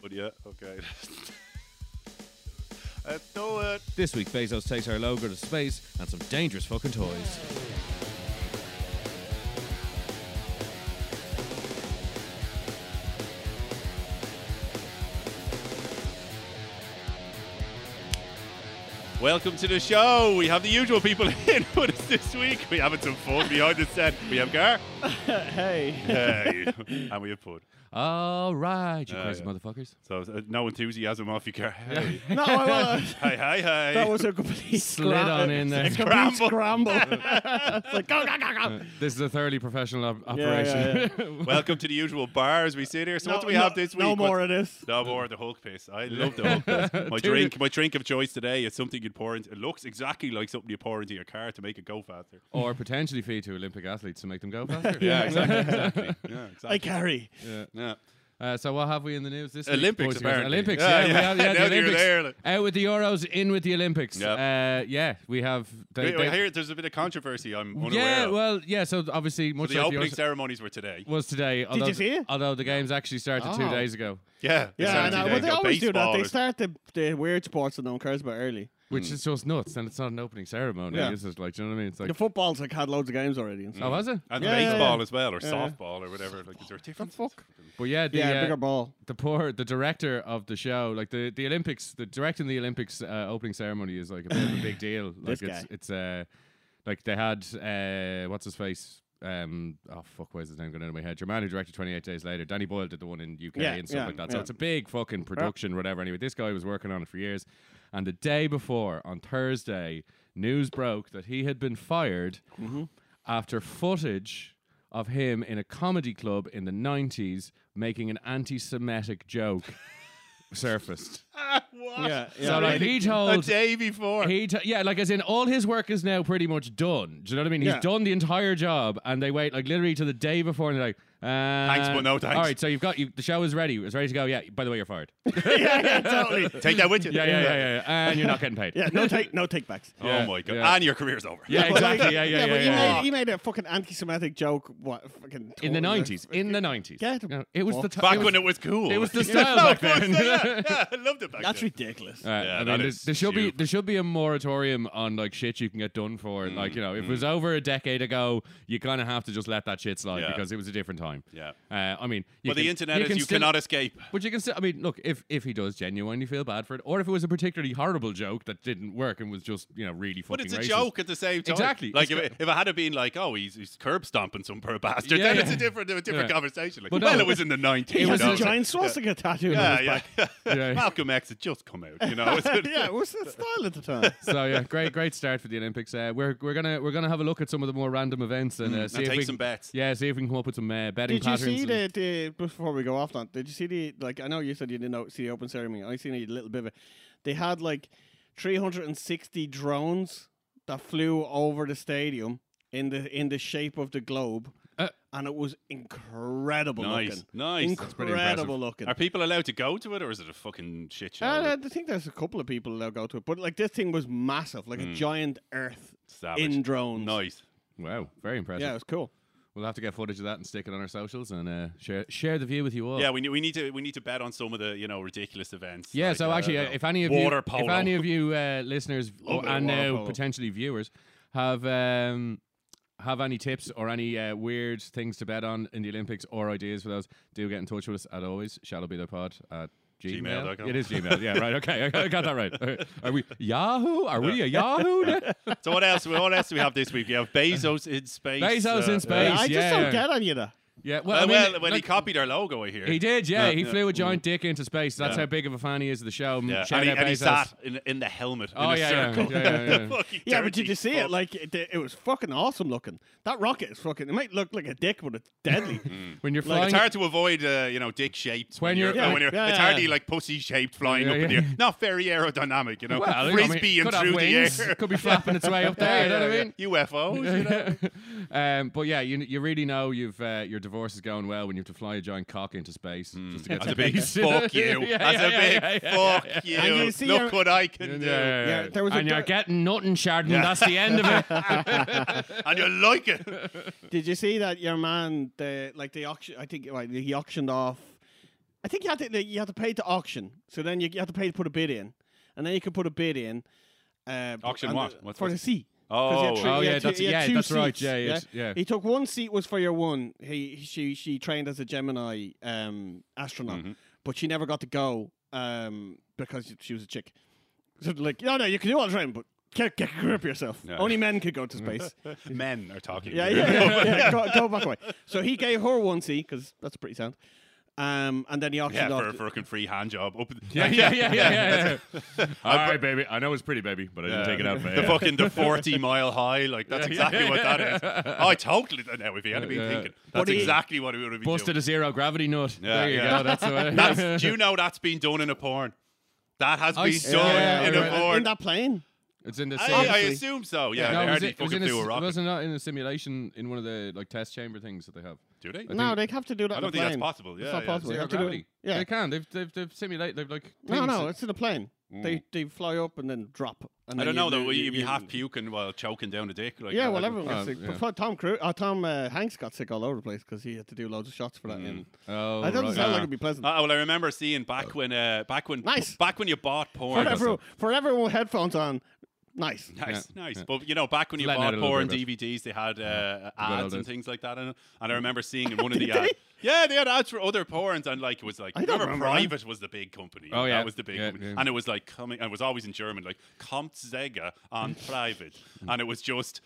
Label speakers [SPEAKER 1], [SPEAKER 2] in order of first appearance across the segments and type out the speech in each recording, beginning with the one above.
[SPEAKER 1] But yeah, okay. Let's do it.
[SPEAKER 2] This week, Bezos takes our logo to space and some dangerous fucking toys.
[SPEAKER 1] Welcome to the show. We have the usual people in with us this week. We having some fun behind the set. We have Gar.
[SPEAKER 3] hey.
[SPEAKER 1] Hey. and we have Pud.
[SPEAKER 2] All right, you
[SPEAKER 1] Ah,
[SPEAKER 2] crazy
[SPEAKER 1] yeah.
[SPEAKER 2] motherfuckers.
[SPEAKER 1] So uh, no enthusiasm off you, Gar. Hey.
[SPEAKER 3] No, I won't.
[SPEAKER 1] hey, hey, hey.
[SPEAKER 3] That was a complete
[SPEAKER 2] Slid
[SPEAKER 3] scra-
[SPEAKER 2] on in there.
[SPEAKER 3] A complete
[SPEAKER 1] Scramble.
[SPEAKER 3] scramble. It's like, go, go, go, go.
[SPEAKER 2] uh, This is a thoroughly professional op-
[SPEAKER 3] Yeah,
[SPEAKER 2] operation.
[SPEAKER 3] yeah,
[SPEAKER 1] Welcome to the usual bars we sit here. So what do we
[SPEAKER 3] no,
[SPEAKER 1] have this week?
[SPEAKER 3] No
[SPEAKER 1] What's-
[SPEAKER 3] more of this.
[SPEAKER 1] No more of the Hulk piss. I love the Hulk piss. My
[SPEAKER 2] Dude.
[SPEAKER 1] drink, my drink of choice today is something you'd pour into. It looks exactly like something you pour into your car to make it go faster.
[SPEAKER 2] or potentially feed to Olympic athletes to make them go faster.
[SPEAKER 1] Yeah, exactly, exactly. Yeah, exactly.
[SPEAKER 3] I carry.
[SPEAKER 1] yeah.
[SPEAKER 2] Uh, so what have we in the news this
[SPEAKER 1] Olympics,
[SPEAKER 2] week? boys and girls?
[SPEAKER 1] apparently.
[SPEAKER 2] Olympics,
[SPEAKER 1] Yeah,
[SPEAKER 2] yeah, we
[SPEAKER 1] yeah.
[SPEAKER 2] have-
[SPEAKER 1] Now
[SPEAKER 2] yeah, the
[SPEAKER 1] that you're
[SPEAKER 2] Olympics.
[SPEAKER 1] there, like-
[SPEAKER 2] Out with the Euros, in with the Olympics.
[SPEAKER 1] Yep.
[SPEAKER 2] Uh, yeah, we have. They,
[SPEAKER 1] Wait,
[SPEAKER 2] they-
[SPEAKER 1] wait, here, there's a bit of controversy. I'm unaware.
[SPEAKER 2] yeah,
[SPEAKER 1] of.
[SPEAKER 2] well, yeah. So obviously,
[SPEAKER 1] So
[SPEAKER 2] much
[SPEAKER 1] the
[SPEAKER 2] like the
[SPEAKER 1] opening
[SPEAKER 2] Euros
[SPEAKER 1] ceremonies were today.
[SPEAKER 2] was today. Although,
[SPEAKER 3] you see it?
[SPEAKER 2] Although the games actually started two
[SPEAKER 4] Oh.
[SPEAKER 2] days ago,
[SPEAKER 1] Yeah, they
[SPEAKER 3] Yeah, I
[SPEAKER 1] started
[SPEAKER 3] know.
[SPEAKER 1] today.
[SPEAKER 3] But they
[SPEAKER 1] Got
[SPEAKER 3] always do that.
[SPEAKER 1] baseball
[SPEAKER 3] They
[SPEAKER 1] or-
[SPEAKER 3] start the, the weird sports that no one cares about early.
[SPEAKER 1] Hmm.
[SPEAKER 2] which is just nuts. And it's not an opening ceremony,
[SPEAKER 3] Yeah.
[SPEAKER 2] is it? Like, do you know what I mean? It's like,
[SPEAKER 3] The football's like had loads of games already. And
[SPEAKER 2] oh,
[SPEAKER 3] stuff.
[SPEAKER 2] was it?
[SPEAKER 1] and
[SPEAKER 3] Yeah, yeah,
[SPEAKER 1] baseball
[SPEAKER 3] yeah.
[SPEAKER 1] as well, or
[SPEAKER 3] Yeah.
[SPEAKER 1] softball or whatever. Like, is there a difference?
[SPEAKER 4] fuck?
[SPEAKER 2] But yeah, the,
[SPEAKER 3] yeah,
[SPEAKER 2] uh,
[SPEAKER 3] bigger ball.
[SPEAKER 2] the poor the director of the show like the the olympics the directing the olympics uh, opening ceremony is like a bit of a big deal like
[SPEAKER 3] This
[SPEAKER 2] it's
[SPEAKER 3] guy.
[SPEAKER 2] it's uh like they had uh what's his face um oh fuck where's his name going out of my head your man who directed 28 days later danny boyle did the one in uk
[SPEAKER 3] Yeah,
[SPEAKER 2] and stuff
[SPEAKER 3] yeah,
[SPEAKER 2] like that so
[SPEAKER 3] yeah.
[SPEAKER 2] it's a big fucking production whatever anyway this guy was working on it for years and the day before on thursday news broke that he had been fired
[SPEAKER 3] Mm-hmm.
[SPEAKER 2] after footage of him in a comedy club in the 90s making an anti-semitic joke surfaced
[SPEAKER 1] what?
[SPEAKER 3] Yeah, yeah.
[SPEAKER 2] so like he
[SPEAKER 1] A
[SPEAKER 2] told
[SPEAKER 1] day before.
[SPEAKER 2] he t- yeah like as in all his work is now pretty much done do you know what i mean
[SPEAKER 3] Yeah.
[SPEAKER 2] he's done the entire job and they wait like literally to the day before and they're like uh, thanks
[SPEAKER 1] but no thanks.
[SPEAKER 2] all right so you've got you, the show is ready it's ready to go yeah by the way you're fired yeah
[SPEAKER 3] yeah, yeah, totally.
[SPEAKER 1] Take that with you.
[SPEAKER 2] yeah yeah yeah, yeah. and you're not getting paid
[SPEAKER 3] Yeah, no take, no take backs.
[SPEAKER 1] Oh my god!
[SPEAKER 2] yeah.
[SPEAKER 1] And your career's over.
[SPEAKER 2] Yeah, exactly yeah yeah yeah,
[SPEAKER 3] but he,
[SPEAKER 2] yeah.
[SPEAKER 3] Made, he made a fucking anti-Semitic joke. What fucking
[SPEAKER 2] in the
[SPEAKER 3] tw-
[SPEAKER 2] 90s in the 90s
[SPEAKER 3] Get
[SPEAKER 2] You know, it was the
[SPEAKER 3] fucked
[SPEAKER 2] time
[SPEAKER 1] Back when it was cool.
[SPEAKER 2] it was the
[SPEAKER 1] Yeah,
[SPEAKER 2] style
[SPEAKER 1] no,
[SPEAKER 2] back
[SPEAKER 1] of course,
[SPEAKER 2] then.
[SPEAKER 1] yeah, yeah, I loved it back
[SPEAKER 3] That's
[SPEAKER 1] then.
[SPEAKER 3] ridiculous.
[SPEAKER 2] Uh,
[SPEAKER 1] Yeah,
[SPEAKER 2] I
[SPEAKER 1] that
[SPEAKER 2] mean, there,
[SPEAKER 1] is
[SPEAKER 2] there should be
[SPEAKER 1] stupid. Mm,
[SPEAKER 2] there should be a moratorium on like shit you can get done for. like you know, if it was over a decade ago, you kind of have to just let that shit slide
[SPEAKER 1] Yeah.
[SPEAKER 2] because it was a different time.
[SPEAKER 1] Yeah.
[SPEAKER 2] Uh, I mean, you
[SPEAKER 1] But the
[SPEAKER 2] can-
[SPEAKER 1] internet is you
[SPEAKER 2] still-
[SPEAKER 1] cannot escape.
[SPEAKER 2] But you can still. I mean, look, if if he does genuinely feel bad for it, or if it was a particularly horrible joke that didn't work and was just you know really fucking.
[SPEAKER 1] But it's a
[SPEAKER 2] racist.
[SPEAKER 1] joke at the same time.
[SPEAKER 2] Exactly.
[SPEAKER 1] Like if,
[SPEAKER 2] It's
[SPEAKER 1] it, if it had been like, oh, he's, he's curb stomping some poor bastard,
[SPEAKER 2] Yeah,
[SPEAKER 1] then
[SPEAKER 2] yeah.
[SPEAKER 1] it's a different, a different
[SPEAKER 2] Yeah.
[SPEAKER 1] conversation. Like,
[SPEAKER 2] But
[SPEAKER 1] well,
[SPEAKER 2] no.
[SPEAKER 1] it was in the 90s.
[SPEAKER 3] He
[SPEAKER 1] you
[SPEAKER 3] has
[SPEAKER 1] know,
[SPEAKER 3] a
[SPEAKER 1] it's like-
[SPEAKER 3] giant swastika tattoo. on
[SPEAKER 1] Yeah,
[SPEAKER 3] his back.
[SPEAKER 1] yeah.
[SPEAKER 2] Yeah.
[SPEAKER 1] Malcolm X had just come out, you know. It's-
[SPEAKER 3] yeah, it was the style at the time.
[SPEAKER 2] So yeah, great great start for the Olympics. Uh, we're we're gonna we're gonna have a look at some of the more random events and uh, see
[SPEAKER 1] Mm-hmm. And
[SPEAKER 2] if
[SPEAKER 1] take
[SPEAKER 2] we
[SPEAKER 1] some
[SPEAKER 2] can-
[SPEAKER 1] bets.
[SPEAKER 2] Yeah, see if we can come up with some uh, betting
[SPEAKER 3] Did you
[SPEAKER 2] patterns.
[SPEAKER 3] see
[SPEAKER 2] and-
[SPEAKER 3] the, the before we go off that? Did you see the like? I know you said you didn't know, see the open ceremony. I seen a little bit of it. They had like 360 drones that flew over the stadium in the in the shape of the globe,
[SPEAKER 2] Uh.
[SPEAKER 3] and it was incredible
[SPEAKER 1] Nice,
[SPEAKER 3] looking.
[SPEAKER 1] nice. That's
[SPEAKER 2] pretty impressive.
[SPEAKER 3] incredible looking.
[SPEAKER 1] Are people allowed to go to it, or is it a fucking shit show?
[SPEAKER 3] Uh, I think there's a couple of people that go to it, but like this thing was massive, like a giant Earth
[SPEAKER 1] Hmm. Savage.
[SPEAKER 3] in drones.
[SPEAKER 1] nice.
[SPEAKER 2] Wow, very impressive.
[SPEAKER 3] Yeah, it was cool.
[SPEAKER 2] We'll have to get footage of that and stick it on our socials and uh, share share the view with you all.
[SPEAKER 1] Yeah, we need, we need to we need to bet on some of the you know ridiculous events.
[SPEAKER 2] Yeah,
[SPEAKER 1] like,
[SPEAKER 2] so
[SPEAKER 1] uh,
[SPEAKER 2] actually,
[SPEAKER 1] you
[SPEAKER 2] uh,
[SPEAKER 1] know,
[SPEAKER 2] if any of
[SPEAKER 1] water
[SPEAKER 2] you,
[SPEAKER 1] polo.
[SPEAKER 2] if any of you uh, listeners
[SPEAKER 3] Love
[SPEAKER 2] or-
[SPEAKER 3] it,
[SPEAKER 2] and
[SPEAKER 3] water
[SPEAKER 2] now
[SPEAKER 3] polo.
[SPEAKER 2] potentially viewers have um, have any tips or any uh, weird things to bet on in the Olympics or ideas for those, do get in touch with us at always. Shall be the pod at gmail.
[SPEAKER 1] Gmail.com.
[SPEAKER 2] It is Gmail. Yeah, right. Okay, I got that right. Are we Yahoo? Are we a Yahoo?
[SPEAKER 1] so what else? What else do we have this week? We have Bezos in space. uh,
[SPEAKER 2] Bezos in space.
[SPEAKER 3] Yeah, I just
[SPEAKER 2] yeah.
[SPEAKER 3] don't get on you there.
[SPEAKER 2] yeah. Well,
[SPEAKER 1] Well,
[SPEAKER 2] I mean,
[SPEAKER 1] Uh, well when he
[SPEAKER 2] like-
[SPEAKER 1] copied our logo, I hear
[SPEAKER 2] he did. Yeah,
[SPEAKER 1] Yeah,
[SPEAKER 2] he
[SPEAKER 1] yeah.
[SPEAKER 2] flew a giant dick into space. That's
[SPEAKER 1] Yeah.
[SPEAKER 2] how big of a fan he is of the show.
[SPEAKER 1] Yeah.
[SPEAKER 2] Shout
[SPEAKER 1] And, he,
[SPEAKER 2] out
[SPEAKER 1] and he
[SPEAKER 2] Bezos.
[SPEAKER 1] sat in, in the helmet
[SPEAKER 2] Oh,
[SPEAKER 1] in a
[SPEAKER 2] yeah, yeah,
[SPEAKER 1] circle.
[SPEAKER 2] yeah, yeah, yeah.
[SPEAKER 1] Fucking
[SPEAKER 3] Yeah, but did
[SPEAKER 1] dirty
[SPEAKER 3] you see it?
[SPEAKER 1] fuck.
[SPEAKER 3] Like it, it was fucking awesome looking. That rocket is fucking. It might look like a dick, but it's deadly.
[SPEAKER 1] Hmm.
[SPEAKER 2] When you're
[SPEAKER 3] Like,
[SPEAKER 2] flying,
[SPEAKER 1] It's hard to avoid, uh, you know, dick shaped
[SPEAKER 2] When
[SPEAKER 1] when
[SPEAKER 2] you're-
[SPEAKER 1] you're, uh,
[SPEAKER 3] Yeah,
[SPEAKER 1] when you're
[SPEAKER 3] yeah,
[SPEAKER 1] it's
[SPEAKER 3] yeah.
[SPEAKER 1] hardly like pussy shaped flying
[SPEAKER 2] Yeah,
[SPEAKER 1] up in the
[SPEAKER 2] yeah.
[SPEAKER 1] air. Not very aerodynamic, you know.
[SPEAKER 2] Well,
[SPEAKER 1] Frisbee
[SPEAKER 2] you know, I mean, could
[SPEAKER 1] and through
[SPEAKER 2] have
[SPEAKER 1] the
[SPEAKER 2] wings,
[SPEAKER 1] air.
[SPEAKER 2] Could be flapping its way up there. you know what I mean?
[SPEAKER 1] UFOs, you know.
[SPEAKER 2] um, but yeah, you you really know you've uh, your divorce is going well when you have to fly a giant cock into space just to get
[SPEAKER 1] That's Hmm. a
[SPEAKER 2] some
[SPEAKER 1] big
[SPEAKER 2] peace.
[SPEAKER 1] fuck you.
[SPEAKER 2] Yeah,
[SPEAKER 1] That's
[SPEAKER 2] yeah,
[SPEAKER 1] a
[SPEAKER 2] yeah,
[SPEAKER 1] big
[SPEAKER 2] yeah, yeah.
[SPEAKER 1] fuck
[SPEAKER 3] And
[SPEAKER 1] you.
[SPEAKER 3] you see
[SPEAKER 1] Look
[SPEAKER 3] your-
[SPEAKER 1] what I
[SPEAKER 2] Yeah,
[SPEAKER 1] can
[SPEAKER 2] yeah,
[SPEAKER 1] do.
[SPEAKER 2] yeah, yeah.
[SPEAKER 3] Yeah, there was a
[SPEAKER 2] and you're
[SPEAKER 3] guy-
[SPEAKER 2] getting nothing, Shardon. That's the end of it.
[SPEAKER 1] And you like it.
[SPEAKER 3] Did you see that your man? The like the auction. I think like, he auctioned off I think you had to you had to pay to auction. So then you, you had to pay to put a bid in, and then you could put a bid in. Uh, b-
[SPEAKER 1] Auction
[SPEAKER 3] and
[SPEAKER 1] what?
[SPEAKER 3] the-
[SPEAKER 1] What's-
[SPEAKER 3] for the
[SPEAKER 1] what's-
[SPEAKER 3] seat. 'Cause he
[SPEAKER 1] Oh,
[SPEAKER 3] had three-
[SPEAKER 2] Oh,
[SPEAKER 3] he
[SPEAKER 2] yeah,
[SPEAKER 3] had two-
[SPEAKER 2] that's-
[SPEAKER 3] he had
[SPEAKER 2] yeah,
[SPEAKER 3] two
[SPEAKER 2] that's right,
[SPEAKER 3] seats,
[SPEAKER 2] yeah, yes, yeah.
[SPEAKER 3] He took one seat was for your one. He she she trained as a Gemini um, astronaut,
[SPEAKER 2] Mm-hmm.
[SPEAKER 3] but she never got to go um, because she was a chick. So like, no, no, you can do all the training, but get, get a grip of yourself.
[SPEAKER 1] Yeah.
[SPEAKER 3] Only men could go to space.
[SPEAKER 1] men are talking.
[SPEAKER 3] Yeah, yeah, yeah. yeah, go, go back away. So he gave her one C because that's pretty sound. Um, and then he auctioned
[SPEAKER 1] Yeah,
[SPEAKER 3] off.
[SPEAKER 1] for a
[SPEAKER 3] the-
[SPEAKER 1] fucking free hand job. Up,
[SPEAKER 2] Yeah, yeah, yeah, yeah, yeah. yeah. All
[SPEAKER 1] I-
[SPEAKER 2] right, baby. I know it's pretty, baby, but I didn't take it out. for
[SPEAKER 1] The
[SPEAKER 2] you.
[SPEAKER 1] fucking the forty mile high, like that's
[SPEAKER 2] Yeah,
[SPEAKER 1] exactly
[SPEAKER 2] yeah,
[SPEAKER 1] what that is. I totally now if he had been
[SPEAKER 2] Yeah.
[SPEAKER 1] thinking,
[SPEAKER 2] But
[SPEAKER 1] that's
[SPEAKER 2] he-
[SPEAKER 1] exactly what he would have been
[SPEAKER 2] Busted
[SPEAKER 1] doing.
[SPEAKER 2] a zero gravity nut.
[SPEAKER 1] Yeah,
[SPEAKER 2] there you
[SPEAKER 1] yeah.
[SPEAKER 2] go. That's the way.
[SPEAKER 1] That's, do you know that's been done in a porn? That has
[SPEAKER 2] I
[SPEAKER 1] been
[SPEAKER 2] see.
[SPEAKER 1] done
[SPEAKER 2] Yeah,
[SPEAKER 1] oh, in
[SPEAKER 2] right.
[SPEAKER 1] a
[SPEAKER 3] in
[SPEAKER 1] porn.
[SPEAKER 3] that plane.
[SPEAKER 2] it's in the
[SPEAKER 1] I,
[SPEAKER 2] same.
[SPEAKER 1] I
[SPEAKER 3] Obviously.
[SPEAKER 1] assume so. Yeah,
[SPEAKER 2] no,
[SPEAKER 1] they
[SPEAKER 2] was
[SPEAKER 1] hardly
[SPEAKER 2] it, was
[SPEAKER 1] fucking
[SPEAKER 2] in a,
[SPEAKER 1] do a
[SPEAKER 2] s-
[SPEAKER 1] rocket.
[SPEAKER 2] wasn't that in a simulation in one of the like test chamber things that they have?
[SPEAKER 1] Do they?
[SPEAKER 3] No, they have to do that.
[SPEAKER 1] I
[SPEAKER 3] in
[SPEAKER 1] don't
[SPEAKER 3] a
[SPEAKER 1] think that's
[SPEAKER 3] plane.
[SPEAKER 1] possible. Yeah,
[SPEAKER 3] it's not
[SPEAKER 1] yeah.
[SPEAKER 3] possible. They
[SPEAKER 2] Zero
[SPEAKER 3] have to do it-
[SPEAKER 2] gravity.
[SPEAKER 3] Yeah.
[SPEAKER 2] they can. They've they've they've simulate. They've like
[SPEAKER 3] No,
[SPEAKER 2] things
[SPEAKER 3] no,
[SPEAKER 2] that-
[SPEAKER 3] it's in a plane. They they fly up and then drop. And
[SPEAKER 1] Mm. I
[SPEAKER 3] then
[SPEAKER 1] don't know
[SPEAKER 3] you,
[SPEAKER 1] though.
[SPEAKER 3] you-
[SPEAKER 1] You'd,
[SPEAKER 3] you-
[SPEAKER 1] be
[SPEAKER 3] you-
[SPEAKER 1] half puking while choking down the dick. Like, uh,
[SPEAKER 3] Yeah,
[SPEAKER 1] I
[SPEAKER 3] well,
[SPEAKER 1] don't-
[SPEAKER 3] everyone gets
[SPEAKER 2] Oh,
[SPEAKER 3] sick.
[SPEAKER 2] yeah.
[SPEAKER 3] But fuck, Tom Cruise, uh, Tom uh, Hanks got sick all over the place because he had to do loads of shots for that. in.
[SPEAKER 2] oh,
[SPEAKER 3] I doesn't
[SPEAKER 2] right.
[SPEAKER 3] sound
[SPEAKER 1] Mm. Yeah.
[SPEAKER 3] like it'd be pleasant.
[SPEAKER 1] Oh well, I remember seeing back
[SPEAKER 2] Oh.
[SPEAKER 1] when, uh, back when,
[SPEAKER 3] Nice.
[SPEAKER 1] back when you bought porn.
[SPEAKER 3] for, everyone, for everyone with headphones on, nice.
[SPEAKER 1] Nice,
[SPEAKER 2] Yeah,
[SPEAKER 1] nice.
[SPEAKER 2] yeah.
[SPEAKER 1] But you know, back when you
[SPEAKER 2] Letting out
[SPEAKER 1] bought
[SPEAKER 2] a little
[SPEAKER 1] porn
[SPEAKER 2] bit of
[SPEAKER 1] DVDs, they had uh,
[SPEAKER 2] good old
[SPEAKER 1] ads and
[SPEAKER 2] days.
[SPEAKER 1] things like that. And, and I remember seeing in one of the ads, yeah, they had ads for other porns, and like it was like
[SPEAKER 3] I don't remember that.
[SPEAKER 1] Private was the big company.
[SPEAKER 2] Oh, yeah.
[SPEAKER 1] that was the big
[SPEAKER 2] Yeah,
[SPEAKER 1] company,
[SPEAKER 2] yeah.
[SPEAKER 1] and it was like coming. And it was always in German, like Kommt on Private, and it was just.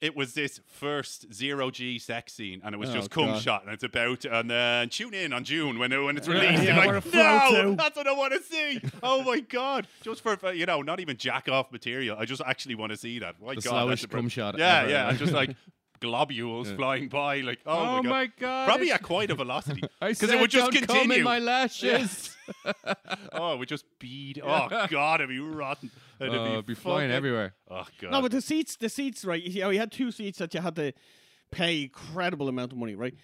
[SPEAKER 1] It was this first zero G sex scene, and it was
[SPEAKER 3] Oh,
[SPEAKER 1] just cum
[SPEAKER 3] God.
[SPEAKER 1] shot, and it's about and then tune in on June when it, when it's released.
[SPEAKER 3] Yeah,
[SPEAKER 1] You're
[SPEAKER 3] we're a
[SPEAKER 1] like,
[SPEAKER 3] flow
[SPEAKER 1] no,
[SPEAKER 3] too."
[SPEAKER 1] that's what I want to see. Oh my god! Just for for, you know, not even jack off material. I just actually want to see that. My
[SPEAKER 2] The
[SPEAKER 1] god,
[SPEAKER 2] slowest
[SPEAKER 1] that's br-
[SPEAKER 2] cum shot
[SPEAKER 1] Yeah,
[SPEAKER 2] ever,
[SPEAKER 1] yeah.
[SPEAKER 2] man.
[SPEAKER 1] I'm just like globules flying by. Like, oh,
[SPEAKER 2] Oh
[SPEAKER 1] my god.
[SPEAKER 2] my God,
[SPEAKER 1] Probably
[SPEAKER 2] it's-
[SPEAKER 1] at quite a velocity
[SPEAKER 2] I
[SPEAKER 1] because
[SPEAKER 2] said
[SPEAKER 1] it would just
[SPEAKER 2] don't Comb
[SPEAKER 1] continue.
[SPEAKER 2] in my lashes.
[SPEAKER 1] oh, it would just bead. Oh god, it'd be rotten. It'd
[SPEAKER 2] oh, it'd be flying
[SPEAKER 1] fucking-
[SPEAKER 2] everywhere.
[SPEAKER 1] Oh god.
[SPEAKER 3] No, but the seats, the seats, right? You know, you had two seats that you had to pay incredible amount of money, right?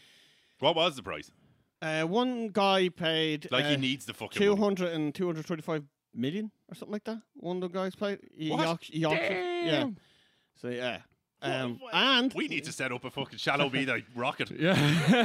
[SPEAKER 1] what was the price?
[SPEAKER 3] Uh, one guy paid
[SPEAKER 1] Like he
[SPEAKER 3] uh,
[SPEAKER 1] needs the fucking. money.
[SPEAKER 3] 200 and 235 million or something like that. One of the guys played. He
[SPEAKER 1] What?
[SPEAKER 3] auct- he auctioned- Yeah.
[SPEAKER 2] Damn.
[SPEAKER 3] So yeah.
[SPEAKER 1] What-
[SPEAKER 3] Um,
[SPEAKER 1] what-
[SPEAKER 3] and
[SPEAKER 1] we need to set up a fucking shallow be like rocket.
[SPEAKER 2] Yeah.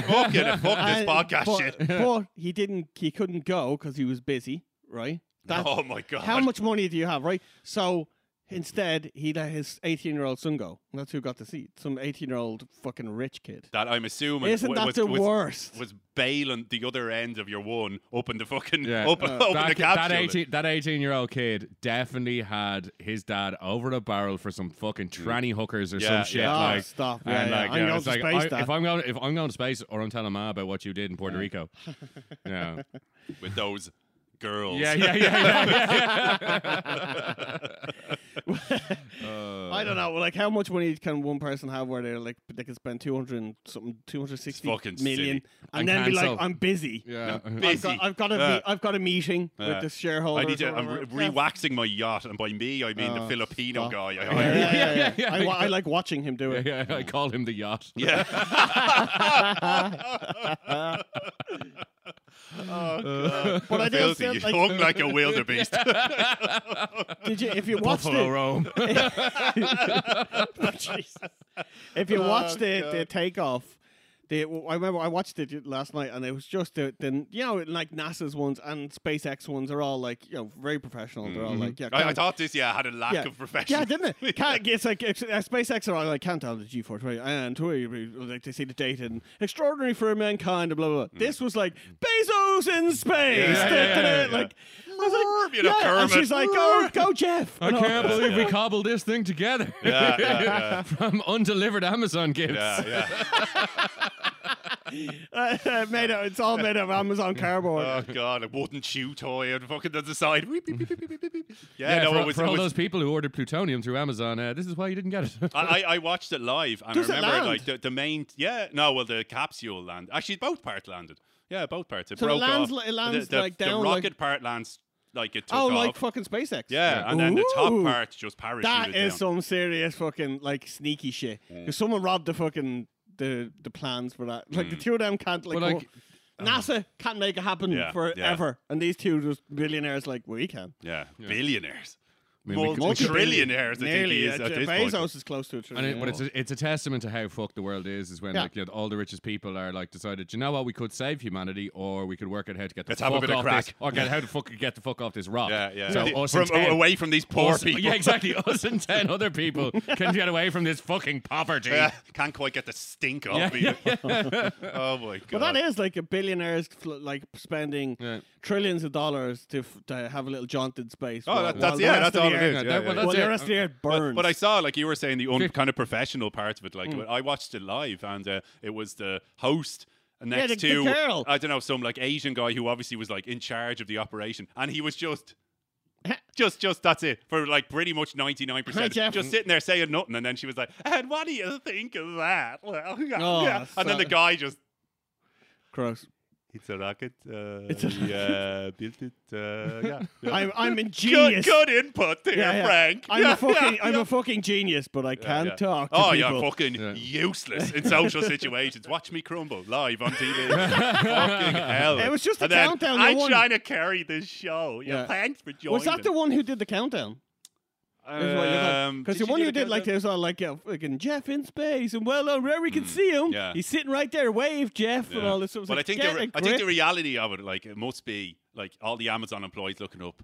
[SPEAKER 1] Fuck it, fuck this
[SPEAKER 3] uh,
[SPEAKER 1] podcast
[SPEAKER 3] but,
[SPEAKER 1] shit.
[SPEAKER 3] But he didn't. He couldn't go because he was busy. Right. That-
[SPEAKER 1] oh my god.
[SPEAKER 3] How much money do you have? Right. So instead, he let his 18-year-old son go. And that's who got the seat. Some 18-year-old fucking rich kid.
[SPEAKER 1] That I'm assuming
[SPEAKER 3] Isn't
[SPEAKER 1] wa-
[SPEAKER 3] that
[SPEAKER 1] was,
[SPEAKER 3] the
[SPEAKER 1] was,
[SPEAKER 3] worst?
[SPEAKER 1] was bailing the other end of your one up in the fucking
[SPEAKER 2] Yeah.
[SPEAKER 1] up,
[SPEAKER 2] Uh,
[SPEAKER 1] open the
[SPEAKER 2] that,
[SPEAKER 1] capsule.
[SPEAKER 2] that 18 that 18 year old kid definitely had his dad over the barrel for some fucking tranny hookers or
[SPEAKER 1] Mm. Yeah,
[SPEAKER 2] some
[SPEAKER 1] yeah.
[SPEAKER 2] shit
[SPEAKER 3] Oh,
[SPEAKER 2] like
[SPEAKER 3] stop.
[SPEAKER 2] and
[SPEAKER 3] Yeah, yeah.
[SPEAKER 2] like,
[SPEAKER 3] I'm going
[SPEAKER 2] it's
[SPEAKER 3] to
[SPEAKER 2] like,
[SPEAKER 3] space,
[SPEAKER 2] I-
[SPEAKER 3] Dad.
[SPEAKER 2] if I'm going if I'm going to space or I'm telling ma about what you did in Puerto Rico. Yeah.
[SPEAKER 1] with those girls.
[SPEAKER 2] Yeah, yeah, yeah, yeah. yeah.
[SPEAKER 3] I don't know. Like, how much money can one person have where they're like they can spend two hundred and something, two hundred sixty
[SPEAKER 1] fucking
[SPEAKER 3] million,
[SPEAKER 1] silly.
[SPEAKER 3] and
[SPEAKER 2] And
[SPEAKER 3] then be like,
[SPEAKER 2] cancel.
[SPEAKER 3] "I'm busy.
[SPEAKER 2] yeah.
[SPEAKER 1] Busy.
[SPEAKER 3] I've got, I've got a,
[SPEAKER 1] Yeah.
[SPEAKER 3] me- I've got a meeting
[SPEAKER 1] Yeah.
[SPEAKER 3] with this shareholder."
[SPEAKER 1] I need
[SPEAKER 3] or
[SPEAKER 1] to. I'm
[SPEAKER 3] whatever.
[SPEAKER 1] re- waxing my yacht, and by me I mean the
[SPEAKER 3] Oh,
[SPEAKER 1] Filipino
[SPEAKER 3] stop.
[SPEAKER 1] guy. I
[SPEAKER 3] Yeah, yeah,
[SPEAKER 1] hired.
[SPEAKER 3] yeah,
[SPEAKER 2] Yeah,
[SPEAKER 3] yeah,
[SPEAKER 2] yeah,
[SPEAKER 3] I, wa-
[SPEAKER 2] yeah.
[SPEAKER 3] I like watching him do
[SPEAKER 2] Yeah,
[SPEAKER 3] it.
[SPEAKER 2] yeah, I called him the yacht.
[SPEAKER 3] But I did
[SPEAKER 1] Filthy,
[SPEAKER 3] feel
[SPEAKER 1] you
[SPEAKER 3] like-
[SPEAKER 1] hung like a wildebeest.
[SPEAKER 3] Did you? If you watched
[SPEAKER 2] Buffalo
[SPEAKER 3] it,
[SPEAKER 2] Rome.
[SPEAKER 3] Oh, Jesus. if
[SPEAKER 1] Oh,
[SPEAKER 3] you watched the, the takeoff. The, I remember I watched it last night, and it was just the, the you know like NASA's ones and SpaceX ones are all like you know very professional. They're all like yeah.
[SPEAKER 1] Mm-hmm. I, I
[SPEAKER 3] can't-
[SPEAKER 1] thought this, yeah, had a lack of profession.
[SPEAKER 3] Yeah, didn't it? Can't, it's like it's, uh, SpaceX are all like can't tell the G force right and who are you, uh, like they see the date and extraordinary for mankind and blah blah. blah. This was like Bezos in space.
[SPEAKER 1] Mm. Yeah, yeah,
[SPEAKER 3] da- da-
[SPEAKER 1] yeah,
[SPEAKER 3] da,
[SPEAKER 1] yeah.
[SPEAKER 3] Like, I was like
[SPEAKER 1] You know,
[SPEAKER 3] yeah, and
[SPEAKER 1] Kermit.
[SPEAKER 3] she's like oh. go go Jeff.
[SPEAKER 2] I
[SPEAKER 3] And all-
[SPEAKER 2] can't believe
[SPEAKER 1] yeah.
[SPEAKER 2] we cobbled this thing together
[SPEAKER 1] Yeah, yeah, yeah.
[SPEAKER 2] from undelivered Amazon gifts.
[SPEAKER 1] yeah, yeah.
[SPEAKER 3] uh, made out, it's all made of Amazon cardboard.
[SPEAKER 1] Oh god, a wooden chew toy and fucking does the side. Weep, beep, beep, beep, beep, beep, beep. Yeah,
[SPEAKER 2] Yeah,
[SPEAKER 1] no,
[SPEAKER 2] for,
[SPEAKER 1] it was.
[SPEAKER 2] for
[SPEAKER 1] it
[SPEAKER 2] all
[SPEAKER 1] was-
[SPEAKER 2] those people who ordered plutonium through Amazon, uh, this is why you didn't get it.
[SPEAKER 1] I, I I watched it live and
[SPEAKER 3] Does it
[SPEAKER 1] I remember
[SPEAKER 3] land?
[SPEAKER 1] like the, the main yeah no well the capsule landed actually both parts landed yeah both parts it
[SPEAKER 3] So it
[SPEAKER 1] broke
[SPEAKER 3] lands
[SPEAKER 1] off
[SPEAKER 3] li- it lands,
[SPEAKER 1] the, the,
[SPEAKER 3] like,
[SPEAKER 1] the
[SPEAKER 3] down,
[SPEAKER 1] rocket
[SPEAKER 3] like-
[SPEAKER 1] part lands like it took
[SPEAKER 3] oh,
[SPEAKER 1] off
[SPEAKER 3] like fucking SpaceX.
[SPEAKER 1] yeah, and then the top
[SPEAKER 3] Ooh.
[SPEAKER 1] part just parachuted
[SPEAKER 3] That is
[SPEAKER 1] down.
[SPEAKER 3] some serious fucking like sneaky shit. 'Cause someone robbed the fucking the the plans for that.
[SPEAKER 1] Mm.
[SPEAKER 3] Like the two of them can't like.
[SPEAKER 2] But, like,
[SPEAKER 3] go- NASA can't make it happen
[SPEAKER 1] uh-huh. Yeah, yeah.
[SPEAKER 3] forever, and these two just billionaires like we can.
[SPEAKER 1] yeah. billionaires
[SPEAKER 2] I mean, we
[SPEAKER 1] Multi
[SPEAKER 2] could- we could-
[SPEAKER 1] trillionaires, I think he
[SPEAKER 3] Nearly.
[SPEAKER 1] is
[SPEAKER 3] uh,
[SPEAKER 1] at this
[SPEAKER 3] Bezos
[SPEAKER 1] point.
[SPEAKER 3] is close to a
[SPEAKER 2] And
[SPEAKER 3] trillion.
[SPEAKER 2] it, but it's a, it's a testament to how fucked the world is. Is when
[SPEAKER 3] Yeah.
[SPEAKER 2] like you know, all the richest people are like decided. You know what? We could save humanity, or we could work out how to get the
[SPEAKER 1] Let's
[SPEAKER 2] fuck
[SPEAKER 1] have a bit of
[SPEAKER 2] off this,
[SPEAKER 1] crack.
[SPEAKER 2] or get how to fuck get the fuck off this rock.
[SPEAKER 1] Yeah, yeah.
[SPEAKER 2] So
[SPEAKER 1] The-
[SPEAKER 2] us
[SPEAKER 1] from,
[SPEAKER 2] and 10
[SPEAKER 1] away from these poor
[SPEAKER 2] us-
[SPEAKER 1] people.
[SPEAKER 2] Yeah, exactly. Us and ten other people can get away from this fucking poverty.
[SPEAKER 1] Yeah, can't quite get the stink off me.
[SPEAKER 2] yeah,
[SPEAKER 1] oh my god.
[SPEAKER 3] But that is like a billionaire's fl- like spending
[SPEAKER 2] Yeah.
[SPEAKER 3] trillions of dollars to f- to have a little jaunted space.
[SPEAKER 1] Oh,
[SPEAKER 3] while-
[SPEAKER 1] that,
[SPEAKER 3] while
[SPEAKER 1] that's
[SPEAKER 3] the
[SPEAKER 1] yeah,
[SPEAKER 3] rest
[SPEAKER 1] that's
[SPEAKER 3] of the
[SPEAKER 1] all it
[SPEAKER 3] earth-
[SPEAKER 1] is.
[SPEAKER 2] Yeah,
[SPEAKER 1] Yeah,
[SPEAKER 2] that-
[SPEAKER 1] yeah.
[SPEAKER 2] well,
[SPEAKER 3] While
[SPEAKER 2] That's
[SPEAKER 3] the
[SPEAKER 2] it.
[SPEAKER 3] rest of the earth burns.
[SPEAKER 1] But,
[SPEAKER 3] Hmm.
[SPEAKER 1] but I saw, like you were saying, the un- kind of professional parts of it. Like I watched it live, and uh, it was the host next to
[SPEAKER 3] the- the girl.
[SPEAKER 1] I don't know some like Asian guy who obviously was like in charge of the operation, and he was just. Just, just that's it for like pretty much ninety nine
[SPEAKER 3] Hi,
[SPEAKER 1] percent.
[SPEAKER 3] Jeff.
[SPEAKER 1] Just sitting there saying nothing, and then she was like, "And what do you think of that?" Well, yeah,
[SPEAKER 3] Oh,
[SPEAKER 1] yeah." and then
[SPEAKER 3] so-
[SPEAKER 1] the guy just
[SPEAKER 3] Gross.
[SPEAKER 1] It's a rocket. Uh,
[SPEAKER 3] It's a
[SPEAKER 1] we, uh, built it. Uh, yeah. yeah.
[SPEAKER 3] I'm I'm
[SPEAKER 1] good,
[SPEAKER 3] ingenious.
[SPEAKER 1] good input there,
[SPEAKER 3] Yeah, yeah.
[SPEAKER 1] Frank.
[SPEAKER 3] I'm
[SPEAKER 1] Yeah,
[SPEAKER 3] a fucking
[SPEAKER 1] yeah,
[SPEAKER 3] I'm
[SPEAKER 1] yeah.
[SPEAKER 3] a fucking genius, but I can't
[SPEAKER 1] yeah.
[SPEAKER 3] talk. To
[SPEAKER 1] Oh,
[SPEAKER 3] people.
[SPEAKER 1] you're fucking
[SPEAKER 2] Yeah.
[SPEAKER 1] useless in social situations. Watch me crumble live on TV. fucking hell.
[SPEAKER 3] It was just a
[SPEAKER 1] And then,
[SPEAKER 3] countdown, you
[SPEAKER 1] I'm
[SPEAKER 3] won."
[SPEAKER 1] trying to carry this show. Yeah,
[SPEAKER 3] Yeah.
[SPEAKER 1] thanks for joining.
[SPEAKER 3] Was that the one who did the countdown?
[SPEAKER 1] Um,
[SPEAKER 3] Because the
[SPEAKER 1] you
[SPEAKER 3] one
[SPEAKER 1] do
[SPEAKER 3] who did like
[SPEAKER 1] countdown? Hmm,
[SPEAKER 3] this, all like yeah, fucking Jeff in space, and well, on where we can see him,
[SPEAKER 1] yeah.
[SPEAKER 3] he's sitting right there, wave Jeff, and
[SPEAKER 1] Yeah.
[SPEAKER 3] all this. It was
[SPEAKER 1] Well,
[SPEAKER 3] like,
[SPEAKER 1] I think
[SPEAKER 3] get
[SPEAKER 1] the re-
[SPEAKER 3] a
[SPEAKER 1] I think
[SPEAKER 3] grip.
[SPEAKER 1] the reality of it, like, it must be like all the Amazon employees looking up.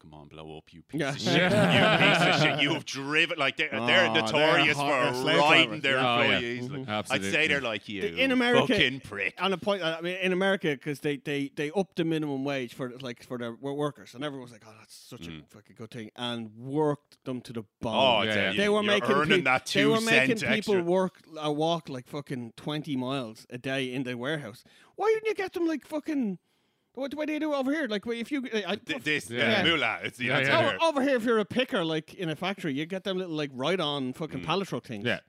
[SPEAKER 1] Come on, blow up, you piece
[SPEAKER 3] Yeah.
[SPEAKER 1] of shit! you piece of shit! You have driven like they're, they're
[SPEAKER 3] Oh, they're
[SPEAKER 1] notorious
[SPEAKER 3] hot- they're
[SPEAKER 1] for
[SPEAKER 3] slave
[SPEAKER 1] riding
[SPEAKER 3] drivers.
[SPEAKER 1] their
[SPEAKER 2] Oh, yeah.
[SPEAKER 1] employees.
[SPEAKER 2] Mhm.
[SPEAKER 1] Like, I'd say
[SPEAKER 2] Absolutely.
[SPEAKER 1] they're like you,
[SPEAKER 3] in America-
[SPEAKER 1] fucking prick.
[SPEAKER 3] on a point, uh, I mean, in America, because they they they upped the minimum wage for like for their wo- workers, and everyone was like, "Oh, that's such a fucking good thing," and worked them to the
[SPEAKER 1] Hmm. Oh,
[SPEAKER 3] bone.
[SPEAKER 1] yeah,
[SPEAKER 2] yeah.
[SPEAKER 1] yeah.
[SPEAKER 3] They were
[SPEAKER 1] You're
[SPEAKER 3] making
[SPEAKER 1] earning
[SPEAKER 3] peop-
[SPEAKER 1] that two
[SPEAKER 3] they were making
[SPEAKER 1] cent
[SPEAKER 3] people
[SPEAKER 1] extra.
[SPEAKER 3] work uh, walk like fucking twenty miles a day in the warehouse. Why didn't you get them like fucking? What do they do over here? Like, if you I,
[SPEAKER 1] Th- this
[SPEAKER 2] Yeah.
[SPEAKER 1] uh, mullah, it's the
[SPEAKER 2] Yeah,
[SPEAKER 1] answer.
[SPEAKER 2] yeah.
[SPEAKER 1] here.
[SPEAKER 3] over, over here, if you're a picker, like in a factory, you get them little like ride-on
[SPEAKER 1] Mm.
[SPEAKER 3] fucking pallet truck things.
[SPEAKER 2] yeah.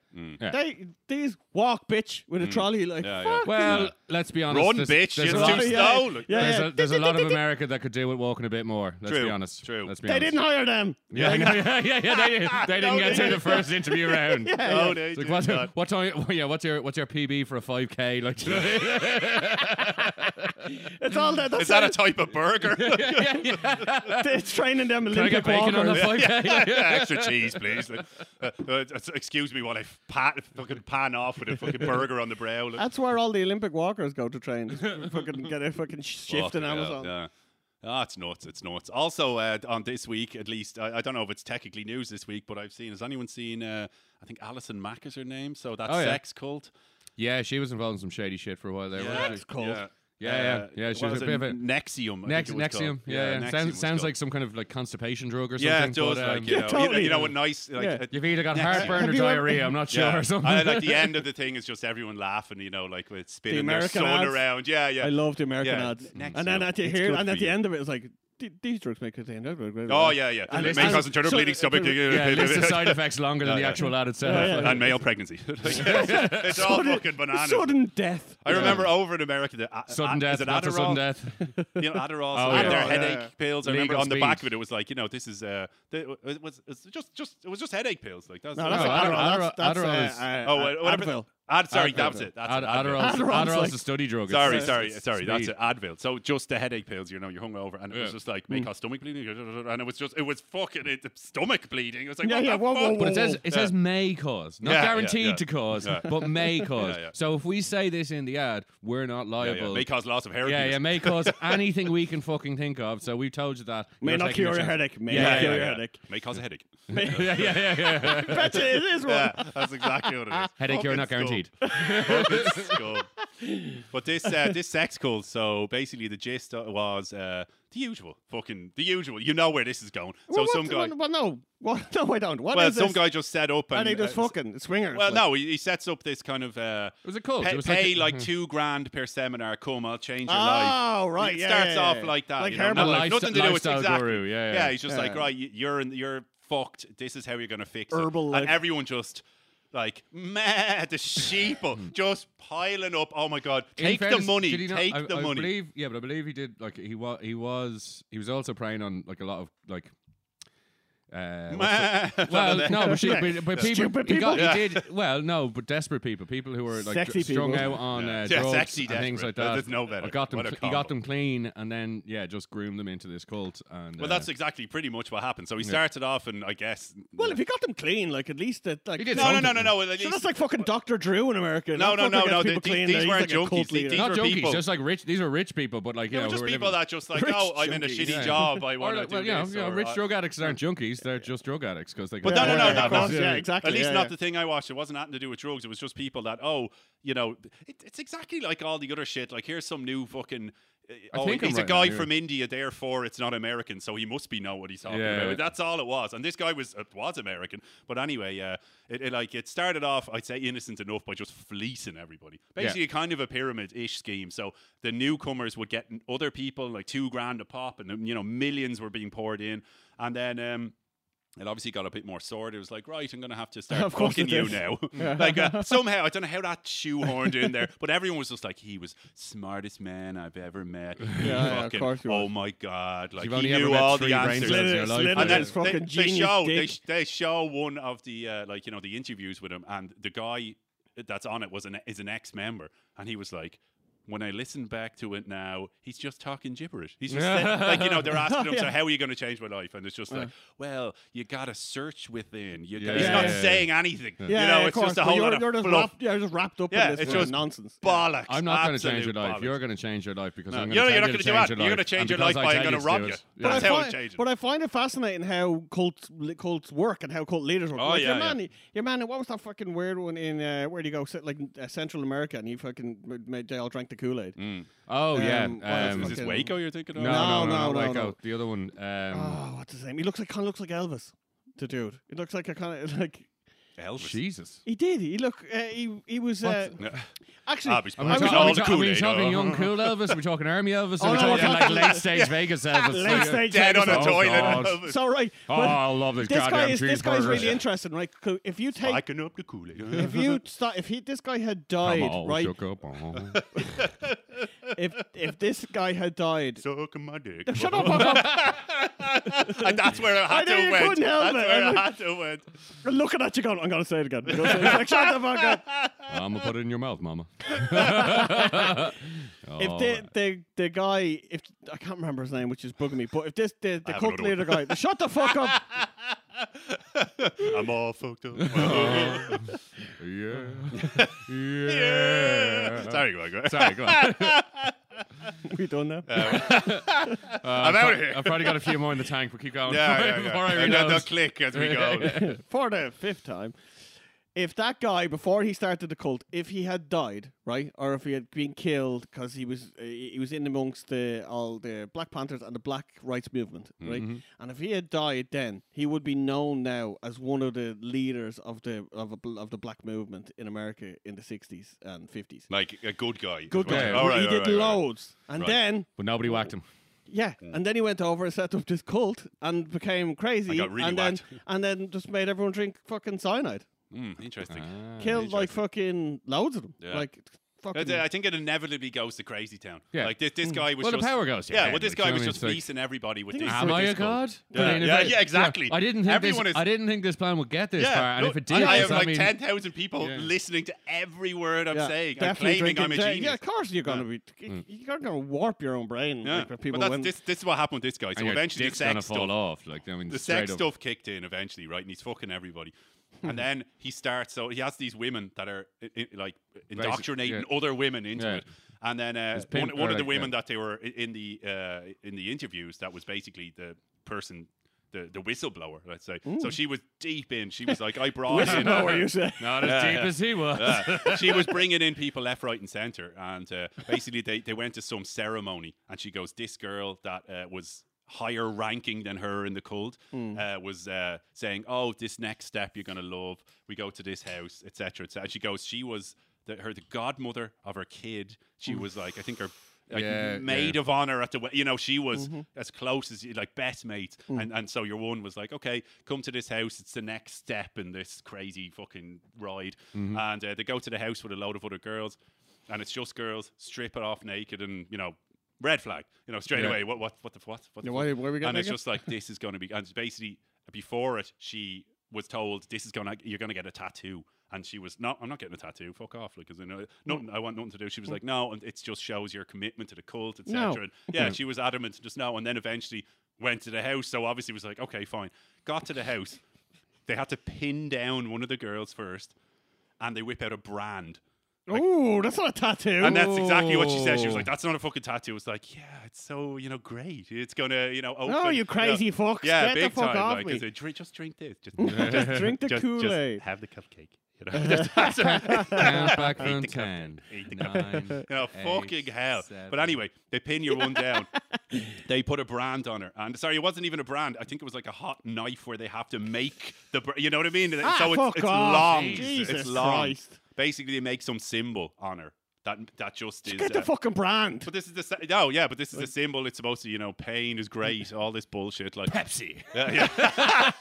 [SPEAKER 2] yeah.
[SPEAKER 3] They these walk bitch with a trolley like
[SPEAKER 1] Mm. Yeah, yeah.
[SPEAKER 3] fuck.
[SPEAKER 2] Well, let's be honest.
[SPEAKER 1] Run,
[SPEAKER 2] there's-
[SPEAKER 1] bitch!
[SPEAKER 2] there's
[SPEAKER 1] You're
[SPEAKER 2] a
[SPEAKER 1] too
[SPEAKER 2] lot-
[SPEAKER 3] Yeah,
[SPEAKER 1] slow. Look.
[SPEAKER 3] yeah.
[SPEAKER 2] There's a, there's a lot of America that could do with walking a bit more. Let's
[SPEAKER 1] True,
[SPEAKER 2] be honest.
[SPEAKER 1] true.
[SPEAKER 2] Let's be
[SPEAKER 3] They
[SPEAKER 2] honest.
[SPEAKER 3] didn't hire them.
[SPEAKER 2] Yeah, I know, yeah, yeah, yeah. They, didn't- they didn't
[SPEAKER 1] No,
[SPEAKER 2] get
[SPEAKER 1] they
[SPEAKER 2] through the
[SPEAKER 1] didn't.
[SPEAKER 2] first interview round.
[SPEAKER 1] No, they
[SPEAKER 2] It's like
[SPEAKER 1] did
[SPEAKER 2] what's your,
[SPEAKER 1] not.
[SPEAKER 2] what's on, yeah, what's your what's your PB for a five k? Like, yeah,
[SPEAKER 3] It's all that. That's
[SPEAKER 1] Is that a type of burger?
[SPEAKER 2] yeah, yeah.
[SPEAKER 3] it's training them
[SPEAKER 2] Can I get
[SPEAKER 3] Olympic
[SPEAKER 2] bacon on the
[SPEAKER 3] walkers.
[SPEAKER 2] five k?
[SPEAKER 1] Extra cheese, please. Like, uh, uh, it's- excuse me while I f- pat, fucking pan off with a fucking burger on the brow. Like,
[SPEAKER 3] That's where all the Olympic walkers go to train. Just fucking get a fucking sh- shift
[SPEAKER 1] Fucking
[SPEAKER 3] in
[SPEAKER 1] hell,
[SPEAKER 3] Amazon.
[SPEAKER 1] Yeah. Ah, it's nuts. It's nuts. Also, uh, on this week, at least, I, I don't know if it's technically news this week, but I've seen. Has anyone seen? Uh, I think Alison Mack is her name. So that
[SPEAKER 2] Oh, yeah.
[SPEAKER 1] sex cult.
[SPEAKER 2] Yeah, she was involved in some shady shit for a while there. wasn't she?
[SPEAKER 3] Sex cult.
[SPEAKER 1] Yeah,
[SPEAKER 2] Yeah, yeah, yeah, she
[SPEAKER 1] what
[SPEAKER 2] Uh, was a bit
[SPEAKER 1] it?
[SPEAKER 2] of a-
[SPEAKER 1] Nexium. I think
[SPEAKER 2] Next,
[SPEAKER 1] it was
[SPEAKER 2] Nexium.
[SPEAKER 1] called.
[SPEAKER 2] Yeah, yeah.
[SPEAKER 1] Nexium
[SPEAKER 2] sounds
[SPEAKER 1] was
[SPEAKER 2] sounds
[SPEAKER 1] called.
[SPEAKER 2] like some kind of like constipation drug or something.
[SPEAKER 1] Yeah, it does.
[SPEAKER 2] but, um,
[SPEAKER 1] like, you, know, you know-
[SPEAKER 3] totally.
[SPEAKER 1] you know what? Nice. Like,
[SPEAKER 3] Yeah.
[SPEAKER 1] uh,
[SPEAKER 2] You've either got
[SPEAKER 1] Nexium.
[SPEAKER 2] heartburn or
[SPEAKER 3] Have you ever-
[SPEAKER 2] diarrhea. I'm not sure
[SPEAKER 1] Yeah.
[SPEAKER 2] or something.
[SPEAKER 1] I, like the end of the thing is just everyone laughing, you know, like with spinning their
[SPEAKER 3] American
[SPEAKER 1] son
[SPEAKER 3] ads.
[SPEAKER 1] around. Yeah, yeah.
[SPEAKER 3] I love the American
[SPEAKER 1] Yeah,
[SPEAKER 3] ads.
[SPEAKER 1] next
[SPEAKER 3] and then
[SPEAKER 1] year.
[SPEAKER 3] at the
[SPEAKER 1] It's
[SPEAKER 3] here,
[SPEAKER 1] good
[SPEAKER 3] and
[SPEAKER 1] for
[SPEAKER 3] at the
[SPEAKER 1] you.
[SPEAKER 3] end of it, it's like "The- these drugs make you think.
[SPEAKER 1] oh yeah, yeah.
[SPEAKER 3] And
[SPEAKER 1] it
[SPEAKER 3] it's-
[SPEAKER 1] may
[SPEAKER 3] and-
[SPEAKER 1] cause internal
[SPEAKER 3] so-
[SPEAKER 1] bleeding, stomach.
[SPEAKER 2] yeah, it lists the side effects longer than
[SPEAKER 1] Yeah,
[SPEAKER 2] the
[SPEAKER 1] yeah.
[SPEAKER 2] actual ad
[SPEAKER 3] Yeah,
[SPEAKER 2] itself.
[SPEAKER 3] yeah.
[SPEAKER 2] Like,
[SPEAKER 1] and male pregnancy. it's all fucking bananas.
[SPEAKER 3] Sudden death.
[SPEAKER 1] I remember over in America, the a-
[SPEAKER 2] Sudden
[SPEAKER 1] a-
[SPEAKER 2] death,
[SPEAKER 1] is it
[SPEAKER 2] not a
[SPEAKER 1] Adderall?
[SPEAKER 2] sudden death.
[SPEAKER 1] You know, Adderall,
[SPEAKER 2] Oh,
[SPEAKER 1] and
[SPEAKER 2] yeah.
[SPEAKER 1] their
[SPEAKER 2] Yeah,
[SPEAKER 1] headache
[SPEAKER 3] yeah.
[SPEAKER 1] pills. I
[SPEAKER 2] Legal
[SPEAKER 1] remember on the
[SPEAKER 2] speed.
[SPEAKER 1] back of it, it was like, you know, this is uh, th- it was it's just just it was just headache pills. Like that's
[SPEAKER 3] No, that's
[SPEAKER 2] No,
[SPEAKER 3] like
[SPEAKER 2] Adderall-
[SPEAKER 3] Adderall. That's,
[SPEAKER 2] Adderall
[SPEAKER 3] that's,
[SPEAKER 2] is-
[SPEAKER 3] uh, uh,
[SPEAKER 1] oh,
[SPEAKER 3] uh,
[SPEAKER 1] uh, whatever.
[SPEAKER 3] Advil.
[SPEAKER 1] Ad, sorry,
[SPEAKER 2] Advil.
[SPEAKER 1] that's it. That's
[SPEAKER 2] Ad-
[SPEAKER 1] it, Advil.
[SPEAKER 2] Adderall's,
[SPEAKER 3] Adderall's
[SPEAKER 2] Adderall's
[SPEAKER 3] like-
[SPEAKER 2] a study drug. It's-
[SPEAKER 1] Sorry,
[SPEAKER 2] it's-
[SPEAKER 1] sorry,
[SPEAKER 2] it's
[SPEAKER 1] sorry. That's
[SPEAKER 2] speed.
[SPEAKER 1] it. Advil. So just the headache pills, you know, you hung over, and it was
[SPEAKER 2] Yeah. Mm.
[SPEAKER 1] just like may cause stomach bleeding, and it was just it was fucking it, stomach bleeding. It was like
[SPEAKER 3] Yeah,
[SPEAKER 1] what
[SPEAKER 3] yeah,
[SPEAKER 1] the
[SPEAKER 3] whoa, whoa,
[SPEAKER 1] fuck?
[SPEAKER 2] But it
[SPEAKER 3] whoa.
[SPEAKER 2] says it says may cause, not
[SPEAKER 1] Yeah, yeah,
[SPEAKER 2] guaranteed
[SPEAKER 1] yeah.
[SPEAKER 2] to cause, but may cause.
[SPEAKER 1] yeah.
[SPEAKER 2] So if we say this in the ad, we're not
[SPEAKER 1] Yeah,
[SPEAKER 2] liable.
[SPEAKER 1] yeah, may cause loss of hair.
[SPEAKER 2] yeah,
[SPEAKER 1] appeals.
[SPEAKER 2] yeah, may cause anything we can fucking think of. So we've told you that.
[SPEAKER 3] May
[SPEAKER 2] You're
[SPEAKER 3] not
[SPEAKER 2] taking
[SPEAKER 3] cure your
[SPEAKER 2] chance.
[SPEAKER 3] headache. May
[SPEAKER 2] Yeah,
[SPEAKER 3] not
[SPEAKER 2] yeah,
[SPEAKER 3] cure
[SPEAKER 2] yeah,
[SPEAKER 3] your
[SPEAKER 1] yeah.
[SPEAKER 3] headache.
[SPEAKER 1] May cause a headache.
[SPEAKER 2] yeah, yeah, yeah, yeah.
[SPEAKER 3] Betcha it is one.
[SPEAKER 1] Yeah, that's exactly what it is.
[SPEAKER 2] Headache cure
[SPEAKER 1] Fucking
[SPEAKER 2] not
[SPEAKER 1] scum.
[SPEAKER 2] guaranteed.
[SPEAKER 1] Fucking scum. But this uh, this sex cult. So basically, the gist o- was uh, the usual. Fucking the usual. You know where this is going. So
[SPEAKER 3] well, what-
[SPEAKER 1] some guy.
[SPEAKER 3] Well, well, no, what, no, I don't. What
[SPEAKER 1] well,
[SPEAKER 3] is
[SPEAKER 1] some
[SPEAKER 3] this?
[SPEAKER 1] guy just set up and,
[SPEAKER 3] and they just
[SPEAKER 1] uh,
[SPEAKER 3] fucking swingers.
[SPEAKER 1] Well,
[SPEAKER 3] like-
[SPEAKER 1] no, he, he sets up this kind of. Uh,
[SPEAKER 2] was a cult.
[SPEAKER 1] Pay,
[SPEAKER 2] It was like
[SPEAKER 1] pay
[SPEAKER 2] a- Mm-hmm. Ah,
[SPEAKER 1] like, two grand per seminar. Come, I'll change your life.
[SPEAKER 3] Oh, right.
[SPEAKER 1] It
[SPEAKER 3] yeah,
[SPEAKER 1] starts
[SPEAKER 3] yeah, yeah,
[SPEAKER 1] off
[SPEAKER 3] yeah.
[SPEAKER 1] like that.
[SPEAKER 3] Like
[SPEAKER 1] you know,
[SPEAKER 3] Herbalife.
[SPEAKER 1] not like-
[SPEAKER 2] Lifestyle-
[SPEAKER 1] nothing to do with
[SPEAKER 2] lifestyle
[SPEAKER 1] exactly.
[SPEAKER 2] guru, yeah, yeah.
[SPEAKER 1] he's just
[SPEAKER 3] Yeah.
[SPEAKER 1] like, right, y- you're in, you're fucked. This is how you're gonna fix
[SPEAKER 3] Herbal
[SPEAKER 1] it. And
[SPEAKER 3] life.
[SPEAKER 1] everyone just like, meh, the sheeple just piling up. Oh my god,
[SPEAKER 2] In
[SPEAKER 1] take
[SPEAKER 2] fairness,
[SPEAKER 1] the money,
[SPEAKER 2] did he not-
[SPEAKER 1] take
[SPEAKER 2] I,
[SPEAKER 1] the
[SPEAKER 2] I
[SPEAKER 1] money.
[SPEAKER 2] Believe, yeah, but I believe he did. Like he was, he was, he was also preying on like a lot of like Uh, what's the-
[SPEAKER 1] Meh.
[SPEAKER 2] well, no, but, she, but, but people,
[SPEAKER 3] Stupid
[SPEAKER 2] he got-
[SPEAKER 1] people.
[SPEAKER 2] he did well. No, but desperate people, people who were like
[SPEAKER 3] Sexy
[SPEAKER 2] dr- strung
[SPEAKER 3] people.
[SPEAKER 2] out on
[SPEAKER 1] Yeah.
[SPEAKER 2] uh,
[SPEAKER 1] Yeah,
[SPEAKER 2] drugs
[SPEAKER 1] sexy
[SPEAKER 2] and things
[SPEAKER 1] desperate.
[SPEAKER 2] like
[SPEAKER 1] There-
[SPEAKER 2] that.
[SPEAKER 1] there's no better.
[SPEAKER 2] I got them.
[SPEAKER 1] What a
[SPEAKER 2] cl- he
[SPEAKER 1] combo.
[SPEAKER 2] got them clean, and then yeah, just groomed them into this cult. And
[SPEAKER 1] Well,
[SPEAKER 2] uh,
[SPEAKER 1] that's exactly pretty much what happened. So he started off, and I guess.
[SPEAKER 3] Well, if you got them clean, like at least that, like
[SPEAKER 2] He did
[SPEAKER 1] no, no, no, no, no. at
[SPEAKER 3] So
[SPEAKER 1] least-
[SPEAKER 3] that's like fucking Doctor Drew in America.
[SPEAKER 1] No,
[SPEAKER 3] That
[SPEAKER 1] no, no,
[SPEAKER 3] fucker
[SPEAKER 1] no,
[SPEAKER 3] gets people
[SPEAKER 1] the- the-
[SPEAKER 3] clean,
[SPEAKER 1] these
[SPEAKER 3] he's
[SPEAKER 1] weren't
[SPEAKER 3] like a cult
[SPEAKER 1] junkies, the-
[SPEAKER 3] leader.
[SPEAKER 1] these-
[SPEAKER 2] not
[SPEAKER 1] were
[SPEAKER 2] junkies,
[SPEAKER 1] people-
[SPEAKER 2] just like rich. These are rich people, but like
[SPEAKER 1] They
[SPEAKER 2] you
[SPEAKER 1] were
[SPEAKER 2] know,
[SPEAKER 1] just
[SPEAKER 2] who are
[SPEAKER 1] people
[SPEAKER 2] living-
[SPEAKER 1] that just like,
[SPEAKER 3] Rich
[SPEAKER 1] oh, I'm in a
[SPEAKER 3] junkies.
[SPEAKER 1] shitty
[SPEAKER 2] Yeah.
[SPEAKER 1] job. I want
[SPEAKER 2] or,
[SPEAKER 1] to
[SPEAKER 2] like, well,
[SPEAKER 1] do
[SPEAKER 2] you know,
[SPEAKER 1] this.
[SPEAKER 2] you know,
[SPEAKER 1] or
[SPEAKER 2] rich
[SPEAKER 1] I-
[SPEAKER 2] drug addicts aren't junkies; they're just drug addicts because they.
[SPEAKER 1] But
[SPEAKER 2] got-
[SPEAKER 1] no, no, no,
[SPEAKER 3] yeah,
[SPEAKER 1] no,
[SPEAKER 3] of
[SPEAKER 1] no.
[SPEAKER 3] course, yeah, exactly.
[SPEAKER 1] At least
[SPEAKER 3] yeah,
[SPEAKER 1] not
[SPEAKER 3] yeah.
[SPEAKER 1] the thing I watched. It wasn't nothing to do with drugs. It was just people that, oh, you know, it, it's exactly like all the other shit. Like here's some new fucking. uh, oh,
[SPEAKER 2] think I'm
[SPEAKER 1] he's
[SPEAKER 2] right
[SPEAKER 1] a
[SPEAKER 2] now,
[SPEAKER 1] guy
[SPEAKER 2] yeah.
[SPEAKER 1] from India, therefore it's not American, so he must be know what he's talking
[SPEAKER 2] Yeah.
[SPEAKER 1] about. That's all it was. And this guy was uh, was American, but anyway, yeah, it, it like it started off, I'd say, innocent enough by just fleecing everybody. Basically, kind of a pyramid-ish scheme. So the newcomers would get n- other people like two grand a pop, and you know millions were being poured in, and then. um it obviously got a bit more sore. It was like, right, I'm going to have to start
[SPEAKER 3] Of course
[SPEAKER 1] fucking
[SPEAKER 3] it
[SPEAKER 1] you
[SPEAKER 3] is.
[SPEAKER 1] now. like uh, somehow, I don't know how that shoehorned in there, but everyone was just like, he was smartest man I've ever met. He
[SPEAKER 3] Yeah, yeah, of
[SPEAKER 1] fucking,
[SPEAKER 3] course he was.
[SPEAKER 1] oh my god, like
[SPEAKER 2] You've
[SPEAKER 1] he
[SPEAKER 2] only ever
[SPEAKER 1] knew
[SPEAKER 2] met
[SPEAKER 1] all
[SPEAKER 2] three
[SPEAKER 1] the
[SPEAKER 2] brain
[SPEAKER 1] answers.
[SPEAKER 2] cells in your life,
[SPEAKER 3] Slither- Slither
[SPEAKER 2] man.
[SPEAKER 1] And then
[SPEAKER 3] his fucking
[SPEAKER 1] they, they
[SPEAKER 3] genius
[SPEAKER 1] show
[SPEAKER 3] dick.
[SPEAKER 1] they, sh- they show one of the uh, like you know the interviews with him, and the guy that's on it was an is an ex member, and he was like. When I listen back to it now, he's just talking gibberish. He's just saying- like, you know,
[SPEAKER 3] Oh,
[SPEAKER 1] they're asking him, so how are you going to change my life? And it's just like, well, you got to search within. You
[SPEAKER 2] Yeah,
[SPEAKER 1] he's
[SPEAKER 3] yeah,
[SPEAKER 1] not
[SPEAKER 2] yeah, yeah.
[SPEAKER 1] saying anything.
[SPEAKER 3] Yeah,
[SPEAKER 1] you know,
[SPEAKER 3] of
[SPEAKER 1] it's
[SPEAKER 3] course,
[SPEAKER 1] just a
[SPEAKER 3] but
[SPEAKER 1] whole
[SPEAKER 3] you're,
[SPEAKER 1] lot of
[SPEAKER 3] you're just
[SPEAKER 1] fluff.
[SPEAKER 3] Wrapped, you're just wrapped up
[SPEAKER 1] Yeah,
[SPEAKER 3] in this
[SPEAKER 1] it's
[SPEAKER 3] fucking
[SPEAKER 1] just
[SPEAKER 3] nonsense.
[SPEAKER 1] bollocks.
[SPEAKER 2] I'm not going to change your
[SPEAKER 1] absolute
[SPEAKER 2] life.
[SPEAKER 1] bollocks.
[SPEAKER 2] You're going to change your life because
[SPEAKER 1] No,
[SPEAKER 2] I'm
[SPEAKER 1] you're-
[SPEAKER 2] going
[SPEAKER 1] you're not
[SPEAKER 2] to
[SPEAKER 1] gonna
[SPEAKER 2] change
[SPEAKER 1] do
[SPEAKER 2] your
[SPEAKER 1] that.
[SPEAKER 2] life.
[SPEAKER 1] You're gonna change
[SPEAKER 2] and
[SPEAKER 1] your
[SPEAKER 2] because
[SPEAKER 1] life
[SPEAKER 2] I
[SPEAKER 1] by
[SPEAKER 2] tell
[SPEAKER 1] gonna
[SPEAKER 2] you to
[SPEAKER 1] rob
[SPEAKER 2] do
[SPEAKER 1] you.
[SPEAKER 2] it.
[SPEAKER 1] But
[SPEAKER 2] Yeah.
[SPEAKER 1] That's
[SPEAKER 3] I
[SPEAKER 1] how it
[SPEAKER 3] find,
[SPEAKER 1] changes.
[SPEAKER 3] But I find it fascinating how cult li- cults work and how cult leaders work.
[SPEAKER 1] Oh,
[SPEAKER 3] like
[SPEAKER 1] yeah,
[SPEAKER 3] your
[SPEAKER 1] yeah.
[SPEAKER 3] man, your man. What was that fucking weird one in uh, where do you go? Se- Like uh, Central America, and he fucking made they all drank the Kool
[SPEAKER 1] Mm.
[SPEAKER 3] Aid.
[SPEAKER 2] Oh yeah.
[SPEAKER 3] Um, what else
[SPEAKER 1] Is
[SPEAKER 2] um,
[SPEAKER 3] was
[SPEAKER 1] this
[SPEAKER 3] fucking-
[SPEAKER 1] Waco you're thinking of?
[SPEAKER 2] No, no, no,
[SPEAKER 3] No,
[SPEAKER 2] no,
[SPEAKER 3] no,
[SPEAKER 2] Waco.
[SPEAKER 3] no.
[SPEAKER 2] The other one. Um,
[SPEAKER 3] Oh, what's his name? He looks like kind of looks like Elvis. The dude. He looks like a kind of like
[SPEAKER 1] Elvis.
[SPEAKER 2] oh, Jesus.
[SPEAKER 3] he did. He look. Uh, he he was uh,
[SPEAKER 1] No.
[SPEAKER 3] actually.
[SPEAKER 1] Ah, but he's
[SPEAKER 2] Are
[SPEAKER 1] I
[SPEAKER 2] we,
[SPEAKER 1] was
[SPEAKER 2] talking,
[SPEAKER 1] all
[SPEAKER 2] are we,
[SPEAKER 1] the
[SPEAKER 2] ta- are we
[SPEAKER 1] Kool-Aid,
[SPEAKER 2] talking
[SPEAKER 1] oh.
[SPEAKER 2] young cool Elvis? Are we talking army Elvis? Are we
[SPEAKER 3] Oh, no,
[SPEAKER 2] talking
[SPEAKER 3] yeah.
[SPEAKER 2] like late stage Vegas Elvis?
[SPEAKER 3] Late stage
[SPEAKER 1] Dead on a
[SPEAKER 2] Oh, God.
[SPEAKER 1] toilet.
[SPEAKER 3] so right.
[SPEAKER 2] Oh,
[SPEAKER 3] but
[SPEAKER 2] I love this,
[SPEAKER 3] this
[SPEAKER 2] goddamn
[SPEAKER 3] guy is this guy's
[SPEAKER 2] cheeseburger.
[SPEAKER 3] really interesting, right? 'Cause If you take
[SPEAKER 1] Packing up the Kool-Aid.
[SPEAKER 3] if you start if he this guy had died,
[SPEAKER 2] Come on,
[SPEAKER 3] right?
[SPEAKER 2] shook up. oh.
[SPEAKER 3] If if this guy had died,
[SPEAKER 1] Suck my dick.
[SPEAKER 3] shut up, Bob.
[SPEAKER 1] and that's where it had
[SPEAKER 3] knew
[SPEAKER 1] to
[SPEAKER 3] you
[SPEAKER 1] went.
[SPEAKER 3] couldn't help
[SPEAKER 1] That's
[SPEAKER 3] it.
[SPEAKER 1] where
[SPEAKER 3] I'm
[SPEAKER 1] it
[SPEAKER 3] like-
[SPEAKER 1] had to went.
[SPEAKER 3] I'm looking at you going, I'm going to say it again. I'm gonna say it. It's like, shut the fuck up.
[SPEAKER 2] I'm gonna put it in your mouth, Mama.
[SPEAKER 3] If
[SPEAKER 2] Oh
[SPEAKER 3] the, the, the guy, if I can't remember his name, which is bugging me, but if this, the, the
[SPEAKER 1] have
[SPEAKER 3] cult
[SPEAKER 1] another
[SPEAKER 3] leader guy, shut the fuck up.
[SPEAKER 1] I'm all fucked up. yeah.
[SPEAKER 2] yeah, yeah.
[SPEAKER 1] Sorry, go on, go on.
[SPEAKER 2] Sorry, Uh, go on.
[SPEAKER 3] we done now.
[SPEAKER 1] I'm out of here.
[SPEAKER 2] I've probably uh, got a few more in the tank, but keep going.
[SPEAKER 1] Yeah,
[SPEAKER 2] before,
[SPEAKER 1] yeah,
[SPEAKER 2] before I
[SPEAKER 1] yeah. And then
[SPEAKER 2] reload.
[SPEAKER 1] they'll click as we go.
[SPEAKER 3] For the fifth time, if that guy, before he started the cult, if he had died, right, or if he had been killed because he was uh, he was in amongst the all the Black Panthers and the Black Rights Movement, right,
[SPEAKER 1] Mm-hmm.
[SPEAKER 3] and if he had died, then he would be known now as one of the leaders of the of, a, bl- of the Black Movement in America in the sixties and fifties.
[SPEAKER 1] Like a good guy.
[SPEAKER 3] Good
[SPEAKER 1] Right.
[SPEAKER 3] guy.
[SPEAKER 2] Yeah.
[SPEAKER 1] All right,
[SPEAKER 3] he
[SPEAKER 1] all
[SPEAKER 3] did
[SPEAKER 1] right, all right.
[SPEAKER 3] loads. And
[SPEAKER 1] Right. Mm.
[SPEAKER 3] then,
[SPEAKER 2] But nobody whacked him.
[SPEAKER 3] yeah, and then he went over and set up this cult and became crazy.
[SPEAKER 1] got really
[SPEAKER 3] and then
[SPEAKER 1] whacked.
[SPEAKER 3] and then just made everyone drink fucking cyanide.
[SPEAKER 1] Mm, interesting.
[SPEAKER 2] Ah.
[SPEAKER 3] Killed like fucking loads of them.
[SPEAKER 1] Yeah.
[SPEAKER 3] Like
[SPEAKER 1] I
[SPEAKER 3] fucking
[SPEAKER 1] th- uh, I think it inevitably goes to crazy town.
[SPEAKER 2] Yeah.
[SPEAKER 1] Like this,
[SPEAKER 3] Hmm.
[SPEAKER 1] this guy was
[SPEAKER 2] Well, the
[SPEAKER 1] just
[SPEAKER 2] power goes,
[SPEAKER 1] Yeah,
[SPEAKER 2] yeah,
[SPEAKER 1] well, this
[SPEAKER 2] like,
[SPEAKER 1] guy
[SPEAKER 2] you know
[SPEAKER 1] was
[SPEAKER 2] what I mean?
[SPEAKER 1] just
[SPEAKER 2] It's like-
[SPEAKER 1] fleecing everybody with
[SPEAKER 3] I think
[SPEAKER 1] this.
[SPEAKER 3] it's
[SPEAKER 2] Am
[SPEAKER 1] with
[SPEAKER 2] I a
[SPEAKER 1] this cult.
[SPEAKER 2] god? But
[SPEAKER 1] Yeah,
[SPEAKER 2] in
[SPEAKER 1] yeah,
[SPEAKER 2] effect-
[SPEAKER 1] yeah, exactly.
[SPEAKER 2] I didn't think
[SPEAKER 1] Everyone
[SPEAKER 2] this.
[SPEAKER 1] is-
[SPEAKER 2] I didn't think this plan would get this
[SPEAKER 1] Yeah,
[SPEAKER 2] far, and
[SPEAKER 1] no,
[SPEAKER 2] if it did,
[SPEAKER 1] I
[SPEAKER 2] does
[SPEAKER 1] have
[SPEAKER 2] that
[SPEAKER 1] like
[SPEAKER 2] mean-
[SPEAKER 1] ten thousand people
[SPEAKER 2] Yeah.
[SPEAKER 1] listening to every word I'm
[SPEAKER 3] yeah,
[SPEAKER 1] saying and
[SPEAKER 3] definitely
[SPEAKER 1] claiming I'm a
[SPEAKER 3] drinking-
[SPEAKER 1] genius. Mm.
[SPEAKER 3] Yeah, of course you're gonna be. You're gonna warp your own brain.
[SPEAKER 1] Yeah.
[SPEAKER 3] Like, when people
[SPEAKER 1] but
[SPEAKER 3] win.
[SPEAKER 1] that's, this, this is what happened with this guy. So
[SPEAKER 2] and your
[SPEAKER 1] eventually, the
[SPEAKER 2] dick's gonna
[SPEAKER 1] sex
[SPEAKER 2] fall
[SPEAKER 1] stuff,
[SPEAKER 2] off. Like I mean,
[SPEAKER 1] the
[SPEAKER 2] straight
[SPEAKER 1] sex
[SPEAKER 2] up.
[SPEAKER 1] stuff kicked in eventually, right? And he's fucking everybody. And then he starts. So he has these women that are i i like indoctrinating
[SPEAKER 2] yeah.
[SPEAKER 1] other women into
[SPEAKER 2] Yeah.
[SPEAKER 1] it. And then uh,
[SPEAKER 2] pimp-
[SPEAKER 1] one, one
[SPEAKER 2] or
[SPEAKER 1] of the
[SPEAKER 2] like,
[SPEAKER 1] women
[SPEAKER 2] yeah.
[SPEAKER 1] that they were i- in the uh, in the interviews that was basically the person. The, the whistleblower, let's say. So she was deep in. She was like, I brought in.
[SPEAKER 3] Whistleblower, you say?
[SPEAKER 2] Not as
[SPEAKER 1] Yeah,
[SPEAKER 2] deep
[SPEAKER 1] yeah.
[SPEAKER 2] as he was.
[SPEAKER 1] Yeah. Uh, she was bringing in people left, right, and center, and uh, basically they, they went to some ceremony, and she goes, "This girl that uh, was higher ranking than her in the cult
[SPEAKER 2] Hmm.
[SPEAKER 1] uh, was uh, saying, oh, this next step you're gonna love. We go to this house, etc." etc. And she goes, "She was the, her the godmother of her kid. She was like, I think her." Like
[SPEAKER 2] Hmm. Yeah,
[SPEAKER 1] maid
[SPEAKER 2] yeah.
[SPEAKER 1] of honor at the we- you know she was
[SPEAKER 3] Mm-hmm.
[SPEAKER 1] as close as you like best mate
[SPEAKER 3] Mm.
[SPEAKER 1] and and so your one was like okay come to this house it's the next step in this crazy fucking ride
[SPEAKER 3] Mm-hmm.
[SPEAKER 1] and uh, they go to the house with a load of other girls and it's just girls strip it off naked and you know red flag you know straight
[SPEAKER 2] Yeah.
[SPEAKER 1] away what what what the what, what the
[SPEAKER 3] Yeah, why-
[SPEAKER 1] fuck?
[SPEAKER 3] why we got
[SPEAKER 1] and it's
[SPEAKER 3] naked?
[SPEAKER 1] just like this is going to be and it's basically before it, she was told, "This is gonna, you're gonna get a tattoo." And she was, "No, I'm not getting a tattoo. Fuck off, like, 'cause I know
[SPEAKER 3] Mm.
[SPEAKER 1] nothing. I want nothing to do." She was like, "No, and it just shows your commitment to the cult, etc."
[SPEAKER 3] No.
[SPEAKER 1] And yeah, she was adamant, just no. And then eventually went to the house. So obviously was like, "Okay, fine." Got to the house. They had to pin down one of the girls first, and they whip out a brand.
[SPEAKER 3] Ooh, that's not a tattoo.
[SPEAKER 1] And that's exactly what she said. She was
[SPEAKER 2] Oh.
[SPEAKER 1] like, "That's not a fucking tattoo." It was like, "Yeah, it's so you know great. It's gonna you know open."
[SPEAKER 3] no, Oh, you crazy
[SPEAKER 1] know.
[SPEAKER 3] fucks.
[SPEAKER 1] Yeah,
[SPEAKER 3] Get
[SPEAKER 1] big
[SPEAKER 3] the fuck
[SPEAKER 1] time.
[SPEAKER 3] off
[SPEAKER 1] like,
[SPEAKER 3] me.
[SPEAKER 1] it's a drink, just drink this. Just, just,
[SPEAKER 3] Just drink the
[SPEAKER 1] just- just
[SPEAKER 3] Kool-Aid.
[SPEAKER 1] have the cupcake. You know, Just- that's right.
[SPEAKER 2] Count back from
[SPEAKER 1] the
[SPEAKER 2] ten.
[SPEAKER 1] Eat the
[SPEAKER 2] Nine.
[SPEAKER 1] You know, fucking hell. But
[SPEAKER 2] seven.
[SPEAKER 1] anyway, they pin your one down. They put a brand on her, and sorry, it wasn't even a brand. I think it was like a hot knife where they have to make the. Br- you know what I mean?
[SPEAKER 3] Ah,
[SPEAKER 1] so it's,
[SPEAKER 3] fuck
[SPEAKER 1] it's
[SPEAKER 3] off.
[SPEAKER 1] long.
[SPEAKER 3] Jesus
[SPEAKER 1] it's long.
[SPEAKER 3] Christ.
[SPEAKER 1] Basically, they make some symbol on her that that just is.
[SPEAKER 3] Get the
[SPEAKER 1] uh,
[SPEAKER 3] fucking brand.
[SPEAKER 1] but this is the sa- no, yeah, but this is the symbol. It's supposed to, you know, pain is great. All this bullshit, like Pepsi, yeah,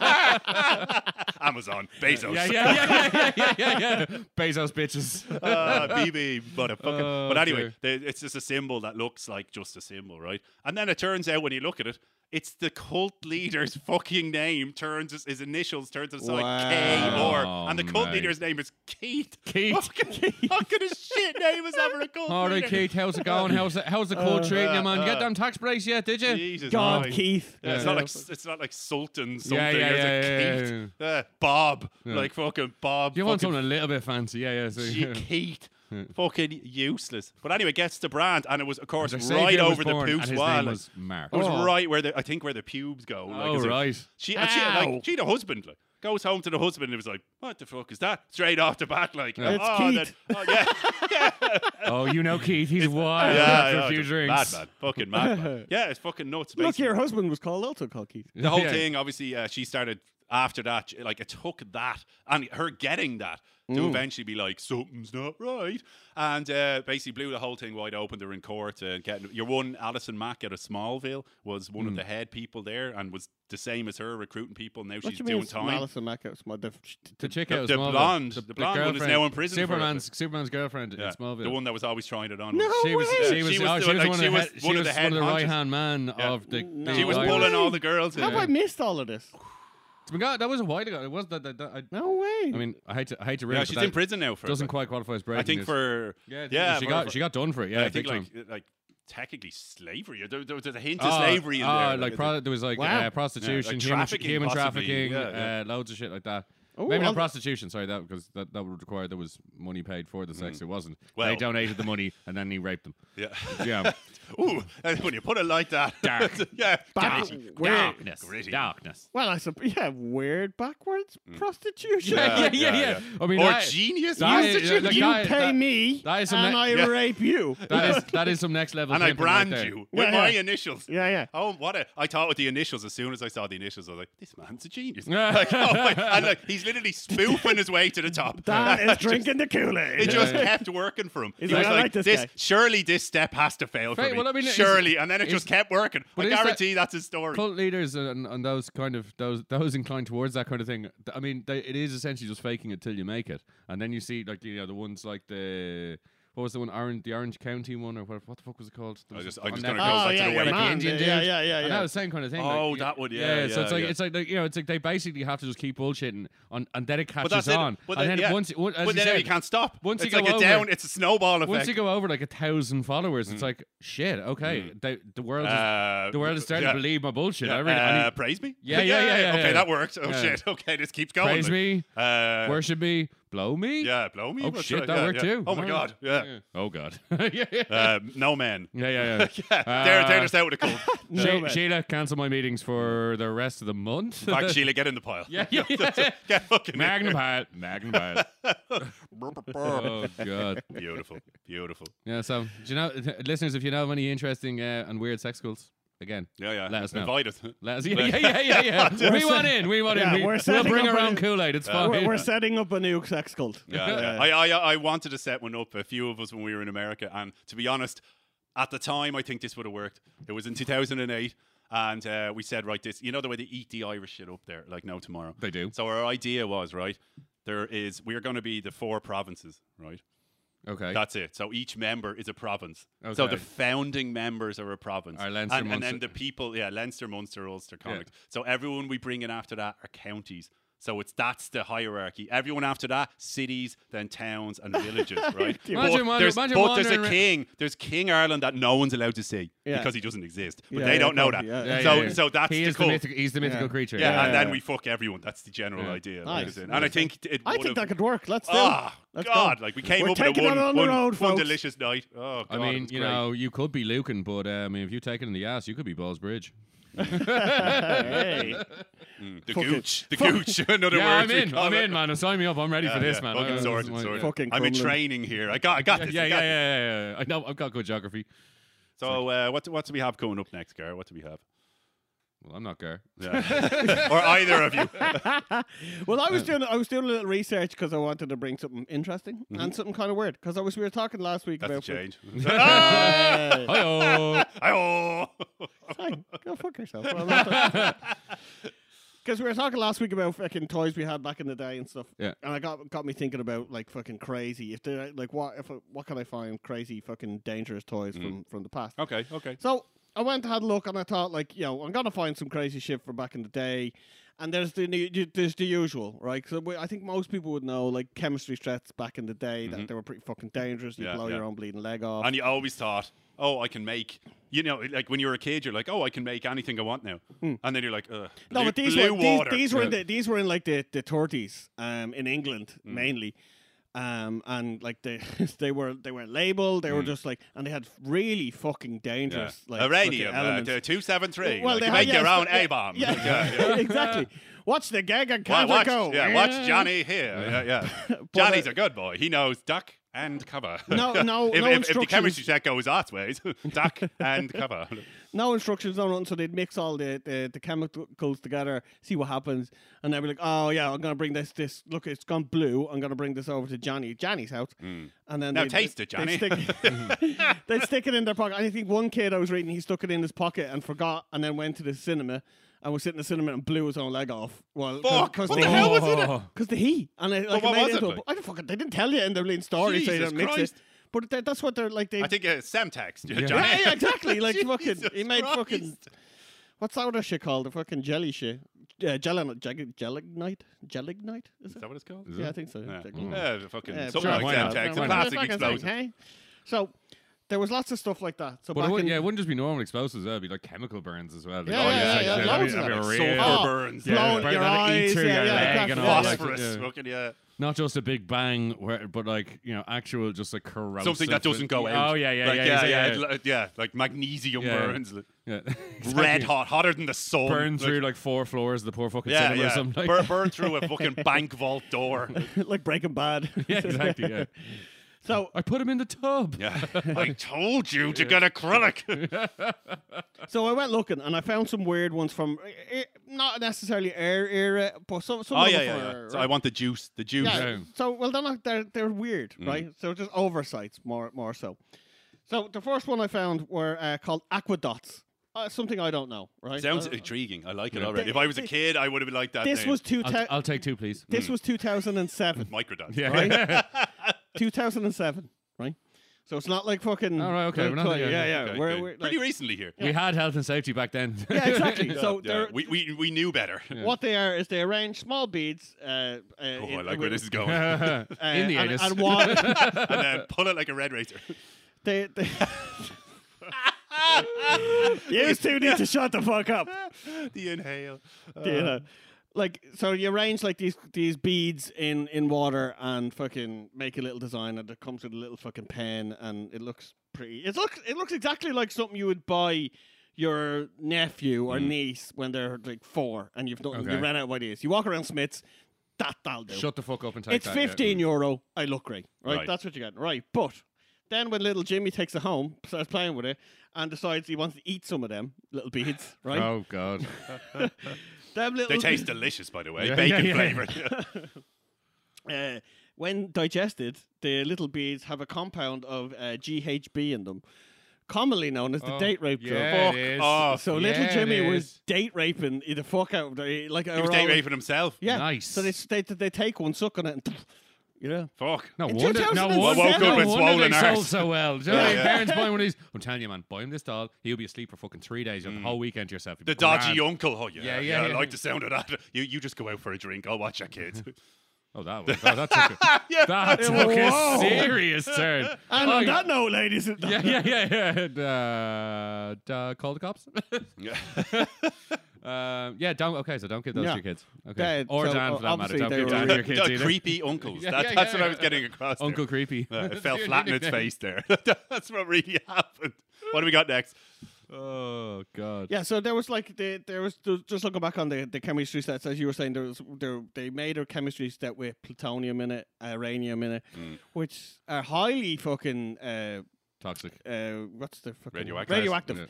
[SPEAKER 1] yeah. Amazon, Bezos,
[SPEAKER 2] Yeah, yeah, yeah, yeah, yeah, yeah, yeah. Bezos bitches.
[SPEAKER 1] uh, BB, motherfucker.
[SPEAKER 2] Oh,
[SPEAKER 1] but anyway,
[SPEAKER 2] dear.
[SPEAKER 1] they, it's just a symbol that looks like just a symbol, right? And then it turns out when you look at it, it's the cult leader's fucking name turns his, his initials turns into like K or,
[SPEAKER 2] Wow.
[SPEAKER 1] and the cult
[SPEAKER 2] Oh, Mate.
[SPEAKER 1] leader's name is Keith.
[SPEAKER 2] Keith.
[SPEAKER 1] What kind what kind of shit name is ever a cult
[SPEAKER 2] All right,
[SPEAKER 1] leader?
[SPEAKER 2] Keith, how's it going? How's the, how's the court treating you, man?
[SPEAKER 1] uh,
[SPEAKER 2] You Get
[SPEAKER 1] uh.
[SPEAKER 2] them tax breaks yet, did you?
[SPEAKER 1] Jesus,
[SPEAKER 3] God,
[SPEAKER 1] Christ.
[SPEAKER 3] Keith.
[SPEAKER 1] Yeah, it's not like it's not like Sultan something.
[SPEAKER 2] Yeah,
[SPEAKER 1] Yeah,
[SPEAKER 2] yeah, yeah,
[SPEAKER 1] a
[SPEAKER 2] yeah,
[SPEAKER 1] Keith.
[SPEAKER 2] yeah,
[SPEAKER 1] Uh, Bob, like fucking Bob.
[SPEAKER 2] You want
[SPEAKER 1] fucking
[SPEAKER 2] something a little bit fancy? Yeah, yeah. So,
[SPEAKER 1] G- Keith. fucking useless. But anyway, gets to Brand, and it was, of course,
[SPEAKER 2] The Saviour
[SPEAKER 1] right
[SPEAKER 2] was
[SPEAKER 1] over the
[SPEAKER 2] born, and
[SPEAKER 1] poops
[SPEAKER 2] his
[SPEAKER 1] wall.
[SPEAKER 2] name
[SPEAKER 1] like,
[SPEAKER 2] was Mark.
[SPEAKER 1] It was
[SPEAKER 3] Oh.
[SPEAKER 1] right where the I think where the pubes go. Like,
[SPEAKER 2] Oh,
[SPEAKER 1] as if-
[SPEAKER 2] right.
[SPEAKER 1] She, and she,
[SPEAKER 3] Ow.
[SPEAKER 1] like, she the husband like, goes home to the husband and was like, "What the fuck is that?" Straight off the bat, like,
[SPEAKER 3] It's
[SPEAKER 1] "Oh,
[SPEAKER 3] Keith."
[SPEAKER 1] that- oh, yeah, yeah,
[SPEAKER 2] oh, you know Keith. He's wild
[SPEAKER 1] yeah,
[SPEAKER 2] after
[SPEAKER 1] yeah,
[SPEAKER 2] a few
[SPEAKER 1] just
[SPEAKER 2] drinks.
[SPEAKER 1] Madman, fucking madman. Yeah, it's fucking nuts.
[SPEAKER 3] Look,
[SPEAKER 1] basically.
[SPEAKER 3] your husband was called also called Keith.
[SPEAKER 1] the whole
[SPEAKER 2] Yeah.
[SPEAKER 1] thing obviously uh, she started after that sh- like it took that and her getting that to
[SPEAKER 2] Mm.
[SPEAKER 1] eventually be like something's not right and uh, basically blew the whole thing wide open they're in court and getting your one Alison Mack out of Smallville was
[SPEAKER 2] Mm.
[SPEAKER 1] one of the head people there and was the same as her recruiting people now
[SPEAKER 3] What
[SPEAKER 1] she's
[SPEAKER 3] do you
[SPEAKER 1] doing
[SPEAKER 3] mean,
[SPEAKER 1] time
[SPEAKER 3] Alison Mack? It's my diff-
[SPEAKER 2] To check
[SPEAKER 1] The-
[SPEAKER 2] out
[SPEAKER 1] the
[SPEAKER 2] Smallville.
[SPEAKER 1] blonde- the blonde one is now in prison for it.
[SPEAKER 2] Superman's Superman's girlfriend
[SPEAKER 1] Yeah,
[SPEAKER 2] in Smallville.
[SPEAKER 1] the one that was always trying it on
[SPEAKER 3] No.
[SPEAKER 2] she was
[SPEAKER 3] way.
[SPEAKER 2] she was
[SPEAKER 1] She
[SPEAKER 2] oh,
[SPEAKER 1] was
[SPEAKER 2] she
[SPEAKER 1] the-
[SPEAKER 2] was
[SPEAKER 1] like,
[SPEAKER 2] one
[SPEAKER 1] she
[SPEAKER 2] of the
[SPEAKER 1] was
[SPEAKER 2] he-
[SPEAKER 1] one
[SPEAKER 2] she
[SPEAKER 1] of
[SPEAKER 2] was
[SPEAKER 1] the
[SPEAKER 2] one of the
[SPEAKER 1] head
[SPEAKER 2] right
[SPEAKER 1] honchos.
[SPEAKER 2] hand man
[SPEAKER 1] Yeah.
[SPEAKER 2] of the.
[SPEAKER 3] No.
[SPEAKER 1] she was
[SPEAKER 3] Why
[SPEAKER 1] pulling
[SPEAKER 3] would-
[SPEAKER 1] all the girls in.
[SPEAKER 3] How have I missed all of this?
[SPEAKER 2] God, that was a while ago. It was that. that, that I,
[SPEAKER 3] No way.
[SPEAKER 2] I mean, I hate to I hate to read
[SPEAKER 1] yeah
[SPEAKER 2] it, but
[SPEAKER 1] she's
[SPEAKER 2] that
[SPEAKER 1] in prison now for it,
[SPEAKER 2] Doesn't
[SPEAKER 1] like,
[SPEAKER 2] quite qualify as breaking.
[SPEAKER 1] I think
[SPEAKER 2] news.
[SPEAKER 1] for
[SPEAKER 2] yeah,
[SPEAKER 1] yeah,
[SPEAKER 2] she
[SPEAKER 1] for-
[SPEAKER 2] got
[SPEAKER 1] for-
[SPEAKER 2] she got done for it. Yeah,
[SPEAKER 1] I think
[SPEAKER 2] big time.
[SPEAKER 1] like like technically slavery there, there was a hint
[SPEAKER 2] Ah,
[SPEAKER 1] of slavery in
[SPEAKER 2] ah,
[SPEAKER 1] there
[SPEAKER 2] like
[SPEAKER 1] it-
[SPEAKER 2] pro- there was like
[SPEAKER 3] Wow.
[SPEAKER 2] uh, prostitution,
[SPEAKER 1] like
[SPEAKER 2] human,
[SPEAKER 1] trafficking
[SPEAKER 2] human
[SPEAKER 1] possibly,
[SPEAKER 2] trafficking,
[SPEAKER 1] yeah,
[SPEAKER 2] Uh, loads of shit like that.
[SPEAKER 3] Oh,
[SPEAKER 2] Maybe
[SPEAKER 3] I'll-
[SPEAKER 2] not prostitution. Sorry, that because that, that would require there was money paid for the sex. It wasn't.
[SPEAKER 1] Mm. Well.
[SPEAKER 2] they donated the money and then he raped them.
[SPEAKER 1] yeah
[SPEAKER 2] Yeah,
[SPEAKER 1] Ooh, and when you put it like that,
[SPEAKER 2] Dark.
[SPEAKER 1] yeah,
[SPEAKER 3] Back-
[SPEAKER 1] gritty,
[SPEAKER 3] where-
[SPEAKER 1] darkness, gritty.
[SPEAKER 2] darkness.
[SPEAKER 3] well, I suppose. Yeah, weird backwards
[SPEAKER 1] Mm.
[SPEAKER 3] prostitution.
[SPEAKER 2] Yeah, yeah, yeah,
[SPEAKER 1] yeah,
[SPEAKER 2] yeah. I mean,
[SPEAKER 1] or
[SPEAKER 2] that,
[SPEAKER 1] genius.
[SPEAKER 2] that
[SPEAKER 1] music.
[SPEAKER 2] is- yeah, like
[SPEAKER 3] you
[SPEAKER 2] that-
[SPEAKER 3] pay
[SPEAKER 2] that-
[SPEAKER 3] me,
[SPEAKER 2] that is some
[SPEAKER 3] and
[SPEAKER 2] ne-
[SPEAKER 3] I
[SPEAKER 1] Yeah.
[SPEAKER 3] rape you.
[SPEAKER 2] that is that is some next level.
[SPEAKER 1] and I
[SPEAKER 2] pimping right
[SPEAKER 1] brand
[SPEAKER 2] there.
[SPEAKER 1] you
[SPEAKER 3] Yeah,
[SPEAKER 1] with my
[SPEAKER 3] yeah.
[SPEAKER 1] initials.
[SPEAKER 3] yeah, yeah.
[SPEAKER 1] Oh, what a! I thought with the initials. As soon as I saw the initials, I was like, "This man's a genius."
[SPEAKER 2] Yeah.
[SPEAKER 1] like, oh my, and like, he's literally spoofing his way to the top.
[SPEAKER 3] Dan is
[SPEAKER 1] Just-
[SPEAKER 3] drinking the Kool Aid.
[SPEAKER 1] It just
[SPEAKER 2] Yeah.
[SPEAKER 1] kept working for him.
[SPEAKER 3] He's
[SPEAKER 1] he
[SPEAKER 3] like,
[SPEAKER 1] was
[SPEAKER 3] "I
[SPEAKER 1] like,
[SPEAKER 3] like this
[SPEAKER 1] this,
[SPEAKER 3] guy."
[SPEAKER 1] surely this step has to fail for
[SPEAKER 2] Right,
[SPEAKER 1] me.
[SPEAKER 2] well, I mean, is-
[SPEAKER 1] surely, and then it
[SPEAKER 2] is-
[SPEAKER 1] just kept working. I
[SPEAKER 2] but is that-
[SPEAKER 1] guarantee that's his story.
[SPEAKER 2] Cult leaders and, and those kind of those those inclined towards that kind of thing. th- I mean, they, it is essentially just faking it till you make it, and then you see like you know the ones like the what was the one Orange the Orange County one or what, what the fuck was it called?
[SPEAKER 1] I
[SPEAKER 2] There was
[SPEAKER 1] just,
[SPEAKER 2] a-
[SPEAKER 1] I'm
[SPEAKER 2] on
[SPEAKER 1] just
[SPEAKER 2] Netflix.
[SPEAKER 1] gonna go
[SPEAKER 3] Oh,
[SPEAKER 1] back
[SPEAKER 3] yeah,
[SPEAKER 1] to the
[SPEAKER 3] yeah,
[SPEAKER 1] wedding.
[SPEAKER 3] man.
[SPEAKER 2] Like the Indian dude.
[SPEAKER 3] Yeah, yeah, yeah,
[SPEAKER 2] I
[SPEAKER 3] yeah.
[SPEAKER 2] know, the same kind of thing.
[SPEAKER 1] Oh,
[SPEAKER 2] like, y-
[SPEAKER 1] that would- yeah,
[SPEAKER 2] So it's
[SPEAKER 1] yeah,
[SPEAKER 2] like
[SPEAKER 1] yeah.
[SPEAKER 2] it's like, like you know, it's like they basically have to just keep bullshitting on, and then it catches
[SPEAKER 1] But that's
[SPEAKER 2] on.
[SPEAKER 1] it. But
[SPEAKER 2] and
[SPEAKER 1] then,
[SPEAKER 2] then
[SPEAKER 1] yeah.
[SPEAKER 2] once, once as
[SPEAKER 1] but
[SPEAKER 2] you
[SPEAKER 1] then
[SPEAKER 2] said,
[SPEAKER 1] you can't stop.
[SPEAKER 2] once you
[SPEAKER 1] it's like
[SPEAKER 2] go
[SPEAKER 1] a
[SPEAKER 2] over-
[SPEAKER 1] down. It's a snowball effect.
[SPEAKER 2] once you go over like a thousand followers, it's like shit. Okay, the, the world is,
[SPEAKER 1] Mm. Uh,
[SPEAKER 2] the world is starting
[SPEAKER 1] yeah.
[SPEAKER 2] to believe my bullshit.
[SPEAKER 1] Yeah,
[SPEAKER 2] I really, I
[SPEAKER 1] uh,
[SPEAKER 2] need,
[SPEAKER 1] praise me.
[SPEAKER 2] Yeah, yeah, yeah, yeah,
[SPEAKER 1] okay,
[SPEAKER 2] yeah.
[SPEAKER 1] that worked. Oh
[SPEAKER 2] Yeah.
[SPEAKER 1] shit. Okay, this keeps going.
[SPEAKER 2] praise me,
[SPEAKER 1] Uh,
[SPEAKER 2] worship me, blow me.
[SPEAKER 1] Yeah, blow me.
[SPEAKER 2] Oh
[SPEAKER 1] That's
[SPEAKER 2] shit,
[SPEAKER 1] right,
[SPEAKER 2] that
[SPEAKER 1] yeah,
[SPEAKER 2] worked
[SPEAKER 1] yeah.
[SPEAKER 2] too.
[SPEAKER 1] Oh my
[SPEAKER 2] Alright.
[SPEAKER 1] god. Yeah.
[SPEAKER 2] Oh god. yeah, yeah, Ah.
[SPEAKER 1] Uh, no man.
[SPEAKER 2] yeah, yeah.
[SPEAKER 1] Yeah, they're, they're just out with a cold.
[SPEAKER 3] No,
[SPEAKER 2] She-
[SPEAKER 3] man.
[SPEAKER 2] Sheila, cancel my meetings for the rest of the month.
[SPEAKER 1] In fact, Sheila, get in the pile.
[SPEAKER 2] yeah, yeah, yeah.
[SPEAKER 1] Get fucking in.
[SPEAKER 2] Magnum pile, Magnum pile.
[SPEAKER 1] Brr-brr-brr.
[SPEAKER 2] Oh god.
[SPEAKER 1] beautiful, beautiful.
[SPEAKER 2] Yeah. So, do you know, listeners, if you know of any interesting uh, and weird sex cults, again,
[SPEAKER 1] Yeah, yeah.
[SPEAKER 2] Let us know.
[SPEAKER 1] Invite us.
[SPEAKER 2] let us. Yeah, yeah, yeah, yeah. yeah. we want in. We want
[SPEAKER 3] Yeah,
[SPEAKER 2] in.
[SPEAKER 3] we're
[SPEAKER 2] We, will
[SPEAKER 3] setting
[SPEAKER 2] bring
[SPEAKER 3] up
[SPEAKER 2] our
[SPEAKER 3] a-
[SPEAKER 2] own Kool Aid. It's
[SPEAKER 1] Uh,
[SPEAKER 2] fine.
[SPEAKER 3] We're, we're setting up a new sex cult.
[SPEAKER 1] Yeah, yeah. I, I, I wanted to set one up. A few of us when we were in America, and to be honest, at the time, I think this would have worked. It was in 2008, and uh, we said, right, this. You know the way they eat the Irish shit up there, like no tomorrow.
[SPEAKER 2] They do.
[SPEAKER 1] So our idea was right. There is, we are going to be the four provinces, right?
[SPEAKER 2] Okay.
[SPEAKER 1] That's it. So each member is a province. So
[SPEAKER 2] Okay.
[SPEAKER 1] the founding members are a province.
[SPEAKER 2] Are
[SPEAKER 1] and,
[SPEAKER 2] Leinster,
[SPEAKER 1] and then
[SPEAKER 2] Munster-
[SPEAKER 1] the people, yeah, Leinster, Munster, Ulster, Connacht. So everyone we bring in after that are counties. So it's that's the hierarchy. Everyone after that, cities, then towns and villages, right?
[SPEAKER 2] Imagine
[SPEAKER 1] but
[SPEAKER 2] wander-
[SPEAKER 1] there's,
[SPEAKER 2] imagine
[SPEAKER 1] but there's
[SPEAKER 2] wandering
[SPEAKER 1] a
[SPEAKER 2] ra-
[SPEAKER 1] king. There's King Ireland that no one's allowed to see
[SPEAKER 3] Yeah.
[SPEAKER 1] because he doesn't exist. But
[SPEAKER 3] Yeah,
[SPEAKER 1] they
[SPEAKER 3] yeah,
[SPEAKER 1] don't know that.
[SPEAKER 3] totally, yeah.
[SPEAKER 2] Yeah,
[SPEAKER 1] so
[SPEAKER 2] yeah, yeah.
[SPEAKER 1] so that's
[SPEAKER 2] he
[SPEAKER 1] the
[SPEAKER 2] is the
[SPEAKER 1] cult.
[SPEAKER 2] mythical, he's the mythical
[SPEAKER 3] Yeah.
[SPEAKER 2] creature.
[SPEAKER 1] yeah, and
[SPEAKER 3] yeah,
[SPEAKER 1] then
[SPEAKER 3] yeah.
[SPEAKER 1] we fuck everyone. That's the general
[SPEAKER 2] Yeah.
[SPEAKER 1] idea.
[SPEAKER 3] Nice,
[SPEAKER 1] Like, and
[SPEAKER 3] nice.
[SPEAKER 1] I think it
[SPEAKER 3] I think
[SPEAKER 1] would've-
[SPEAKER 3] that could work. Let's do
[SPEAKER 1] Ah,
[SPEAKER 3] it. Let's
[SPEAKER 1] God!
[SPEAKER 3] Go.
[SPEAKER 1] Like we came
[SPEAKER 3] We're
[SPEAKER 1] up with a
[SPEAKER 3] taking it
[SPEAKER 1] one,
[SPEAKER 3] on the
[SPEAKER 1] one-
[SPEAKER 3] road,
[SPEAKER 1] one
[SPEAKER 3] folks.
[SPEAKER 1] delicious night. Oh, God,
[SPEAKER 2] I
[SPEAKER 1] it
[SPEAKER 2] mean,
[SPEAKER 1] was
[SPEAKER 2] you
[SPEAKER 1] great.
[SPEAKER 2] know, you could be Lucan, but uh, I mean, if you take it in the ass, you could be Balls Bridge.
[SPEAKER 3] Hey.
[SPEAKER 1] Mm, the
[SPEAKER 3] Fuck it.
[SPEAKER 1] gooch, the gooch. Another
[SPEAKER 2] yeah,
[SPEAKER 1] word.
[SPEAKER 2] I'm
[SPEAKER 1] we
[SPEAKER 2] in.
[SPEAKER 1] call
[SPEAKER 2] I'm
[SPEAKER 1] it.
[SPEAKER 2] in, man. Sign me up. I'm ready
[SPEAKER 1] Yeah,
[SPEAKER 2] for this,
[SPEAKER 1] yeah,
[SPEAKER 2] man.
[SPEAKER 1] Fucking
[SPEAKER 2] Uh,
[SPEAKER 1] sorted,
[SPEAKER 2] this is my-
[SPEAKER 1] sorted.
[SPEAKER 3] Fucking
[SPEAKER 1] I'm in
[SPEAKER 3] crumbling.
[SPEAKER 1] training here. I got, I got this.
[SPEAKER 2] Yeah,
[SPEAKER 1] I
[SPEAKER 2] yeah,
[SPEAKER 1] got
[SPEAKER 2] yeah,
[SPEAKER 1] this.
[SPEAKER 2] yeah, yeah. I know. I've got good geography.
[SPEAKER 1] So, uh, what, what do we have coming up next, Gar? What do we have?
[SPEAKER 2] Well, I'm not Gar.
[SPEAKER 1] Yeah. or either of you.
[SPEAKER 3] well, I was doing I was doing a little research because I wanted to bring something interesting and something kind of weird because I was we were talking last week
[SPEAKER 1] Mm-hmm. That's a
[SPEAKER 3] about
[SPEAKER 1] change. Ah!
[SPEAKER 3] Hey.
[SPEAKER 2] Hi-oh.
[SPEAKER 1] oh,
[SPEAKER 3] Hey, go fuck yourself. Because we were talking last week about fucking toys we had back in the day and stuff.
[SPEAKER 2] Yeah.
[SPEAKER 3] And I got got me thinking about like fucking crazy. If they're like what if what can I find crazy fucking dangerous toys from from the past?
[SPEAKER 1] Mm. okay, okay.
[SPEAKER 3] So I went and had a look, and I thought, like, you know, I'm gonna find some crazy shit from back in the day. And there's the new, you- there's the usual, right? So we, I think most people would know, like, chemistry threats back in the day that they were pretty fucking dangerous. You
[SPEAKER 1] Mm-hmm. Yeah,
[SPEAKER 3] blow
[SPEAKER 1] yeah.
[SPEAKER 3] your own bleeding leg off.
[SPEAKER 1] And you always thought, oh, I can make. You know, like when you were a kid, you're like, oh, I can make anything I want now. And then you're like, Ugh,
[SPEAKER 3] Hmm. no,
[SPEAKER 1] blue,
[SPEAKER 3] but these
[SPEAKER 1] blue
[SPEAKER 3] were these,
[SPEAKER 1] water.
[SPEAKER 3] these were in
[SPEAKER 2] Yeah.
[SPEAKER 3] the, these were in like the the 30s, um, in England
[SPEAKER 1] Mm.
[SPEAKER 3] mainly. Um, and like they they were they were labeled. They were just like, and they had really fucking
[SPEAKER 1] Mm. Yeah.
[SPEAKER 3] dangerous like fucking
[SPEAKER 1] Uranium, uh,
[SPEAKER 3] elements.
[SPEAKER 1] the 273.
[SPEAKER 3] Well,
[SPEAKER 1] like,
[SPEAKER 3] they
[SPEAKER 1] you
[SPEAKER 3] had-
[SPEAKER 1] make your
[SPEAKER 3] yes,
[SPEAKER 1] own
[SPEAKER 3] yeah,
[SPEAKER 1] A-bomb.
[SPEAKER 3] Yeah,
[SPEAKER 1] yeah, yeah.
[SPEAKER 3] exactly. Watch the gag and
[SPEAKER 1] Why,
[SPEAKER 3] counter
[SPEAKER 1] watch,
[SPEAKER 3] go.
[SPEAKER 1] yeah, watch Johnny here. Yeah, yeah. Johnny's a good boy. He knows duck and cover.
[SPEAKER 3] No, no,
[SPEAKER 1] if,
[SPEAKER 3] no
[SPEAKER 1] if, if the
[SPEAKER 3] instructions.
[SPEAKER 1] chemistry check goes that ways, duck and cover.
[SPEAKER 3] No instructions, no nothing. So they'd mix all the, the, the chemicals together, see what happens, and they'd be like, "Oh yeah, I'm gonna bring this this. Look, it's gone blue. I'm gonna bring this over to Johnny Johnny's house, and then
[SPEAKER 1] Mm. Now
[SPEAKER 3] they'd-
[SPEAKER 1] taste it,
[SPEAKER 3] they'd
[SPEAKER 1] Johnny.
[SPEAKER 3] stick, they'd stick it in their pocket. And I think one kid I was reading, he stuck it in his pocket and forgot, and then went to the cinema and was sitting in the cinema and blew his own leg off. Well,
[SPEAKER 1] Fuck,
[SPEAKER 3] because
[SPEAKER 1] what
[SPEAKER 3] the
[SPEAKER 1] the hell was it?
[SPEAKER 2] Oh.
[SPEAKER 3] Because the heat. And I, like,
[SPEAKER 1] what
[SPEAKER 3] made
[SPEAKER 1] was
[SPEAKER 3] into
[SPEAKER 1] it
[SPEAKER 3] a-
[SPEAKER 1] like?
[SPEAKER 3] I don't fucking. They didn't tell you in the lead story, so you
[SPEAKER 1] Jesus
[SPEAKER 3] don't mix
[SPEAKER 1] Christ.
[SPEAKER 3] it. But that, that's what they're like. They
[SPEAKER 1] I think uh, Semtex,
[SPEAKER 2] Yeah.
[SPEAKER 1] Johnny.
[SPEAKER 3] yeah, yeah, exactly. Like fucking,
[SPEAKER 1] Jesus
[SPEAKER 3] he made
[SPEAKER 1] Christ.
[SPEAKER 3] fucking. What's that other shit called? The fucking jelly shit. Uh, gelin, jag, gelignite? Gelignite? Is
[SPEAKER 1] Is
[SPEAKER 3] it?
[SPEAKER 1] that what it's called?
[SPEAKER 3] Yeah, I think so.
[SPEAKER 1] Yeah,
[SPEAKER 3] Gelignite.
[SPEAKER 1] Yeah, fucking
[SPEAKER 3] Yeah,
[SPEAKER 1] something
[SPEAKER 2] sure, why
[SPEAKER 1] like
[SPEAKER 2] not?
[SPEAKER 1] Semtex,
[SPEAKER 2] Why
[SPEAKER 1] a
[SPEAKER 2] not?
[SPEAKER 1] plastic
[SPEAKER 3] Fucking thing,
[SPEAKER 1] explosion.
[SPEAKER 3] hey? So there was lots of stuff like that. So
[SPEAKER 2] But it
[SPEAKER 3] back in,
[SPEAKER 2] wouldn't, yeah, it wouldn't just be normal explosives. It'd be like chemical burns as well. Like,
[SPEAKER 3] Yeah,
[SPEAKER 2] all
[SPEAKER 3] yeah,
[SPEAKER 2] these
[SPEAKER 3] yeah,
[SPEAKER 2] things.
[SPEAKER 3] yeah,
[SPEAKER 2] That'd
[SPEAKER 3] loads
[SPEAKER 2] be-
[SPEAKER 3] of
[SPEAKER 2] that'd be
[SPEAKER 1] them.
[SPEAKER 2] real-
[SPEAKER 1] Sulfur
[SPEAKER 3] Oh,
[SPEAKER 1] burns,
[SPEAKER 3] blow
[SPEAKER 1] yeah.
[SPEAKER 3] it,
[SPEAKER 2] burn
[SPEAKER 3] your
[SPEAKER 2] that'd eat
[SPEAKER 3] eyes,
[SPEAKER 2] through
[SPEAKER 3] yeah,
[SPEAKER 2] your
[SPEAKER 3] yeah,
[SPEAKER 2] leg and all
[SPEAKER 3] exactly.
[SPEAKER 2] that. Like,
[SPEAKER 1] Phosphorus,
[SPEAKER 2] yeah.
[SPEAKER 1] fucking yeah.
[SPEAKER 2] Not just a big bang, where, but like you know, actual just like corrosive.
[SPEAKER 1] Something that doesn't go out.
[SPEAKER 2] Oh yeah, yeah,
[SPEAKER 1] Like, yeah,
[SPEAKER 2] yeah, yeah, yeah,
[SPEAKER 1] yeah, li- yeah, Like magnesium
[SPEAKER 2] Yeah.
[SPEAKER 1] burns, like,
[SPEAKER 2] yeah.
[SPEAKER 1] red
[SPEAKER 2] Exactly.
[SPEAKER 1] hot, hotter than the sun.
[SPEAKER 2] Burn
[SPEAKER 1] Like,
[SPEAKER 2] through like four floors of the poor fucking
[SPEAKER 1] Yeah,
[SPEAKER 2] cinema or
[SPEAKER 1] yeah.
[SPEAKER 2] something.
[SPEAKER 1] Burn, burn through a fucking bank vault door.
[SPEAKER 3] like Breaking Bad.
[SPEAKER 2] yeah, exactly. Yeah.
[SPEAKER 3] So
[SPEAKER 2] I put him in the tub.
[SPEAKER 1] Yeah. I told you to get acrylic.
[SPEAKER 3] so I went looking and I found some weird ones from eh, eh, not necessarily air era, but some some
[SPEAKER 1] oh
[SPEAKER 3] of
[SPEAKER 1] yeah,
[SPEAKER 3] them
[SPEAKER 1] yeah,
[SPEAKER 3] were-
[SPEAKER 1] yeah. So I want the juice. The juice.
[SPEAKER 3] Yeah.
[SPEAKER 2] Yeah.
[SPEAKER 3] So well, they're not they're they're weird,
[SPEAKER 1] Mm.
[SPEAKER 3] right? So just oversights more more so. So the first one I found were uh, called aquadots. Uh, something I don't know, right?
[SPEAKER 1] Sounds
[SPEAKER 3] Uh,
[SPEAKER 1] intriguing. I like it
[SPEAKER 2] Yeah.
[SPEAKER 1] already. If I was a kid, I would have liked that.
[SPEAKER 3] this
[SPEAKER 1] name. Mm.
[SPEAKER 3] was two
[SPEAKER 2] I'll,
[SPEAKER 3] ta-
[SPEAKER 2] I'll take two, please.
[SPEAKER 3] this was two thousand and seven,
[SPEAKER 1] microdot.
[SPEAKER 2] Yeah.
[SPEAKER 3] right? two thousand and seven, right? So it's not like fucking.
[SPEAKER 2] All right, okay, we're not
[SPEAKER 3] yeah,
[SPEAKER 2] there yet.
[SPEAKER 3] yeah,
[SPEAKER 1] Okay,
[SPEAKER 3] We're,
[SPEAKER 1] good.
[SPEAKER 3] we're,
[SPEAKER 1] Pretty
[SPEAKER 3] like-
[SPEAKER 1] recently here.
[SPEAKER 2] We had health and safety back then.
[SPEAKER 3] yeah, exactly. So
[SPEAKER 1] Yeah,
[SPEAKER 3] they're.
[SPEAKER 1] we, we we knew better.
[SPEAKER 3] What they are is they arrange small beads. Uh, uh,
[SPEAKER 1] Oh, I
[SPEAKER 3] in-
[SPEAKER 1] like where this is going. and
[SPEAKER 2] in
[SPEAKER 3] uh,
[SPEAKER 2] the
[SPEAKER 3] and,
[SPEAKER 2] anus.
[SPEAKER 3] and one,
[SPEAKER 1] then pull it like a red racer.
[SPEAKER 3] They, they you two need to shut the fuck up.
[SPEAKER 1] the inhale. Uh,
[SPEAKER 3] You know, like so, you arrange like these these beads in in water and fucking make a little design, and it comes with a little fucking pen, and it looks pretty. It looks it looks exactly like something you would buy your nephew or niece when they're like four, and you've nothing. You
[SPEAKER 2] Okay.
[SPEAKER 3] ran out of ideas. You walk around Smiths. That that'll do.
[SPEAKER 2] Shut the fuck up and take
[SPEAKER 3] It's
[SPEAKER 2] that. yeah.
[SPEAKER 3] 15 euro. I look great. Right?
[SPEAKER 1] Right.
[SPEAKER 3] That's what you get. Right. But then when little Jimmy takes it home, starts playing with it, and decides he wants to eat some of them little beads, right?
[SPEAKER 2] Oh god.
[SPEAKER 3] Them little,
[SPEAKER 1] They taste delicious, by the way.
[SPEAKER 2] Yeah,
[SPEAKER 1] Bacon
[SPEAKER 2] yeah, yeah.
[SPEAKER 1] flavored.
[SPEAKER 3] Uh, when digested, the little beads have a compound of uh, GHB in them, commonly known as the
[SPEAKER 2] Oh,
[SPEAKER 3] date rape drug.
[SPEAKER 2] yeah, it is.
[SPEAKER 1] off.
[SPEAKER 3] So little
[SPEAKER 2] Yeah, it
[SPEAKER 3] Jimmy
[SPEAKER 2] is.
[SPEAKER 3] was date raping the fuck out of the, like
[SPEAKER 1] he was
[SPEAKER 3] around-
[SPEAKER 1] date raping himself.
[SPEAKER 3] Yeah.
[SPEAKER 2] Nice.
[SPEAKER 3] So they, s- they they take one, suck on it, and Yeah.
[SPEAKER 1] Fuck.
[SPEAKER 2] No
[SPEAKER 3] In
[SPEAKER 2] wonder, no
[SPEAKER 3] 2007.
[SPEAKER 2] wonder,
[SPEAKER 3] Woke up
[SPEAKER 2] no
[SPEAKER 1] with
[SPEAKER 2] wonder
[SPEAKER 1] swollen
[SPEAKER 2] they
[SPEAKER 1] arse.
[SPEAKER 2] sold so well. Do you know
[SPEAKER 1] Yeah,
[SPEAKER 2] what I mean?
[SPEAKER 1] yeah.
[SPEAKER 2] Parents buying one of these. I'm telling you, man, buy him this doll. He'll be asleep for fucking three days. You have Mm. the whole weekend to yourself. You'll be
[SPEAKER 1] The dodgy
[SPEAKER 2] grand.
[SPEAKER 1] uncle. Oh yeah,
[SPEAKER 2] Yeah,
[SPEAKER 1] yeah,
[SPEAKER 2] yeah,
[SPEAKER 1] I
[SPEAKER 2] yeah.
[SPEAKER 1] like the sound of that. You you just go out for a drink. I'll watch your kids.
[SPEAKER 2] Oh, that, was, oh, that took, a, that took a
[SPEAKER 3] Whoa.
[SPEAKER 2] serious turn.
[SPEAKER 3] And
[SPEAKER 2] Oh,
[SPEAKER 3] on that note, ladies, and
[SPEAKER 2] Yeah, yeah, yeah, yeah. And, uh, d- uh, call the cops.
[SPEAKER 1] Yeah.
[SPEAKER 2] um, yeah, don't. Okay, so don't give those to
[SPEAKER 3] Yeah.
[SPEAKER 2] your kids. Okay,
[SPEAKER 3] Yeah,
[SPEAKER 2] or
[SPEAKER 3] so,
[SPEAKER 2] Dan
[SPEAKER 3] uh,
[SPEAKER 2] for that matter.
[SPEAKER 3] obviously
[SPEAKER 2] Don't
[SPEAKER 3] they
[SPEAKER 2] give
[SPEAKER 3] were-
[SPEAKER 2] Dan to your kids
[SPEAKER 1] Uh,
[SPEAKER 2] either.
[SPEAKER 1] creepy uncles.
[SPEAKER 2] Yeah,
[SPEAKER 1] That,
[SPEAKER 2] yeah,
[SPEAKER 1] that's
[SPEAKER 2] yeah,
[SPEAKER 1] what I was
[SPEAKER 2] yeah.
[SPEAKER 1] getting across. there.
[SPEAKER 2] Uncle creepy.
[SPEAKER 1] Uh, it
[SPEAKER 2] That's
[SPEAKER 1] fell
[SPEAKER 2] your
[SPEAKER 1] flat in
[SPEAKER 2] new
[SPEAKER 1] its
[SPEAKER 2] nickname.
[SPEAKER 1] face there. that's what really happened. What do we got next?
[SPEAKER 2] Oh god.
[SPEAKER 3] Yeah, so there was like the, there was th- just looking back on the, the chemistry sets as you were saying there was there, they made a chemistry set with plutonium in it, uranium in it,
[SPEAKER 1] Mm.
[SPEAKER 3] which are highly fucking uh,
[SPEAKER 2] Toxic.
[SPEAKER 3] uh, what's the fucking
[SPEAKER 1] Radioactive.
[SPEAKER 3] radioactive.
[SPEAKER 2] Yeah.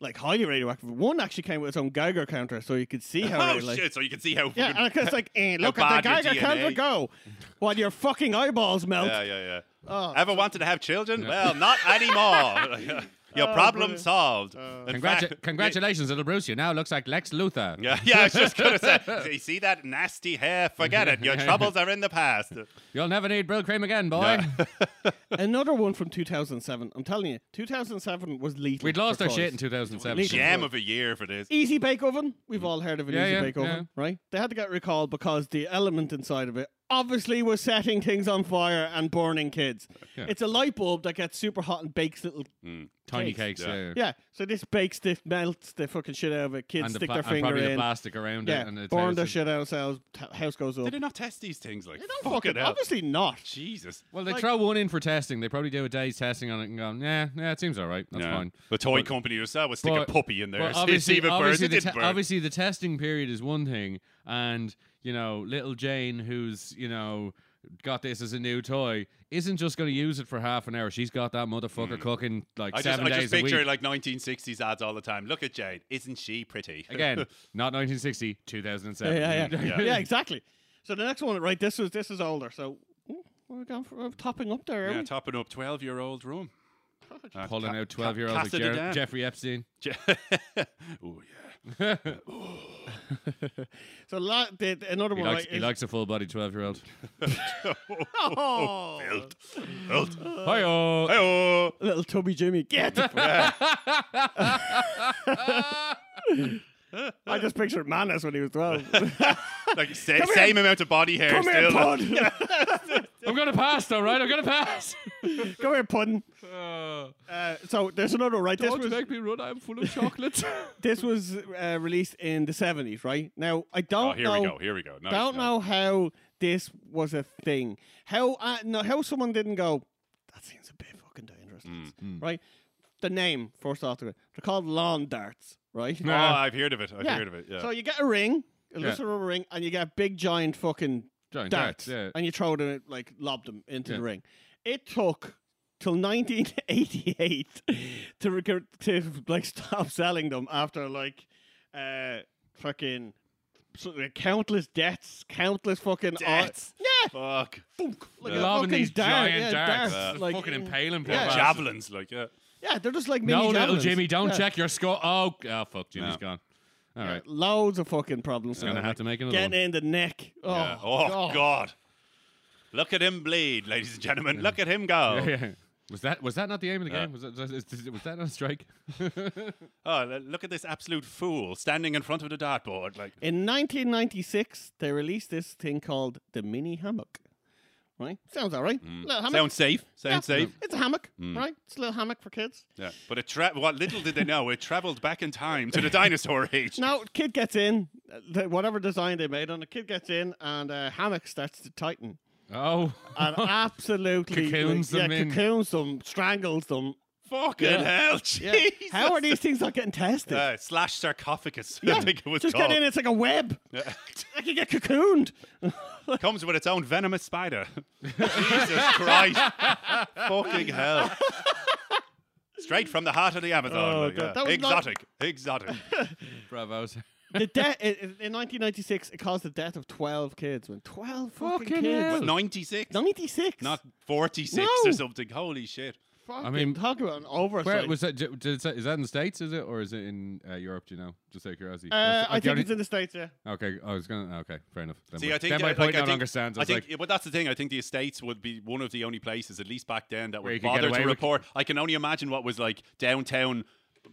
[SPEAKER 3] like highly radioactive. One actually came with its own Geiger counter, so you could see how
[SPEAKER 1] oh
[SPEAKER 3] it, like
[SPEAKER 1] shit! So you can see how.
[SPEAKER 3] yeah,
[SPEAKER 1] fucking-
[SPEAKER 3] and it's like eh, look
[SPEAKER 1] bad
[SPEAKER 3] at
[SPEAKER 1] your
[SPEAKER 3] the Geiger counter
[SPEAKER 1] DNA.
[SPEAKER 3] go while your fucking eyeballs melt.
[SPEAKER 1] yeah, yeah, yeah.
[SPEAKER 3] Oh,
[SPEAKER 1] Ever wanted to have children?
[SPEAKER 2] Yeah.
[SPEAKER 1] Well, not anymore. Your
[SPEAKER 3] Oh,
[SPEAKER 1] problem
[SPEAKER 3] brilliant.
[SPEAKER 1] solved. In
[SPEAKER 2] Oh. Congratu-
[SPEAKER 1] fact-
[SPEAKER 2] congratulations, little Bruce. You now looks like Lex Luthor.
[SPEAKER 1] Yeah, yeah. I was just gonna say. so You see that nasty hair? Forget it. Your troubles are in the past.
[SPEAKER 2] You'll never need Brill Cream again, boy.
[SPEAKER 1] Yeah.
[SPEAKER 3] another one from 2007. I'm telling you, 2007 was lethal.
[SPEAKER 2] We'd lost
[SPEAKER 3] for
[SPEAKER 2] our
[SPEAKER 3] toys.
[SPEAKER 2] shit in 2007.
[SPEAKER 3] Legion.
[SPEAKER 1] Jam of a year for this.
[SPEAKER 3] Easy Bake Oven. We've all heard of an
[SPEAKER 2] Yeah,
[SPEAKER 3] Easy
[SPEAKER 2] yeah,
[SPEAKER 3] Bake Oven,
[SPEAKER 2] yeah.
[SPEAKER 3] right? They had to get recalled because the element inside of it obviously was setting things on fire and burning kids.
[SPEAKER 2] Yeah.
[SPEAKER 3] It's a light bulb that gets super hot and bakes little.
[SPEAKER 2] Tiny cakes.
[SPEAKER 3] Cakes.
[SPEAKER 1] Yeah.
[SPEAKER 2] Yeah.
[SPEAKER 3] Yeah, so this bakes the melts the fucking shit out of it. Kids
[SPEAKER 2] And, the
[SPEAKER 3] stick
[SPEAKER 2] pla-
[SPEAKER 3] their
[SPEAKER 2] and
[SPEAKER 3] finger
[SPEAKER 2] probably the
[SPEAKER 3] in.
[SPEAKER 2] plastic around
[SPEAKER 3] yeah,
[SPEAKER 2] it. And it's
[SPEAKER 3] burn
[SPEAKER 2] how
[SPEAKER 3] the
[SPEAKER 2] it's-
[SPEAKER 3] shit out of cells. T- house goes up.
[SPEAKER 1] Did they not test these things? Like,
[SPEAKER 3] don't
[SPEAKER 1] fuck it out.
[SPEAKER 3] Obviously not.
[SPEAKER 1] Jesus.
[SPEAKER 2] Well, they
[SPEAKER 3] Like-
[SPEAKER 2] throw one in for testing. They probably do a day's testing on it and go, yeah, yeah, it seems all right. That's
[SPEAKER 1] No.
[SPEAKER 2] fine.
[SPEAKER 1] The toy company yourself was stick a
[SPEAKER 2] but-
[SPEAKER 1] puppy in there.
[SPEAKER 2] But
[SPEAKER 1] See-
[SPEAKER 2] obviously,
[SPEAKER 1] see if it burns.
[SPEAKER 2] obviously,
[SPEAKER 1] It
[SPEAKER 2] the
[SPEAKER 1] didn't
[SPEAKER 2] te-
[SPEAKER 1] burn.
[SPEAKER 2] obviously, the testing period is one thing, and you know, little Jane, who's you know got this as a new toy, isn't just going to use it for half an hour. She's got that motherfucker cooking like
[SPEAKER 1] Hmm. I just,
[SPEAKER 2] seven
[SPEAKER 1] I
[SPEAKER 2] days
[SPEAKER 1] just
[SPEAKER 2] a week.
[SPEAKER 1] picture like 1960s ads all the time. Look at Jane. Isn't she pretty?
[SPEAKER 2] Again, not 1960, 2007.
[SPEAKER 3] Yeah, yeah,
[SPEAKER 1] Yeah.
[SPEAKER 3] yeah. yeah, exactly. So the next one, right? This was this is older. So ooh, we're going for we're topping up there. Are
[SPEAKER 1] yeah,
[SPEAKER 3] we?
[SPEAKER 1] topping up 12 year old room. Uh,
[SPEAKER 2] Pulling
[SPEAKER 1] Ca-
[SPEAKER 2] out
[SPEAKER 1] Ca-
[SPEAKER 2] 12 year olds like
[SPEAKER 1] Cassidy
[SPEAKER 2] Jer-
[SPEAKER 1] Dan.
[SPEAKER 2] Jeffrey Epstein.
[SPEAKER 1] Je- Ooh, yeah.
[SPEAKER 3] So la- the, the- another
[SPEAKER 2] He
[SPEAKER 3] one.
[SPEAKER 2] likes,
[SPEAKER 3] right,
[SPEAKER 2] he
[SPEAKER 3] is-
[SPEAKER 2] likes a full body 12 year old.
[SPEAKER 3] Oh.
[SPEAKER 1] Hilt. Hilt.
[SPEAKER 2] Hi,
[SPEAKER 1] Hey-oh.
[SPEAKER 3] little Toby Jimmy. Get. the fuck- I just pictured Manus when he was twelve.
[SPEAKER 1] Like, sa- same amount of body hair.
[SPEAKER 3] Come here,
[SPEAKER 1] still.
[SPEAKER 3] Pud.
[SPEAKER 2] I'm going to pass, though, right? I'm going to pass.
[SPEAKER 3] Come here, Puddin.
[SPEAKER 2] Uh,
[SPEAKER 3] Uh, so there's another right. This
[SPEAKER 2] don't
[SPEAKER 3] was
[SPEAKER 2] make me run. I'm full of chocolate.
[SPEAKER 3] this was uh, released in the seventies, right? Now I don't
[SPEAKER 1] Oh, here
[SPEAKER 3] know.
[SPEAKER 1] we go. Here we go. No,
[SPEAKER 3] don't
[SPEAKER 1] no.
[SPEAKER 3] know how this was a thing. How uh, no, how someone didn't go. That seems a bit fucking dangerous,
[SPEAKER 1] Mm.
[SPEAKER 3] lads," right? The name first off, to it. they're called lawn darts, right?
[SPEAKER 1] Oh, I've heard of it. I've
[SPEAKER 3] Yeah.
[SPEAKER 1] heard of it. Yeah.
[SPEAKER 3] So you get a ring, a little rubber ring, and you get a big giant fucking
[SPEAKER 2] Giant
[SPEAKER 3] darts,
[SPEAKER 2] darts, yeah.
[SPEAKER 3] and you throw them in- like lob them into the
[SPEAKER 2] Yeah.
[SPEAKER 3] ring. It took till 1988 to rec- to like stop selling them after like uh fucking so- countless deaths, countless fucking
[SPEAKER 1] Deaths?
[SPEAKER 3] yeah,
[SPEAKER 1] Fuck.
[SPEAKER 3] like
[SPEAKER 1] Yeah.
[SPEAKER 3] a
[SPEAKER 2] Lobbing
[SPEAKER 3] fucking
[SPEAKER 2] these
[SPEAKER 3] dart, yeah,
[SPEAKER 2] giant darts.
[SPEAKER 3] darts,
[SPEAKER 2] Uh,
[SPEAKER 3] like-
[SPEAKER 2] fucking impaling poor
[SPEAKER 3] Yeah.
[SPEAKER 2] bastards.
[SPEAKER 1] Javelins, like, yeah.
[SPEAKER 3] Yeah, they're just like mini
[SPEAKER 2] No, little
[SPEAKER 3] javelins.
[SPEAKER 2] Jimmy, don't
[SPEAKER 3] Yeah.
[SPEAKER 2] check your score. Oh, oh, fuck, Jimmy's
[SPEAKER 1] No.
[SPEAKER 2] gone. All right.
[SPEAKER 3] Loads of fucking problems.
[SPEAKER 2] Gonna
[SPEAKER 3] there,
[SPEAKER 2] have to
[SPEAKER 3] like
[SPEAKER 2] make another one.
[SPEAKER 3] Getting in the neck. Oh,
[SPEAKER 1] yeah. oh God. Look at him bleed, ladies and gentlemen. Look at him go.
[SPEAKER 2] Yeah, yeah. Was that was that not the aim of the
[SPEAKER 1] Oh. Yeah.
[SPEAKER 2] game? Was that, was that- was that not a strike?
[SPEAKER 1] Oh, l- look at this absolute fool standing in front of the dartboard. Like,
[SPEAKER 3] In 1996, they released this thing called the mini hammock. Right? Sounds all right. Little hammock.
[SPEAKER 1] Mm. sounds safe.
[SPEAKER 3] Yeah,
[SPEAKER 1] Sounds safe. Mm.
[SPEAKER 3] It's a hammock, right? It's a little hammock for kids.
[SPEAKER 1] Yeah. But it tra- what little did they know, it traveled back in time to the dinosaur age.
[SPEAKER 3] Now, kid gets in, uh, th- whatever design they made on the kid gets in, and uh, hammock starts to tighten.
[SPEAKER 2] Oh,
[SPEAKER 3] And absolutely
[SPEAKER 2] Cocoons
[SPEAKER 3] like,
[SPEAKER 2] them
[SPEAKER 3] yeah,
[SPEAKER 2] in.
[SPEAKER 3] cocoons them, strangles them.
[SPEAKER 1] Fucking
[SPEAKER 3] Yeah.
[SPEAKER 1] hell,
[SPEAKER 3] Yeah.
[SPEAKER 1] Jesus.
[SPEAKER 3] How are these things not getting tested?
[SPEAKER 1] Uh, slash sarcophagus, I think it was
[SPEAKER 3] Just
[SPEAKER 1] called.
[SPEAKER 3] get in, it's like a web.
[SPEAKER 1] Yeah.
[SPEAKER 3] I can get cocooned.
[SPEAKER 1] Comes with its own venomous spider. Jesus Christ. Fucking hell. Straight from the heart of the Amazon.
[SPEAKER 3] Oh,
[SPEAKER 1] like,
[SPEAKER 3] God,
[SPEAKER 1] yeah.
[SPEAKER 3] that was not-
[SPEAKER 1] exotic. Exotic.
[SPEAKER 2] bravo!
[SPEAKER 3] the death in 1996, it caused the death of 12 kids. Man, 12 fucking,
[SPEAKER 2] Fucking
[SPEAKER 3] kids.
[SPEAKER 2] hell.
[SPEAKER 1] But 96.
[SPEAKER 3] 96.
[SPEAKER 1] Not 46
[SPEAKER 3] No.
[SPEAKER 1] or something. Holy shit.
[SPEAKER 3] Fucking
[SPEAKER 2] mean,
[SPEAKER 3] talk about an
[SPEAKER 2] Where
[SPEAKER 3] oversight.
[SPEAKER 2] was that? Did it say- Is that in the states? Is it or is it in uh, Europe? Do you know? Just out of curiosity.
[SPEAKER 3] uh,
[SPEAKER 2] That's-
[SPEAKER 3] I
[SPEAKER 2] the
[SPEAKER 3] think
[SPEAKER 2] only-
[SPEAKER 3] it's in the states. Yeah,
[SPEAKER 2] Okay, I was gonna. Okay, fair enough. Then
[SPEAKER 1] See,
[SPEAKER 2] my-
[SPEAKER 1] I think
[SPEAKER 2] then
[SPEAKER 1] uh,
[SPEAKER 2] my
[SPEAKER 1] like,
[SPEAKER 2] point
[SPEAKER 1] I
[SPEAKER 2] no
[SPEAKER 1] think-
[SPEAKER 2] longer stands. I
[SPEAKER 1] I
[SPEAKER 2] was
[SPEAKER 1] think,
[SPEAKER 2] like,
[SPEAKER 1] yeah, but that's the thing. I think the estates would be one of the only places, at least back then, that
[SPEAKER 2] Where you
[SPEAKER 1] would
[SPEAKER 2] could get
[SPEAKER 1] bother
[SPEAKER 2] away
[SPEAKER 1] to
[SPEAKER 2] with-
[SPEAKER 1] report. I can only imagine what was like downtown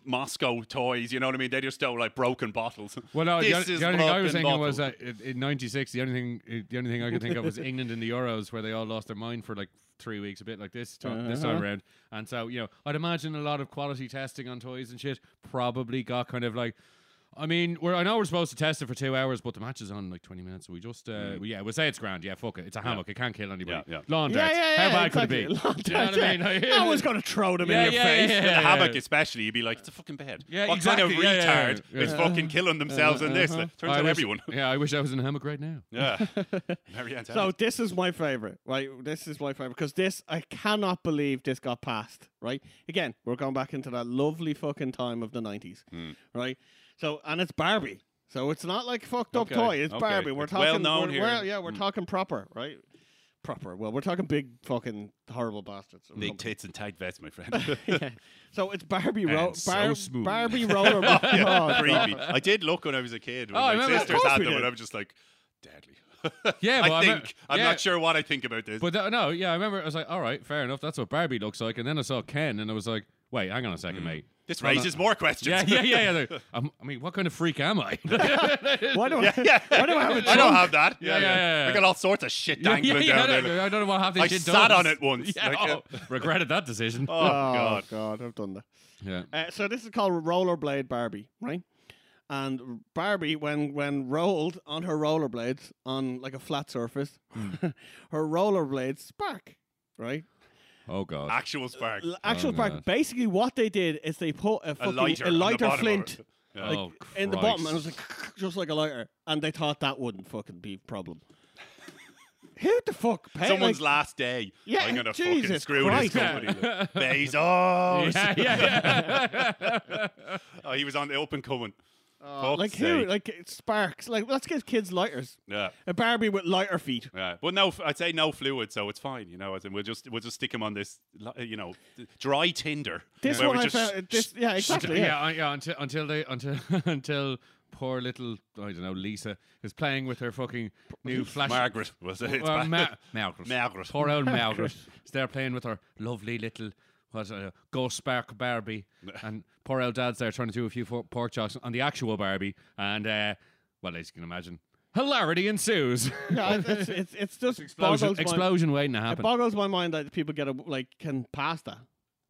[SPEAKER 1] Moscow toys. You know what I mean? They just stole like broken bottles.
[SPEAKER 2] well, no. The,
[SPEAKER 1] This
[SPEAKER 2] only- the
[SPEAKER 1] is
[SPEAKER 2] only thing I was
[SPEAKER 1] broken
[SPEAKER 2] thinking was
[SPEAKER 1] bottle.
[SPEAKER 2] that in- in '96, the only thing, the only thing I could think of was England and the Euros, where they all lost their mind for like three weeks, a bit like this time, this time
[SPEAKER 3] Uh-huh.
[SPEAKER 2] around. And so, you know, I'd imagine a lot of quality testing on toys and shit probably got kind of like. I mean, we're, I know we're supposed to test it for two hours, but the match is on in like 20 minutes, so we just, uh, we- yeah, we'll say it's grand. Yeah, fuck it. It's a hammock. It can't kill anybody.
[SPEAKER 1] Mm. Yeah, yeah.
[SPEAKER 2] Lawn darts. How bad could it be?
[SPEAKER 3] exactly.
[SPEAKER 2] Do you know what I mean? Uh-huh. Like,
[SPEAKER 3] no one's gonna throw them
[SPEAKER 2] Yeah,
[SPEAKER 3] in your
[SPEAKER 2] yeah,
[SPEAKER 3] face.
[SPEAKER 2] yeah.
[SPEAKER 1] In a hammock, especially, you'd be like, it's a fucking bed.
[SPEAKER 2] Yeah,
[SPEAKER 1] what kind of
[SPEAKER 2] exactly. Yeah, yeah,
[SPEAKER 1] retard
[SPEAKER 2] yeah.
[SPEAKER 1] is fucking killing themselves in this?
[SPEAKER 3] uh-huh.
[SPEAKER 1] Like, turns
[SPEAKER 2] I
[SPEAKER 1] out
[SPEAKER 2] wish-
[SPEAKER 1] everyone.
[SPEAKER 2] Yeah, I wish I was in a hammock right now.
[SPEAKER 1] Yeah. Mary
[SPEAKER 3] So
[SPEAKER 1] Antoinette.
[SPEAKER 3] this is my favorite, right? This is my favorite because this I cannot believe this got passed, right? Again, we're going back into that lovely fucking time of the nineties,
[SPEAKER 1] Hmm.
[SPEAKER 3] right? So and it's Barbie, so it's not like fucked up
[SPEAKER 1] Okay,
[SPEAKER 3] toy. It's
[SPEAKER 1] okay.
[SPEAKER 3] Barbie. We're
[SPEAKER 1] It's
[SPEAKER 3] talking
[SPEAKER 1] well known
[SPEAKER 3] we're-
[SPEAKER 1] here. Hmm.
[SPEAKER 3] we're- yeah, we're talking proper, right? Proper. Well, we're talking big fucking horrible bastards. or
[SPEAKER 1] Big
[SPEAKER 3] something.
[SPEAKER 1] tits and tight vests, my friend.
[SPEAKER 3] So it's Barbie
[SPEAKER 2] And
[SPEAKER 3] Ro-
[SPEAKER 2] so
[SPEAKER 3] Bar-
[SPEAKER 2] smooth.
[SPEAKER 3] Barbie roller. Oh,
[SPEAKER 1] yeah,
[SPEAKER 3] God.
[SPEAKER 1] creepy. I did look when I was a kid. When
[SPEAKER 2] Oh, I
[SPEAKER 1] my
[SPEAKER 2] remember that.
[SPEAKER 1] sisters
[SPEAKER 3] Of course
[SPEAKER 1] had
[SPEAKER 3] we
[SPEAKER 1] them,
[SPEAKER 3] did.
[SPEAKER 1] and I was just like, deadly.
[SPEAKER 2] Yeah, well,
[SPEAKER 1] I
[SPEAKER 2] I
[SPEAKER 1] think.
[SPEAKER 2] remember-
[SPEAKER 1] I'm
[SPEAKER 2] yeah.
[SPEAKER 1] not sure what I think about this.
[SPEAKER 2] But that, no, yeah, I remember. I was like, all right, fair enough. That's what Barbie looks like. And then I saw Ken, and I was like, wait, hang on a second, mate.
[SPEAKER 1] Mm. this
[SPEAKER 2] Hold on.
[SPEAKER 1] raises more questions.
[SPEAKER 2] Yeah, yeah, yeah. yeah. like, I'm- I mean, what kind of freak am I?
[SPEAKER 3] Why do I?
[SPEAKER 1] yeah.
[SPEAKER 3] Why do I have a
[SPEAKER 1] I don't
[SPEAKER 3] trunk?
[SPEAKER 1] have that.
[SPEAKER 2] Yeah, yeah, yeah.
[SPEAKER 1] I got all sorts of shit
[SPEAKER 2] Yeah, yeah,
[SPEAKER 1] dangling
[SPEAKER 2] yeah, I,
[SPEAKER 1] down there.
[SPEAKER 2] don't, I don't know what half this
[SPEAKER 1] I
[SPEAKER 2] shit
[SPEAKER 1] sat
[SPEAKER 2] does.
[SPEAKER 1] on it once,
[SPEAKER 2] Yeah,
[SPEAKER 1] like, uh,
[SPEAKER 2] oh, regretted that decision.
[SPEAKER 1] Oh,
[SPEAKER 3] Oh
[SPEAKER 1] God.
[SPEAKER 3] God, I've done that.
[SPEAKER 2] Yeah.
[SPEAKER 3] Uh, so this is called rollerblade Barbie, right? And Barbie, when when rolled on her rollerblades on like a flat surface,
[SPEAKER 1] Hmm.
[SPEAKER 3] her rollerblades spark, right?
[SPEAKER 2] Oh god.
[SPEAKER 1] Actual spark.
[SPEAKER 3] L- Actual
[SPEAKER 2] Oh,
[SPEAKER 3] spark.
[SPEAKER 2] God.
[SPEAKER 3] Basically, what they did is they put a,
[SPEAKER 1] A
[SPEAKER 3] fucking,
[SPEAKER 1] lighter.
[SPEAKER 3] a
[SPEAKER 1] on the
[SPEAKER 3] lighter
[SPEAKER 1] bottom of
[SPEAKER 3] flint
[SPEAKER 1] it. Yeah.
[SPEAKER 2] oh,
[SPEAKER 3] in the bottom, and it
[SPEAKER 2] Christ.
[SPEAKER 3] was like just like a lighter, and they thought that wouldn't fucking be a problem. Who the fuck? Paid?
[SPEAKER 1] Someone's
[SPEAKER 3] Oh, like,
[SPEAKER 1] last day.
[SPEAKER 3] Yeah,
[SPEAKER 1] I'm gonna fucking
[SPEAKER 3] Jesus
[SPEAKER 1] screw
[SPEAKER 3] Christ.
[SPEAKER 1] this company. Bezos.
[SPEAKER 2] yeah, yeah, yeah.
[SPEAKER 1] Oh, he was on the open coming.
[SPEAKER 3] uh, like who? Like it sparks. Like let's give kids lighters.
[SPEAKER 1] Yeah.
[SPEAKER 3] A Barbie with lighter feet.
[SPEAKER 1] Yeah, but no, I'd say no fluid, so it's fine. You know, as in we'll just we'll just stick him on this, li- you know, dry tinder.
[SPEAKER 3] This
[SPEAKER 1] where
[SPEAKER 3] one
[SPEAKER 1] we
[SPEAKER 3] I
[SPEAKER 1] just
[SPEAKER 3] found. This, yeah, exactly.
[SPEAKER 2] yeah,
[SPEAKER 3] yeah.
[SPEAKER 2] yeah, yeah until, until they until until poor little I don't know Lisa is playing with her fucking new flash.
[SPEAKER 1] Margaret was it? It's
[SPEAKER 2] Well,
[SPEAKER 1] back-
[SPEAKER 2] Ma- Margaret.
[SPEAKER 1] Margaret.
[SPEAKER 2] Poor old Margaret. She's there playing with her lovely little what uh, Ghost Spark Barbie, and poor old dad's there trying to do a few for- pork chops on the actual Barbie, and uh, well, as you can imagine, hilarity ensues.
[SPEAKER 3] Yeah, it's, it's, it's, it's just
[SPEAKER 2] explosion,
[SPEAKER 3] boggles my,
[SPEAKER 2] explosion waiting to
[SPEAKER 3] it
[SPEAKER 2] happen.
[SPEAKER 3] boggles my mind that people get a, like can pass that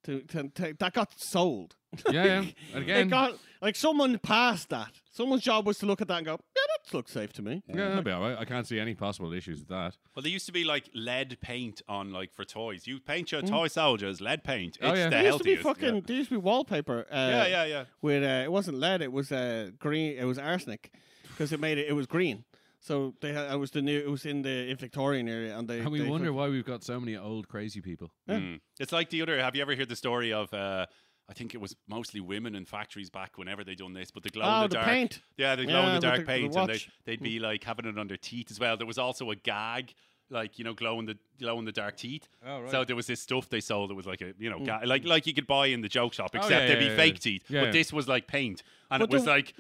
[SPEAKER 3] to, to, to that got sold.
[SPEAKER 2] yeah, yeah. And
[SPEAKER 3] It
[SPEAKER 2] again,
[SPEAKER 3] got like someone passed that. Someone's job was to look at that and go, yeah, that looks safe to me.
[SPEAKER 2] yeah, that'll be all right. I can't see any possible issues with that.
[SPEAKER 1] Well, there used to be like lead paint on like for toys. You paint
[SPEAKER 3] Mm.
[SPEAKER 1] your toy soldiers lead paint. It's
[SPEAKER 2] Oh, yeah.
[SPEAKER 1] the
[SPEAKER 3] There used to be
[SPEAKER 1] healthiest.
[SPEAKER 3] fucking. There used to be wallpaper. Uh,
[SPEAKER 1] yeah, yeah, yeah. yeah.
[SPEAKER 3] With uh, it wasn't lead. It was uh, green. It was arsenic because it made it. It was green. So they had, it was the new. It was in the in Victorian area, and they.
[SPEAKER 2] And we
[SPEAKER 3] they
[SPEAKER 2] wonder why we've got so many old crazy people.
[SPEAKER 1] Mm. It's like the other. Have you ever heard the story of? Uh, I think it was mostly women in factories back whenever they done this, but the glow
[SPEAKER 3] Oh,
[SPEAKER 1] in the
[SPEAKER 3] the
[SPEAKER 1] dark
[SPEAKER 3] paint.
[SPEAKER 1] Yeah, the glow
[SPEAKER 3] Yeah,
[SPEAKER 1] in
[SPEAKER 3] with
[SPEAKER 1] the dark
[SPEAKER 3] the- the
[SPEAKER 1] paint, and they,
[SPEAKER 3] watch. Mm.
[SPEAKER 1] they'd be like having it on their teeth as well. There was also a gag, like you know, glow in the glow in the dark teeth.
[SPEAKER 2] Oh, right.
[SPEAKER 1] So there was this stuff they sold that was like a you
[SPEAKER 3] Mm.
[SPEAKER 1] know, ga- like like you could buy in the joke shop, except
[SPEAKER 2] Oh, yeah,
[SPEAKER 1] there'd
[SPEAKER 2] yeah,
[SPEAKER 1] be
[SPEAKER 2] yeah,
[SPEAKER 1] fake
[SPEAKER 2] yeah.
[SPEAKER 1] teeth,
[SPEAKER 2] Yeah,
[SPEAKER 1] but
[SPEAKER 2] yeah.
[SPEAKER 1] this was like paint, and it
[SPEAKER 3] But
[SPEAKER 1] was
[SPEAKER 3] the-
[SPEAKER 1] like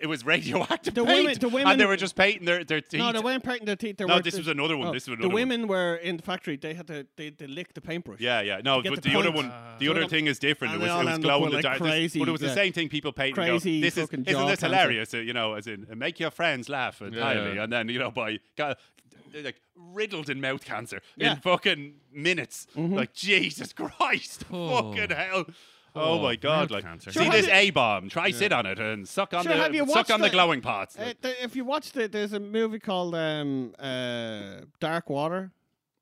[SPEAKER 1] it was radioactive
[SPEAKER 3] The
[SPEAKER 1] paint,
[SPEAKER 3] women- the
[SPEAKER 1] and they
[SPEAKER 3] women-
[SPEAKER 1] were just painting their their teeth.
[SPEAKER 3] No, they weren't painting their teeth. They
[SPEAKER 1] No,
[SPEAKER 3] were-
[SPEAKER 1] this was another one.
[SPEAKER 3] Oh,
[SPEAKER 1] This was
[SPEAKER 3] the
[SPEAKER 1] another one.
[SPEAKER 3] women were in the factory. They had to they, they lick the paintbrush.
[SPEAKER 1] Yeah, yeah. No,
[SPEAKER 3] get
[SPEAKER 1] but
[SPEAKER 3] the Uh,
[SPEAKER 1] the, other
[SPEAKER 3] points.
[SPEAKER 1] one, the other
[SPEAKER 3] Sort of.
[SPEAKER 1] thing is different. It
[SPEAKER 3] And
[SPEAKER 1] was,
[SPEAKER 3] they all
[SPEAKER 1] it was
[SPEAKER 3] end up
[SPEAKER 1] glow in
[SPEAKER 3] with,
[SPEAKER 1] the
[SPEAKER 3] like,
[SPEAKER 1] dark. this-
[SPEAKER 3] crazy,
[SPEAKER 1] but it was
[SPEAKER 3] yeah.
[SPEAKER 1] the same thing people paid. and go,
[SPEAKER 3] Crazy
[SPEAKER 1] this is,
[SPEAKER 3] fucking
[SPEAKER 1] isn't
[SPEAKER 3] jaw
[SPEAKER 1] this
[SPEAKER 3] cancer."
[SPEAKER 1] hilarious? Uh, You know, as in uh, make your friends laugh entirely,
[SPEAKER 2] yeah.
[SPEAKER 1] and then you know by got, like riddled in mouth cancer
[SPEAKER 3] Yeah. Mm-hmm.
[SPEAKER 1] in fucking minutes. Like Jesus Christ,
[SPEAKER 2] Oh.
[SPEAKER 1] fucking hell. Oh,
[SPEAKER 2] Oh,
[SPEAKER 1] my God!
[SPEAKER 2] mouth
[SPEAKER 1] Like,
[SPEAKER 2] cancer.
[SPEAKER 1] see
[SPEAKER 2] Sure,
[SPEAKER 3] have
[SPEAKER 1] this
[SPEAKER 3] you-
[SPEAKER 1] A bomb. Try sit on it and suck on
[SPEAKER 3] Sure, have you
[SPEAKER 1] the suck
[SPEAKER 3] watched
[SPEAKER 1] on the
[SPEAKER 3] the-
[SPEAKER 1] glowing parts.
[SPEAKER 3] Uh,
[SPEAKER 1] Like,
[SPEAKER 3] th- if you watch the, there's a movie called um, uh, Dark Water.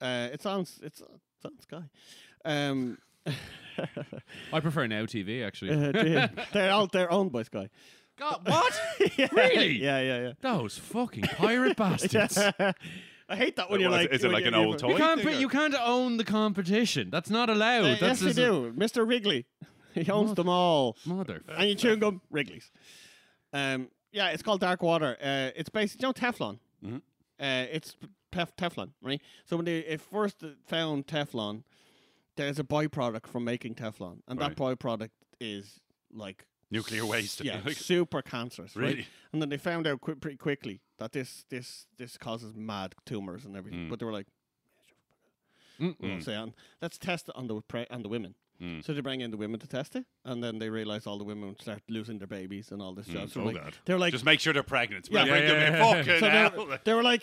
[SPEAKER 3] Uh, it's on. s- It's, it's on Sky. Um,
[SPEAKER 2] I prefer now TV actually.
[SPEAKER 3] uh, they- they're all they're owned by Sky.
[SPEAKER 2] God, what? Really?
[SPEAKER 3] Yeah, yeah,
[SPEAKER 2] Those fucking pirate bastards.
[SPEAKER 3] yeah. I hate that
[SPEAKER 1] What
[SPEAKER 3] when you're
[SPEAKER 1] is
[SPEAKER 3] like.
[SPEAKER 1] it- is it
[SPEAKER 3] when
[SPEAKER 1] like
[SPEAKER 3] you-
[SPEAKER 1] an
[SPEAKER 3] you-
[SPEAKER 1] old toy?
[SPEAKER 2] You can't,
[SPEAKER 1] thing
[SPEAKER 2] put,
[SPEAKER 1] or-
[SPEAKER 2] you can't own the competition. That's not allowed.
[SPEAKER 3] Uh, yes,
[SPEAKER 2] That's
[SPEAKER 3] they
[SPEAKER 2] just-
[SPEAKER 3] do. Mr. Wrigley, he owns them all.
[SPEAKER 2] Mother.
[SPEAKER 3] and you chewing gum Wrigley's. Um, yeah, it's called Dark Water. Uh, it's basically you know Teflon.
[SPEAKER 1] Mhm.
[SPEAKER 3] Uh, it's pef- Teflon, right? So when they it first found Teflon, there's a byproduct from making Teflon, and that byproduct is like
[SPEAKER 1] Nuclear waste.
[SPEAKER 3] Yeah,
[SPEAKER 1] Like,
[SPEAKER 3] super cancerous. Right?
[SPEAKER 1] Really?
[SPEAKER 3] And then they found out qui- pretty quickly that this this this causes mad tumors and everything. But they were like,
[SPEAKER 2] Mm.
[SPEAKER 3] we won't say on. Let's test it on the pre- on the women.
[SPEAKER 1] Mm.
[SPEAKER 3] So they bring in the women to test it, and then they realize all the women start losing their babies and all this stuff. So
[SPEAKER 1] Oh,
[SPEAKER 3] like,
[SPEAKER 1] God.
[SPEAKER 3] they were like,
[SPEAKER 1] Just make sure they're pregnant. Yeah,
[SPEAKER 3] Yeah.
[SPEAKER 1] bring
[SPEAKER 2] Yeah,
[SPEAKER 1] them
[SPEAKER 2] yeah, yeah.
[SPEAKER 1] in. Fucking
[SPEAKER 3] so they,
[SPEAKER 1] hell.
[SPEAKER 3] were, they were like,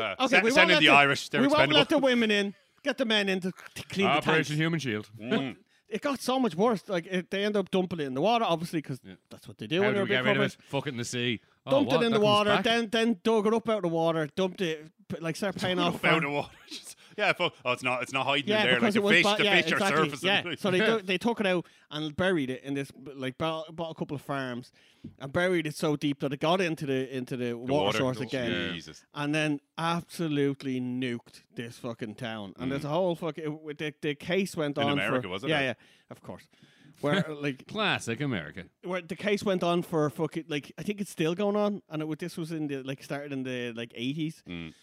[SPEAKER 1] Uh,
[SPEAKER 3] okay,
[SPEAKER 1] send-
[SPEAKER 3] we
[SPEAKER 1] send
[SPEAKER 3] won't
[SPEAKER 1] in
[SPEAKER 3] let
[SPEAKER 1] the Irish, they're
[SPEAKER 3] we won't
[SPEAKER 1] expendable.
[SPEAKER 3] let the women in. Get the men in to c- clean the tanks.
[SPEAKER 2] Operation Human Shield.
[SPEAKER 1] Mm.
[SPEAKER 3] It got so much worse. Like it, they end up dumping it in the water, obviously, because that's what they do.
[SPEAKER 2] How
[SPEAKER 3] when
[SPEAKER 2] do
[SPEAKER 3] they're
[SPEAKER 2] we
[SPEAKER 3] a
[SPEAKER 2] get
[SPEAKER 3] big
[SPEAKER 2] rid of
[SPEAKER 3] corporation.
[SPEAKER 2] it? Fuck it in the sea. Oh,
[SPEAKER 3] dumped
[SPEAKER 2] what?
[SPEAKER 3] it in
[SPEAKER 2] That comes
[SPEAKER 3] the water,
[SPEAKER 2] back?
[SPEAKER 3] then then dug it up out of the water, dumped it, p- like started paying off.
[SPEAKER 1] Up out
[SPEAKER 3] for-
[SPEAKER 1] of water. Just- yeah, fuck. Oh, it's not. It's not hiding
[SPEAKER 3] yeah,
[SPEAKER 1] in there. Like
[SPEAKER 3] because
[SPEAKER 1] the
[SPEAKER 3] it was
[SPEAKER 1] fish,
[SPEAKER 3] ba-
[SPEAKER 1] the
[SPEAKER 3] yeah,
[SPEAKER 1] fish
[SPEAKER 3] exactly,
[SPEAKER 1] are surfacing.
[SPEAKER 3] Yeah. So they
[SPEAKER 2] Yeah.
[SPEAKER 3] do- they took it out and buried it in this like bought, bought a couple of farms and buried it so deep that it got into the into the, water, source again.
[SPEAKER 1] Oh, Jesus.
[SPEAKER 3] And then absolutely nuked this fucking town. And there's a whole fucking it- the, the case went
[SPEAKER 1] Mm. In
[SPEAKER 3] on
[SPEAKER 1] America,
[SPEAKER 3] for,
[SPEAKER 1] was it,
[SPEAKER 3] Yeah,
[SPEAKER 1] or-
[SPEAKER 3] yeah, of course. Where like
[SPEAKER 2] Classic America.
[SPEAKER 3] where the case went on for fucking like I think it's still going on, and it was this was in the like started in the like eighties.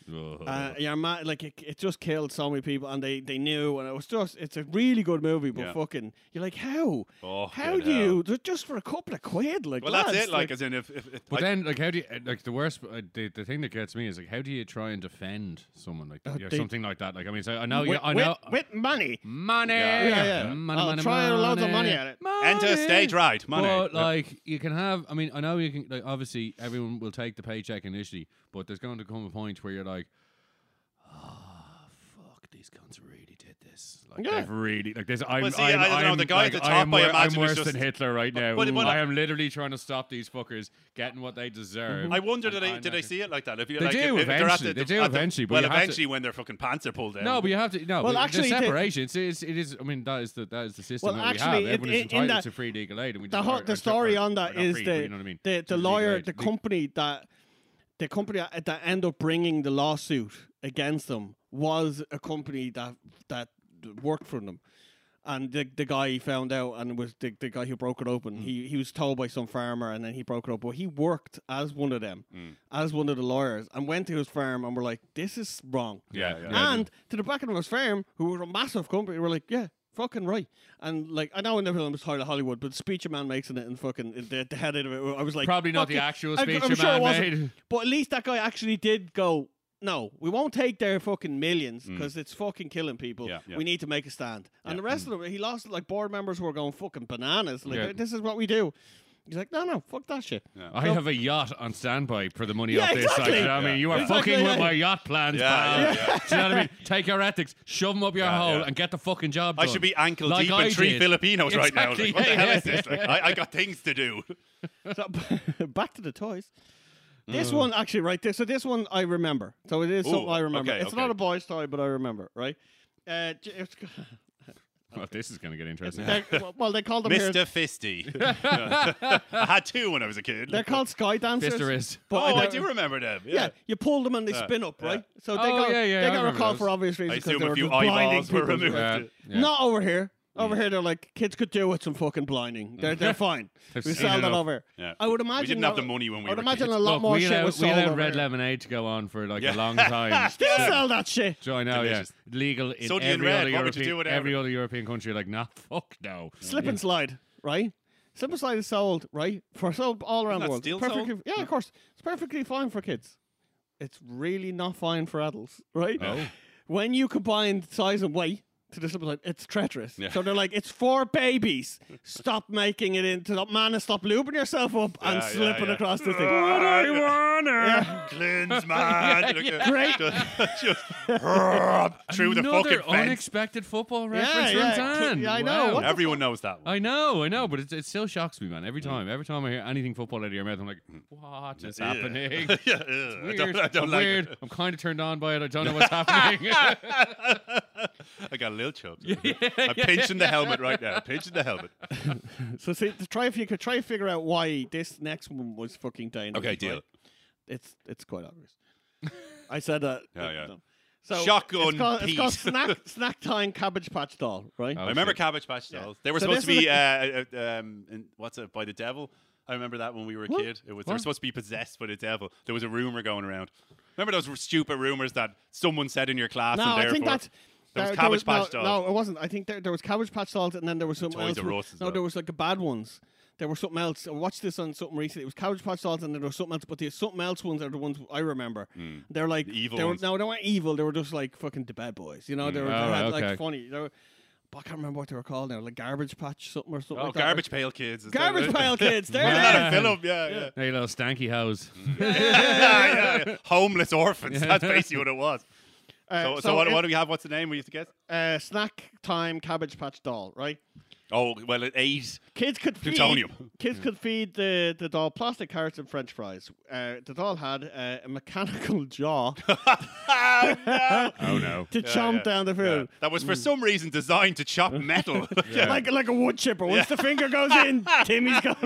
[SPEAKER 2] Oh,
[SPEAKER 3] Uh, yeah, ma- like it, it just killed so many people, and they they knew, and it was just it's a really good movie, but
[SPEAKER 1] Yeah.
[SPEAKER 3] fucking you're like how
[SPEAKER 1] Fucking
[SPEAKER 3] how do you ju- just for a couple of quid like
[SPEAKER 1] Well, that's
[SPEAKER 3] lads,
[SPEAKER 1] it. Like, as in, if, if, if
[SPEAKER 2] But
[SPEAKER 1] I-
[SPEAKER 2] then, like, how do you uh, like the worst? uh, The, the thing that gets me is like, how do you try and defend someone like that?
[SPEAKER 3] Uh,
[SPEAKER 2] yeah,
[SPEAKER 3] they-
[SPEAKER 2] something like that. Like, I mean, so I know, you,
[SPEAKER 3] with,
[SPEAKER 2] Oh, I know,
[SPEAKER 3] with, with money.
[SPEAKER 2] money,
[SPEAKER 1] Yeah,
[SPEAKER 3] yeah, yeah.
[SPEAKER 2] money,
[SPEAKER 3] I'll
[SPEAKER 2] money,
[SPEAKER 3] try
[SPEAKER 2] money,
[SPEAKER 3] loads of money at it.
[SPEAKER 1] enter stage right, money.
[SPEAKER 2] But like, you can have. I mean, I know you can. Like, obviously, everyone will take the paycheck initially, but there's going to come a point where you're like, oh, fuck, these cunts really did this. Like,
[SPEAKER 3] Yeah.
[SPEAKER 2] they've really like this. I'm,
[SPEAKER 1] see,
[SPEAKER 2] I'm,
[SPEAKER 1] I don't know,
[SPEAKER 2] I'm-
[SPEAKER 1] the guy at
[SPEAKER 2] like,
[SPEAKER 1] the
[SPEAKER 2] I am,
[SPEAKER 1] top, I
[SPEAKER 2] wor- I'm
[SPEAKER 1] imagine, is
[SPEAKER 2] worse than
[SPEAKER 1] just-
[SPEAKER 2] Hitler right now.
[SPEAKER 1] but- but-
[SPEAKER 2] I am literally trying to stop these fuckers getting what they deserve.
[SPEAKER 1] Mm-hmm. I wonder,
[SPEAKER 2] And
[SPEAKER 1] did I
[SPEAKER 2] I'm
[SPEAKER 1] did
[SPEAKER 2] not
[SPEAKER 1] I
[SPEAKER 2] gonna-
[SPEAKER 1] see it like that? If you
[SPEAKER 2] They
[SPEAKER 1] like, if,
[SPEAKER 2] do
[SPEAKER 1] if they're at
[SPEAKER 2] eventually,
[SPEAKER 1] the,
[SPEAKER 2] they
[SPEAKER 1] the-
[SPEAKER 2] do
[SPEAKER 1] at the-
[SPEAKER 2] eventually, but
[SPEAKER 1] well,
[SPEAKER 2] you have to-
[SPEAKER 1] eventually, when their fucking pants are pulled down.
[SPEAKER 2] No, but you have to. No,
[SPEAKER 3] Well,
[SPEAKER 2] well,
[SPEAKER 3] actually,
[SPEAKER 2] actually,
[SPEAKER 3] the-
[SPEAKER 2] separation. It's, it's, it is. I mean, that is the that is the system
[SPEAKER 3] Well,
[SPEAKER 2] that
[SPEAKER 3] actually,
[SPEAKER 2] we
[SPEAKER 3] it-
[SPEAKER 2] have. Everyone is
[SPEAKER 3] in- in
[SPEAKER 2] entitled
[SPEAKER 3] that-
[SPEAKER 2] to free legal aid, and we
[SPEAKER 3] The,
[SPEAKER 2] just
[SPEAKER 3] ho-
[SPEAKER 2] are-
[SPEAKER 3] the
[SPEAKER 2] are-
[SPEAKER 3] story
[SPEAKER 2] are-
[SPEAKER 3] on
[SPEAKER 2] are
[SPEAKER 3] that
[SPEAKER 2] not
[SPEAKER 3] is
[SPEAKER 2] free, but
[SPEAKER 3] the,
[SPEAKER 2] you know what I mean.
[SPEAKER 3] the the
[SPEAKER 2] Legal
[SPEAKER 3] lawyer,
[SPEAKER 2] aid.
[SPEAKER 3] the
[SPEAKER 2] Le-
[SPEAKER 3] company that the company that that end up bringing the lawsuit against them was a company that that worked for them. And the, the guy found out and was the, the guy who broke it
[SPEAKER 1] Mm.
[SPEAKER 3] open. He he was told by some farmer and then he broke it up. But he worked as one of them,
[SPEAKER 1] Mm.
[SPEAKER 3] as one of the lawyers, and went to his farm and were like, This is wrong.
[SPEAKER 1] Yeah, yeah.
[SPEAKER 3] And to the back of his firm, who were a massive company, were like, yeah, fucking right. And like, I know in the film it's tired of Hollywood, but the speech a man makes in it and fucking the, the head of it, I was like,
[SPEAKER 2] Probably not
[SPEAKER 3] fuck
[SPEAKER 2] the
[SPEAKER 3] it.
[SPEAKER 2] actual
[SPEAKER 3] I'm-
[SPEAKER 2] speech
[SPEAKER 3] I'm
[SPEAKER 2] a
[SPEAKER 3] sure it
[SPEAKER 2] man
[SPEAKER 3] wasn't.
[SPEAKER 2] made.
[SPEAKER 3] But at least that guy actually did go, no, we won't take their fucking millions because it's fucking killing people.
[SPEAKER 1] Mm. Yeah, yeah.
[SPEAKER 3] We need to make a stand. And the rest of them, he lost like board members who were going fucking bananas. Like,
[SPEAKER 2] Yeah.
[SPEAKER 3] this is what we do. He's like, no, no, fuck that shit.
[SPEAKER 2] I have a yacht on standby for the money
[SPEAKER 3] Yeah,
[SPEAKER 2] off this.
[SPEAKER 3] exactly.
[SPEAKER 2] Like, I mean, you are
[SPEAKER 3] Exactly,
[SPEAKER 2] fucking
[SPEAKER 3] yeah.
[SPEAKER 2] with my yacht plans,
[SPEAKER 1] Yeah,
[SPEAKER 2] pal.
[SPEAKER 1] yeah, yeah.
[SPEAKER 2] Do you know what I mean? Take your ethics, shove them up your hole,
[SPEAKER 1] yeah.
[SPEAKER 2] and get the fucking job
[SPEAKER 1] I
[SPEAKER 2] done.
[SPEAKER 1] should be ankle
[SPEAKER 2] Like
[SPEAKER 1] deep
[SPEAKER 2] I
[SPEAKER 1] in three
[SPEAKER 2] did.
[SPEAKER 1] Filipinos right now.
[SPEAKER 2] Exactly,
[SPEAKER 1] Like, what the
[SPEAKER 2] yeah,
[SPEAKER 1] hell is
[SPEAKER 2] yeah.
[SPEAKER 1] this? Like, I, I got things to do.
[SPEAKER 3] So back to the toys. This one actually, right? This, so this one I remember. So it is something
[SPEAKER 1] Mm. Ooh,
[SPEAKER 3] I remember.
[SPEAKER 1] okay,
[SPEAKER 3] it's not
[SPEAKER 1] okay.
[SPEAKER 3] a boy's toy, but I remember, right? Uh, j- it's,
[SPEAKER 2] Well, Oh, this is going to get interesting.
[SPEAKER 3] they're- well, they call them here.
[SPEAKER 1] Mr. Fisty. Yeah. I had two when I was a kid.
[SPEAKER 3] They're called sky dancers.
[SPEAKER 2] Fisterist.
[SPEAKER 3] but
[SPEAKER 1] oh, I
[SPEAKER 3] don't-
[SPEAKER 1] do remember them.
[SPEAKER 3] Yeah. you pull them and they
[SPEAKER 1] Yeah,
[SPEAKER 3] spin up,
[SPEAKER 1] yeah.
[SPEAKER 3] right? So they
[SPEAKER 2] Oh,
[SPEAKER 3] got
[SPEAKER 2] yeah, yeah, I
[SPEAKER 3] they got
[SPEAKER 2] remember
[SPEAKER 3] recalled for
[SPEAKER 2] those.
[SPEAKER 3] obvious
[SPEAKER 1] I
[SPEAKER 3] reasons because
[SPEAKER 1] assume
[SPEAKER 3] they
[SPEAKER 1] a
[SPEAKER 3] were
[SPEAKER 1] few
[SPEAKER 3] just blinding
[SPEAKER 1] eyeballs
[SPEAKER 3] people.
[SPEAKER 1] were removed.
[SPEAKER 2] Yeah, yeah.
[SPEAKER 3] Not over here. Over here, they're like kids could do with some fucking blinding. They're they're fine.
[SPEAKER 2] They've
[SPEAKER 3] we
[SPEAKER 2] seen
[SPEAKER 3] sell that
[SPEAKER 2] enough.
[SPEAKER 3] over.
[SPEAKER 1] Yeah.
[SPEAKER 3] here. I would imagine
[SPEAKER 1] We didn't have
[SPEAKER 3] that-
[SPEAKER 1] the money when we
[SPEAKER 3] I would
[SPEAKER 1] were
[SPEAKER 3] imagine
[SPEAKER 1] kids.
[SPEAKER 3] a lot
[SPEAKER 2] Look,
[SPEAKER 3] more
[SPEAKER 2] we
[SPEAKER 3] shit
[SPEAKER 2] allowed,
[SPEAKER 3] was
[SPEAKER 2] we
[SPEAKER 3] sold
[SPEAKER 2] allowed
[SPEAKER 3] over
[SPEAKER 2] red
[SPEAKER 3] here.
[SPEAKER 2] lemonade to go on for like
[SPEAKER 1] Yeah.
[SPEAKER 2] a long time.
[SPEAKER 3] Still sell that shit.
[SPEAKER 2] So I know, yeah.
[SPEAKER 1] Delicious.
[SPEAKER 2] Legal in
[SPEAKER 1] Sodium
[SPEAKER 2] every,
[SPEAKER 1] red,
[SPEAKER 2] other
[SPEAKER 1] what would you
[SPEAKER 2] European,
[SPEAKER 1] do without
[SPEAKER 2] every
[SPEAKER 1] it?
[SPEAKER 2] other European country. Like, nah, fuck no.
[SPEAKER 3] Slip and slide, right? Slip and slide is sold, right? For sold all
[SPEAKER 1] Isn't
[SPEAKER 3] around
[SPEAKER 1] that
[SPEAKER 3] the world.
[SPEAKER 1] still
[SPEAKER 3] perfectly,
[SPEAKER 1] sold?
[SPEAKER 3] yeah, of course. It's perfectly fine for kids. It's really not fine for adults, right?
[SPEAKER 2] No.
[SPEAKER 3] When you combine size and weight to the slip and slide, it's treacherous.
[SPEAKER 1] Yeah.
[SPEAKER 3] So they're like, it's for babies. Stop making it into that man and stop lubing yourself up and
[SPEAKER 1] Yeah, yeah,
[SPEAKER 3] slipping
[SPEAKER 1] yeah.
[SPEAKER 3] across the thing.
[SPEAKER 1] I
[SPEAKER 2] want
[SPEAKER 1] Cleanse man.
[SPEAKER 3] Great.
[SPEAKER 1] Through the fucking fence.
[SPEAKER 2] unexpected football
[SPEAKER 3] Yeah,
[SPEAKER 2] reference
[SPEAKER 3] yeah.
[SPEAKER 2] from Dan.
[SPEAKER 3] Yeah, I know.
[SPEAKER 2] Wow.
[SPEAKER 3] What the
[SPEAKER 1] Everyone knows that one.
[SPEAKER 2] I know, I
[SPEAKER 1] Hmm.
[SPEAKER 2] know, but it, it still shocks me, man. Every time, every time I hear anything football out of your mouth, I'm like, "Hmm, what is
[SPEAKER 1] Yeah.
[SPEAKER 2] happening?
[SPEAKER 1] yeah, yeah. I
[SPEAKER 2] Weird.
[SPEAKER 1] don't, I don't
[SPEAKER 2] I'm
[SPEAKER 1] like
[SPEAKER 2] weird.
[SPEAKER 1] it.
[SPEAKER 2] I'm kind of turned on by it. I don't know what's happening.
[SPEAKER 1] I got a little chub. I'm pinching the helmet right now. Pinching the helmet.
[SPEAKER 2] Oh,
[SPEAKER 3] So see, to try if you could try to figure out why this next one was fucking dangerous.
[SPEAKER 1] Okay, deal.
[SPEAKER 3] right? It's it's quite obvious. I said that.
[SPEAKER 1] Yeah, yeah.
[SPEAKER 3] So
[SPEAKER 1] Shotgun
[SPEAKER 3] It's called, it's called
[SPEAKER 1] Pete.
[SPEAKER 3] snack snack time cabbage patch doll, right?
[SPEAKER 1] I
[SPEAKER 2] Oh,
[SPEAKER 1] remember
[SPEAKER 2] shit.
[SPEAKER 1] Cabbage Patch
[SPEAKER 3] Yeah.
[SPEAKER 1] Dolls. They were
[SPEAKER 3] So
[SPEAKER 1] supposed to
[SPEAKER 3] this is
[SPEAKER 1] be, uh, uh, um, in, what's it, by the devil? I remember that when we were a
[SPEAKER 3] What?
[SPEAKER 1] kid. It was they were
[SPEAKER 2] What?
[SPEAKER 1] supposed to be possessed by the devil. There was a rumor going around. Remember those stupid rumors that someone said in your class?
[SPEAKER 3] no,
[SPEAKER 1] and
[SPEAKER 3] I think
[SPEAKER 1] therefore-
[SPEAKER 3] that's uh,
[SPEAKER 1] There was
[SPEAKER 3] There- there
[SPEAKER 1] Cabbage Patch
[SPEAKER 3] no,
[SPEAKER 1] Dolls.
[SPEAKER 3] No, it wasn't. I think there, there was Cabbage Patch Dolls, and then there was something
[SPEAKER 1] Toys
[SPEAKER 3] else.
[SPEAKER 1] R
[SPEAKER 3] with-
[SPEAKER 1] Us as
[SPEAKER 3] no,
[SPEAKER 1] well.
[SPEAKER 3] there was like a bad ones. There was something else. I watched this on something recently. It was Cabbage Patch Dolls, and then there was something else. But the something else ones are the ones I remember. They're like
[SPEAKER 1] Hmm. The evil
[SPEAKER 3] they were,
[SPEAKER 1] ones. Hmm.
[SPEAKER 3] No, they weren't evil. They were just like fucking the bad boys. You know, they were
[SPEAKER 2] Oh,
[SPEAKER 3] they had,
[SPEAKER 2] okay.
[SPEAKER 3] like funny. They were, but I can't remember what they were called now. Like Garbage Patch something or something.
[SPEAKER 1] Oh,
[SPEAKER 3] like that.
[SPEAKER 1] Garbage Pail Kids. is that
[SPEAKER 3] Garbage
[SPEAKER 1] right?
[SPEAKER 3] Pail Kids. There
[SPEAKER 1] Isn't
[SPEAKER 3] they
[SPEAKER 1] that
[SPEAKER 3] are.
[SPEAKER 1] a film? Yeah, yeah.
[SPEAKER 2] Hey, little stanky hose.
[SPEAKER 1] Hmm. yeah, yeah. Homeless orphans. That's basically what it was.
[SPEAKER 3] Uh,
[SPEAKER 1] So, so, what,
[SPEAKER 3] it-
[SPEAKER 1] what do we have? What's the name we used to guess?
[SPEAKER 3] uh, snack time Cabbage Patch Doll, right?
[SPEAKER 1] Oh, well, it ate.
[SPEAKER 3] Kids could feed,
[SPEAKER 1] Plutonium.
[SPEAKER 3] Kids could feed the, the doll plastic carrots and French fries. Uh, the doll had uh, a mechanical jaw to
[SPEAKER 1] Ah, no.
[SPEAKER 2] Oh no.
[SPEAKER 1] Yeah,
[SPEAKER 3] chomp
[SPEAKER 1] yeah,
[SPEAKER 3] down the
[SPEAKER 1] yeah.
[SPEAKER 3] food.
[SPEAKER 1] That was for some reason designed to chop metal. Yeah.
[SPEAKER 3] Like like a wood chipper. Once the finger goes in, Timmy's gone.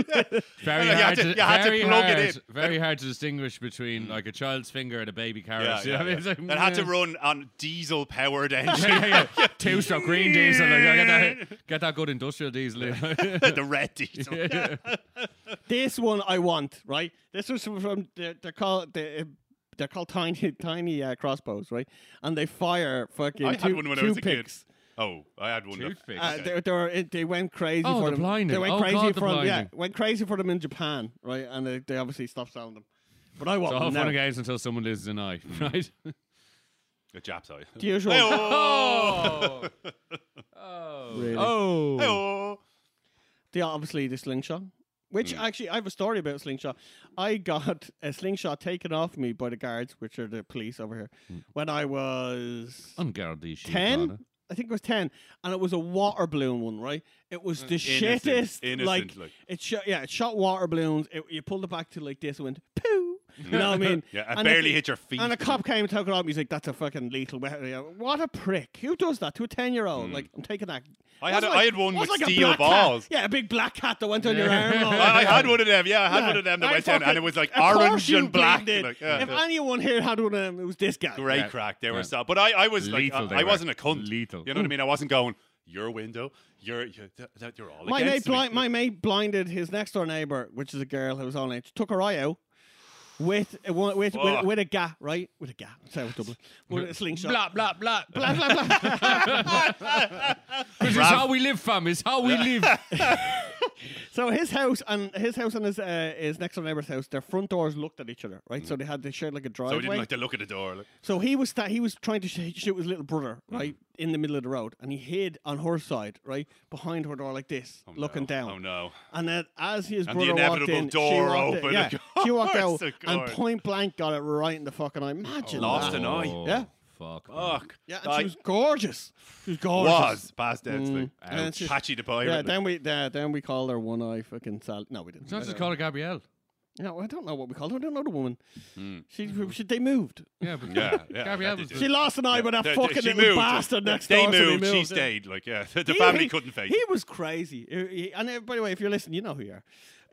[SPEAKER 2] Very
[SPEAKER 1] No, no, you
[SPEAKER 2] hard
[SPEAKER 1] had to-
[SPEAKER 2] to
[SPEAKER 1] you had to
[SPEAKER 2] very
[SPEAKER 1] plug it
[SPEAKER 2] hard-
[SPEAKER 1] in. Hmm.
[SPEAKER 2] Very hard to distinguish between like a child's finger and a baby carrot.
[SPEAKER 1] Yeah,
[SPEAKER 2] you know
[SPEAKER 1] yeah,
[SPEAKER 2] what I mean?
[SPEAKER 1] yeah.
[SPEAKER 2] It's like,
[SPEAKER 1] That had to
[SPEAKER 2] meh.
[SPEAKER 1] run on diesel powered engine.
[SPEAKER 2] yeah, yeah, yeah. Two stroke green diesel. Like, yeah, get, that, get that good industrial diesel. in.
[SPEAKER 1] the red diesel.
[SPEAKER 3] this one I want, right? This was from, from they're, they're called they're, they're called tiny tiny uh, crossbows, right? And they fire fucking
[SPEAKER 1] I
[SPEAKER 3] two,
[SPEAKER 1] had one when I
[SPEAKER 3] two
[SPEAKER 1] was a kid.
[SPEAKER 3] picks.
[SPEAKER 1] Oh, I had one. of-
[SPEAKER 2] Toothpicks.
[SPEAKER 3] Uh,
[SPEAKER 1] Okay.
[SPEAKER 3] they, they, were, it- they went crazy
[SPEAKER 2] Oh,
[SPEAKER 3] for
[SPEAKER 2] the
[SPEAKER 3] them.
[SPEAKER 2] blinding.
[SPEAKER 3] They went
[SPEAKER 2] Oh,
[SPEAKER 3] crazy
[SPEAKER 2] God, the
[SPEAKER 3] for them. Yeah,
[SPEAKER 2] blinding.
[SPEAKER 3] went crazy for them in Japan, right? And they, they obviously stopped selling them. But I want
[SPEAKER 2] So all
[SPEAKER 3] them
[SPEAKER 2] fun
[SPEAKER 3] now.
[SPEAKER 2] and games until someone loses an eye,
[SPEAKER 1] Hmm.
[SPEAKER 2] right?
[SPEAKER 1] The Japs, I.
[SPEAKER 3] The usual.
[SPEAKER 2] Oh. Oh.
[SPEAKER 3] Really?
[SPEAKER 2] Oh.
[SPEAKER 1] Hello.
[SPEAKER 3] The obviously the slingshot. Which
[SPEAKER 2] Mm.
[SPEAKER 3] actually, I have a story about slingshot. I got a slingshot taken off me by the guards, which are the police over here,
[SPEAKER 2] Mm.
[SPEAKER 3] when I was
[SPEAKER 2] Unguarded sheep, Anna.
[SPEAKER 3] ten. I think it was ten, and it was a water balloon one, right? It was the
[SPEAKER 1] Uh, innocent,
[SPEAKER 3] shittest.
[SPEAKER 1] innocent,
[SPEAKER 3] like,
[SPEAKER 1] like.
[SPEAKER 3] it shot, yeah, it shot water balloons. It, you pulled it back to like this, and went poo. You know what I mean?
[SPEAKER 1] Yeah, I
[SPEAKER 3] And if
[SPEAKER 1] barely
[SPEAKER 3] you-
[SPEAKER 1] hit your feet.
[SPEAKER 3] And a cop came and took it off. me. He's like, "That's a fucking lethal weapon." Yeah, What a prick! Who does that to a ten-year-old? Like, I'm taking that.
[SPEAKER 1] Hmm. I had
[SPEAKER 3] Wasn't
[SPEAKER 1] a- I
[SPEAKER 3] like-
[SPEAKER 1] had one
[SPEAKER 3] wasn't
[SPEAKER 1] with
[SPEAKER 3] like a
[SPEAKER 1] steel
[SPEAKER 3] black
[SPEAKER 1] balls.
[SPEAKER 3] Hat. Yeah, a big black hat that went on your
[SPEAKER 2] Yeah.
[SPEAKER 3] arm. and all
[SPEAKER 1] I, I
[SPEAKER 3] that.
[SPEAKER 1] had one of them. Yeah, I had
[SPEAKER 3] Yeah.
[SPEAKER 1] one of them that
[SPEAKER 3] I
[SPEAKER 1] went down, and
[SPEAKER 3] fucking-
[SPEAKER 1] it was like
[SPEAKER 3] of course
[SPEAKER 1] orange
[SPEAKER 3] you
[SPEAKER 1] and black.
[SPEAKER 3] did.
[SPEAKER 1] Like, yeah,
[SPEAKER 3] if
[SPEAKER 1] yeah.
[SPEAKER 3] anyone here had one of them, it was this guy.
[SPEAKER 1] Great
[SPEAKER 2] Yeah.
[SPEAKER 1] crack. They
[SPEAKER 2] Yeah.
[SPEAKER 1] were so. But I, I was
[SPEAKER 2] Lethal
[SPEAKER 1] like,
[SPEAKER 2] they
[SPEAKER 1] I, I
[SPEAKER 2] were.
[SPEAKER 1] wasn't a cunt.
[SPEAKER 2] Lethal.
[SPEAKER 1] You know what I
[SPEAKER 3] Mm.
[SPEAKER 1] mean? I wasn't going. Your window. You're you're, th- th- you're all
[SPEAKER 3] My mate,
[SPEAKER 1] against me.
[SPEAKER 3] blind, my mate blinded his next door neighbor, which is a girl who was on it. Took her eye out with a- with with, with,
[SPEAKER 1] Fuck.
[SPEAKER 3] with a ga, right? With a ga. Sorry, with Dublin. With a slingshot.
[SPEAKER 2] Blah blah blah.
[SPEAKER 3] blah blah blah.
[SPEAKER 2] This is
[SPEAKER 1] Rav.
[SPEAKER 2] how we live, fam. It's how we live.
[SPEAKER 3] So his house and his house and his uh, his next door neighbor's house, their front doors looked at each other, right? So they had they shared like a
[SPEAKER 1] Mm. So
[SPEAKER 3] driveway.
[SPEAKER 1] we didn't like to look at the door. Like,
[SPEAKER 3] So he was sta he was trying to sh- shoot his little brother
[SPEAKER 1] Mm.
[SPEAKER 3] right in the middle of the road, and he hid on her side, right behind her door like this,
[SPEAKER 1] oh,
[SPEAKER 3] looking
[SPEAKER 1] no.
[SPEAKER 3] down.
[SPEAKER 1] Oh no.
[SPEAKER 3] And then as his
[SPEAKER 1] And the
[SPEAKER 3] brother walked
[SPEAKER 1] inevitable
[SPEAKER 3] in,
[SPEAKER 1] door
[SPEAKER 3] she walked
[SPEAKER 1] opened.
[SPEAKER 3] In, yeah,
[SPEAKER 1] Of
[SPEAKER 3] she walked out
[SPEAKER 1] course, of
[SPEAKER 3] and
[SPEAKER 1] course.
[SPEAKER 3] point blank got it right in the fucking eye. Imagine
[SPEAKER 1] Lost
[SPEAKER 3] that.
[SPEAKER 1] an eye.
[SPEAKER 3] Yeah.
[SPEAKER 2] Oh, Fuck. man.
[SPEAKER 1] Fuck.
[SPEAKER 3] Yeah, and
[SPEAKER 1] Like,
[SPEAKER 3] she was gorgeous. She was gorgeous. Mm.
[SPEAKER 1] was past tense. Like,
[SPEAKER 3] And it's just-
[SPEAKER 1] Patchy the pirate.
[SPEAKER 3] Yeah,
[SPEAKER 1] like.
[SPEAKER 3] then we uh, then we called her one eye fucking Sally. No, we didn't.
[SPEAKER 2] It's not just call her Gabrielle.
[SPEAKER 3] No, I don't know what we called her. I don't know the woman.
[SPEAKER 1] Hmm.
[SPEAKER 3] She, she they moved.
[SPEAKER 2] Yeah, but
[SPEAKER 1] Yeah, yeah,
[SPEAKER 2] Gabrielle
[SPEAKER 1] that
[SPEAKER 2] was.
[SPEAKER 1] did
[SPEAKER 3] She lost an eye with that
[SPEAKER 1] Uh, They- they-
[SPEAKER 3] fucking
[SPEAKER 1] she
[SPEAKER 3] little
[SPEAKER 1] moved.
[SPEAKER 3] bastard next
[SPEAKER 1] they
[SPEAKER 3] door. so
[SPEAKER 1] Moved,
[SPEAKER 3] they
[SPEAKER 1] She
[SPEAKER 3] moved.
[SPEAKER 1] stayed. Like yeah, the
[SPEAKER 3] He-
[SPEAKER 1] family
[SPEAKER 3] he-
[SPEAKER 1] couldn't face.
[SPEAKER 3] He
[SPEAKER 1] it.
[SPEAKER 3] was crazy. He- he- and uh, by the way, if you're listening, you know who you are.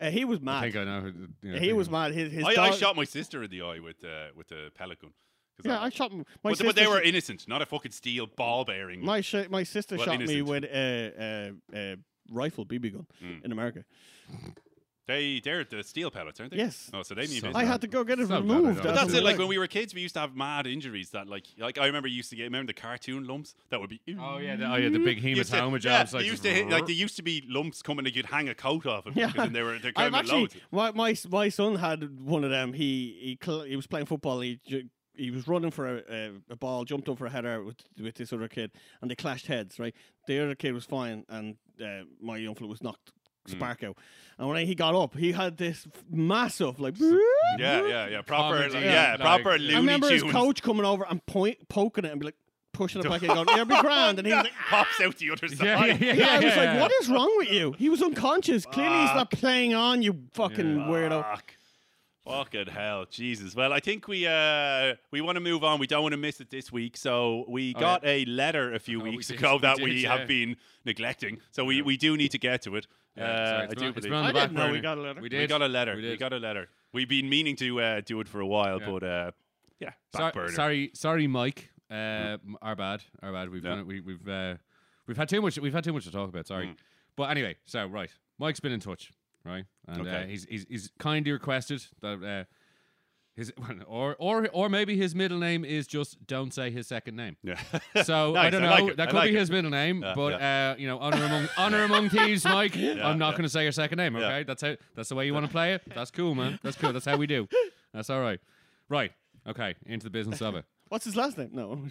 [SPEAKER 3] Uh, he was
[SPEAKER 2] I
[SPEAKER 3] mad.
[SPEAKER 2] think I know. Who, yeah, I
[SPEAKER 3] he
[SPEAKER 2] think I
[SPEAKER 3] was
[SPEAKER 2] know.
[SPEAKER 3] mad. His, his
[SPEAKER 1] I, I
[SPEAKER 3] dog-
[SPEAKER 1] shot my sister in the eye with uh, with a pelican. 'Cause
[SPEAKER 3] Yeah, I shot. My
[SPEAKER 1] but, but they
[SPEAKER 3] sister-
[SPEAKER 1] were innocent, not a fucking steel ball bearing.
[SPEAKER 3] My sh- my sister
[SPEAKER 1] Well,
[SPEAKER 3] shot me
[SPEAKER 1] innocent. Mm.
[SPEAKER 3] with a, a, a rifle BB gun in America.
[SPEAKER 1] they they're the steel pellets, aren't they?
[SPEAKER 3] Yes.
[SPEAKER 1] Oh, so they need.
[SPEAKER 2] So-
[SPEAKER 1] it.
[SPEAKER 3] I had to go get it
[SPEAKER 2] It's not bad at
[SPEAKER 3] removed.
[SPEAKER 2] all.
[SPEAKER 1] But
[SPEAKER 2] That's
[SPEAKER 1] that's it.
[SPEAKER 2] right.
[SPEAKER 1] Like when we were kids, we used to have mad injuries that, like, like I remember you used to get. Remember the cartoon lumps that would be.
[SPEAKER 2] Oh yeah, the, oh yeah, the big
[SPEAKER 1] Used to-
[SPEAKER 2] hematoma
[SPEAKER 1] yeah,
[SPEAKER 2] jobs. like
[SPEAKER 1] they used to hit, like uh, there used to be lumps coming that you'd hang a coat off of yeah.
[SPEAKER 3] Yeah.
[SPEAKER 1] because then they were they're
[SPEAKER 3] I've
[SPEAKER 1] coming
[SPEAKER 3] actually
[SPEAKER 1] loads.
[SPEAKER 3] my, my s- my son had one of them. He he cl- he was playing football. He ju- he was running for a, a, a ball, jumped up for a header with with this other kid, and they clashed heads. Right, the other kid was fine, and uh, my young fella was knocked
[SPEAKER 1] Mm.
[SPEAKER 3] spark out. And when he got up, he had this f- massive like.
[SPEAKER 1] Yeah, yeah, yeah. Proper,
[SPEAKER 2] Comedy,
[SPEAKER 1] like, yeah,
[SPEAKER 2] like-
[SPEAKER 1] proper
[SPEAKER 2] I
[SPEAKER 1] Looney
[SPEAKER 3] I remember his
[SPEAKER 1] Tunes.
[SPEAKER 3] coach coming over and point poking it and be like pushing it back in, going, "It'll be grand," and he was like.
[SPEAKER 1] pops out the other
[SPEAKER 2] Yeah, yeah,
[SPEAKER 1] side.
[SPEAKER 2] yeah,
[SPEAKER 3] Yeah, I was
[SPEAKER 2] yeah.
[SPEAKER 3] like, "What is wrong with you?" He was unconscious. Clearly, he's not playing on. You fucking weirdo.
[SPEAKER 1] Fuck. Fucking hell, Jesus. Well, I think we uh we want to move on. We don't want to miss it this week, so we
[SPEAKER 2] Oh,
[SPEAKER 1] got a letter a few
[SPEAKER 2] Oh, we
[SPEAKER 1] weeks
[SPEAKER 2] did,
[SPEAKER 1] ago
[SPEAKER 2] we
[SPEAKER 1] that
[SPEAKER 2] did,
[SPEAKER 1] we
[SPEAKER 2] yeah.
[SPEAKER 1] have been neglecting. So we, we do need to get to it.
[SPEAKER 2] Yeah, sorry,
[SPEAKER 1] uh, I
[SPEAKER 2] it's been-
[SPEAKER 1] do
[SPEAKER 2] it's
[SPEAKER 1] believe.
[SPEAKER 2] been on
[SPEAKER 3] I
[SPEAKER 2] the back
[SPEAKER 3] didn't know we
[SPEAKER 2] burner.
[SPEAKER 3] got a letter.
[SPEAKER 2] We did.
[SPEAKER 1] we got a letter.
[SPEAKER 2] We
[SPEAKER 1] We,
[SPEAKER 2] did.
[SPEAKER 1] got a letter. We've been meaning to uh, do it for a while,
[SPEAKER 2] Yeah.
[SPEAKER 1] but uh, yeah, back
[SPEAKER 2] Sorry,
[SPEAKER 1] burner. Mm.
[SPEAKER 2] sorry, sorry, Mike. Uh, m- Our bad, our bad. We've
[SPEAKER 1] Yeah.
[SPEAKER 2] done it. We, we've uh, we've had too much. We've had too much to talk about.
[SPEAKER 1] Mm.
[SPEAKER 2] Sorry, but anyway. So right, Mike's been in touch, right? And uh,
[SPEAKER 1] Okay.
[SPEAKER 2] he's, he's he's kindly requested that uh, His or or or maybe his middle name is just don't say his second name.
[SPEAKER 1] Yeah.
[SPEAKER 2] So
[SPEAKER 1] Nice,
[SPEAKER 2] I don't know.
[SPEAKER 1] like it,
[SPEAKER 2] that
[SPEAKER 1] I
[SPEAKER 2] could
[SPEAKER 1] like
[SPEAKER 2] be
[SPEAKER 1] it.
[SPEAKER 2] his middle name,
[SPEAKER 1] Yeah,
[SPEAKER 2] but Uh, you know, honor among honor among thieves, Mike. I'm not
[SPEAKER 1] yeah.
[SPEAKER 2] going to say your second name. Okay, that's how that's the way you want to play it. That's cool, man. That's cool. That's how we do. That's all right. Right. Okay. Into the business of it.
[SPEAKER 3] What's his last name? No.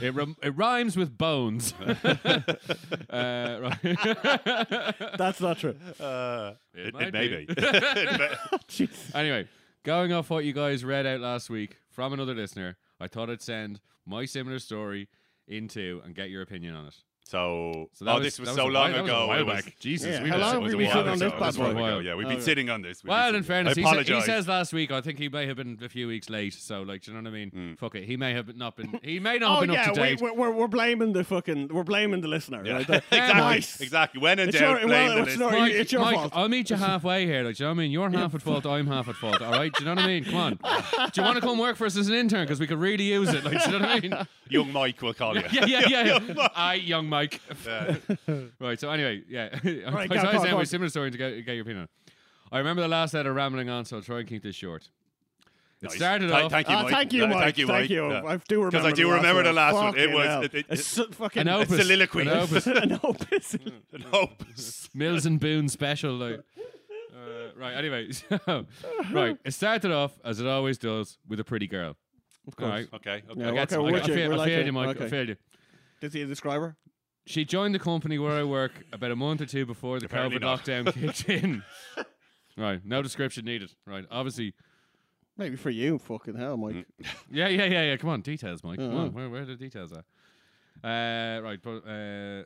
[SPEAKER 2] It rem- it rhymes with bones. uh, right.
[SPEAKER 3] That's not true.
[SPEAKER 1] Uh, it,
[SPEAKER 2] might
[SPEAKER 1] it may
[SPEAKER 2] be.
[SPEAKER 1] be.
[SPEAKER 3] Jeez.
[SPEAKER 2] anyway, going off what you guys read out last week from another listener, I thought I'd send my similar story into and get your opinion on it.
[SPEAKER 1] so,
[SPEAKER 2] So that
[SPEAKER 1] oh,
[SPEAKER 2] was-
[SPEAKER 1] this was
[SPEAKER 2] that
[SPEAKER 1] so
[SPEAKER 2] was a
[SPEAKER 1] long
[SPEAKER 2] while- that was a
[SPEAKER 1] ago.
[SPEAKER 2] while
[SPEAKER 1] it was,
[SPEAKER 2] back. Jesus,
[SPEAKER 3] Yeah,
[SPEAKER 1] we
[SPEAKER 3] how
[SPEAKER 1] was-
[SPEAKER 3] long
[SPEAKER 1] it
[SPEAKER 3] have
[SPEAKER 1] was
[SPEAKER 3] we
[SPEAKER 1] a
[SPEAKER 3] been
[SPEAKER 1] while
[SPEAKER 3] sitting on
[SPEAKER 1] ago.
[SPEAKER 3] this
[SPEAKER 1] It was a
[SPEAKER 3] bad
[SPEAKER 1] while
[SPEAKER 2] boy?
[SPEAKER 1] ago. Yeah, we've been
[SPEAKER 3] Oh,
[SPEAKER 1] sitting on this. We've been
[SPEAKER 2] Well, in
[SPEAKER 1] sitting on
[SPEAKER 2] fairness,
[SPEAKER 1] it. I
[SPEAKER 2] he, sa- he
[SPEAKER 1] apologize.
[SPEAKER 2] says last week. I think he may have been a few weeks late. So, like, do you know what I mean?
[SPEAKER 1] Hmm.
[SPEAKER 2] Fuck it. He may have not been. He may not
[SPEAKER 3] Oh
[SPEAKER 2] have been
[SPEAKER 3] yeah,
[SPEAKER 2] up to
[SPEAKER 3] we,
[SPEAKER 2] date.
[SPEAKER 3] we're, we're we're blaming the fucking we're blaming the listener.
[SPEAKER 1] Yeah.
[SPEAKER 3] Right? That-
[SPEAKER 1] exactly.
[SPEAKER 3] Nice.
[SPEAKER 1] Exactly. When in
[SPEAKER 3] It's
[SPEAKER 1] doubt,
[SPEAKER 3] your-
[SPEAKER 1] blame
[SPEAKER 3] well,
[SPEAKER 1] the
[SPEAKER 3] it's
[SPEAKER 1] listener.
[SPEAKER 3] not-
[SPEAKER 2] Mike,
[SPEAKER 3] it's your
[SPEAKER 2] Mike,
[SPEAKER 3] fault.
[SPEAKER 2] I'll meet you halfway here. Like, do you know what I mean? You're half at fault. I'm half at fault. All right. Do you know what I mean? Come on. Do you want to come work for us as an intern? Because we could really use it. Like, do you know what I mean?
[SPEAKER 1] Young Mike will call you.
[SPEAKER 2] Yeah, yeah, yeah.
[SPEAKER 1] Young
[SPEAKER 2] yeah.
[SPEAKER 1] Mike.
[SPEAKER 2] I, young Mike.
[SPEAKER 1] Yeah.
[SPEAKER 2] Right. So anyway, yeah. I'm trying
[SPEAKER 3] Right,
[SPEAKER 2] to
[SPEAKER 3] go, go,
[SPEAKER 2] say
[SPEAKER 3] go.
[SPEAKER 2] my similar story to get, get your opinion. on. I remember the last letter rambling on, so I'll try and keep this short. It
[SPEAKER 1] Nice.
[SPEAKER 2] started
[SPEAKER 1] Thank-
[SPEAKER 2] off.
[SPEAKER 1] Thank you,
[SPEAKER 3] Ah,
[SPEAKER 1] Mike.
[SPEAKER 3] thank you,
[SPEAKER 1] Yeah,
[SPEAKER 3] Mike. Thank you,
[SPEAKER 1] Mike. Yeah.
[SPEAKER 3] I do remember.
[SPEAKER 1] 'Cause I do
[SPEAKER 3] the last
[SPEAKER 1] remember
[SPEAKER 3] one.
[SPEAKER 1] the last one. It
[SPEAKER 3] Fucking
[SPEAKER 1] was-
[SPEAKER 3] hell.
[SPEAKER 1] it- it-
[SPEAKER 3] It's so fucking
[SPEAKER 2] an opus,
[SPEAKER 1] soliloquy.
[SPEAKER 2] An opus.
[SPEAKER 3] an opus.
[SPEAKER 1] Mm, Nope.
[SPEAKER 2] Mills and Boone special. Like, uh, right. Anyway, so, right. It started off as it always does with a pretty girl. Of
[SPEAKER 3] course.
[SPEAKER 1] Okay. Okay.
[SPEAKER 3] Yeah,
[SPEAKER 2] I, get
[SPEAKER 3] okay,
[SPEAKER 2] some- I,
[SPEAKER 3] we're
[SPEAKER 2] I,
[SPEAKER 3] with you,
[SPEAKER 2] failed-
[SPEAKER 3] we're
[SPEAKER 2] I
[SPEAKER 3] like
[SPEAKER 2] failed
[SPEAKER 3] you.
[SPEAKER 2] you, Mike. I
[SPEAKER 3] Okay.
[SPEAKER 2] failed you.
[SPEAKER 3] Is he a describer?
[SPEAKER 2] She joined the company where I work about a month or two before the
[SPEAKER 1] Apparently
[SPEAKER 2] COVID
[SPEAKER 1] not.
[SPEAKER 2] lockdown kicked in. Right, no description needed. Right, obviously,
[SPEAKER 3] Maybe for you, fucking hell, Mike.
[SPEAKER 1] Mm,
[SPEAKER 2] yeah, yeah, yeah, yeah. Come on, details, Mike. Come
[SPEAKER 3] Uh-huh.
[SPEAKER 2] on, where, where are the details at? Uh, right, but uh,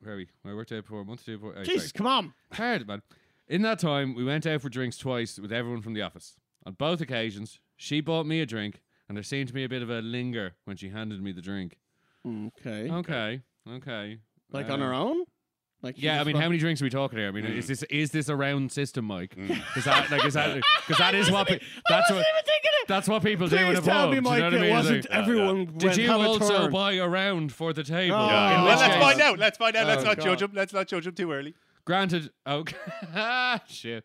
[SPEAKER 2] where are we? I worked out for a month or two before. uh, sorry.
[SPEAKER 3] Jesus, come on.
[SPEAKER 2] Hard, man. In that time, we went out for drinks twice with everyone from the office. On both occasions, she bought me a drink, and there seemed to be a bit of a linger when she handed me the drink.
[SPEAKER 3] Okay.
[SPEAKER 2] Okay, okay.
[SPEAKER 3] like on
[SPEAKER 2] Uh,
[SPEAKER 3] her own? Like she
[SPEAKER 2] Yeah, I
[SPEAKER 3] just Mm.
[SPEAKER 2] mean,
[SPEAKER 3] went-
[SPEAKER 2] how many drinks are we talking here? I mean, is this is this a round system, Mike?
[SPEAKER 3] Mm.
[SPEAKER 2] Is that like is that because that is what pe- that's what that's what people do in a
[SPEAKER 3] Please tell
[SPEAKER 2] pub.
[SPEAKER 3] me,
[SPEAKER 2] do you
[SPEAKER 3] Mike,
[SPEAKER 2] know what I
[SPEAKER 3] it
[SPEAKER 2] mean?
[SPEAKER 3] wasn't
[SPEAKER 2] Like, uh,
[SPEAKER 3] everyone.
[SPEAKER 2] did
[SPEAKER 3] went,
[SPEAKER 2] you
[SPEAKER 3] have a
[SPEAKER 2] also
[SPEAKER 3] turn.
[SPEAKER 2] buy a round for the table?
[SPEAKER 3] Oh,
[SPEAKER 1] Yeah,
[SPEAKER 3] In
[SPEAKER 1] well,
[SPEAKER 3] which
[SPEAKER 1] let's
[SPEAKER 3] case-
[SPEAKER 1] find out. Let's find out.
[SPEAKER 2] Oh,
[SPEAKER 1] let's not
[SPEAKER 2] God.
[SPEAKER 1] judge him. Let's not judge him too early.
[SPEAKER 2] Granted, okay, ah, shit.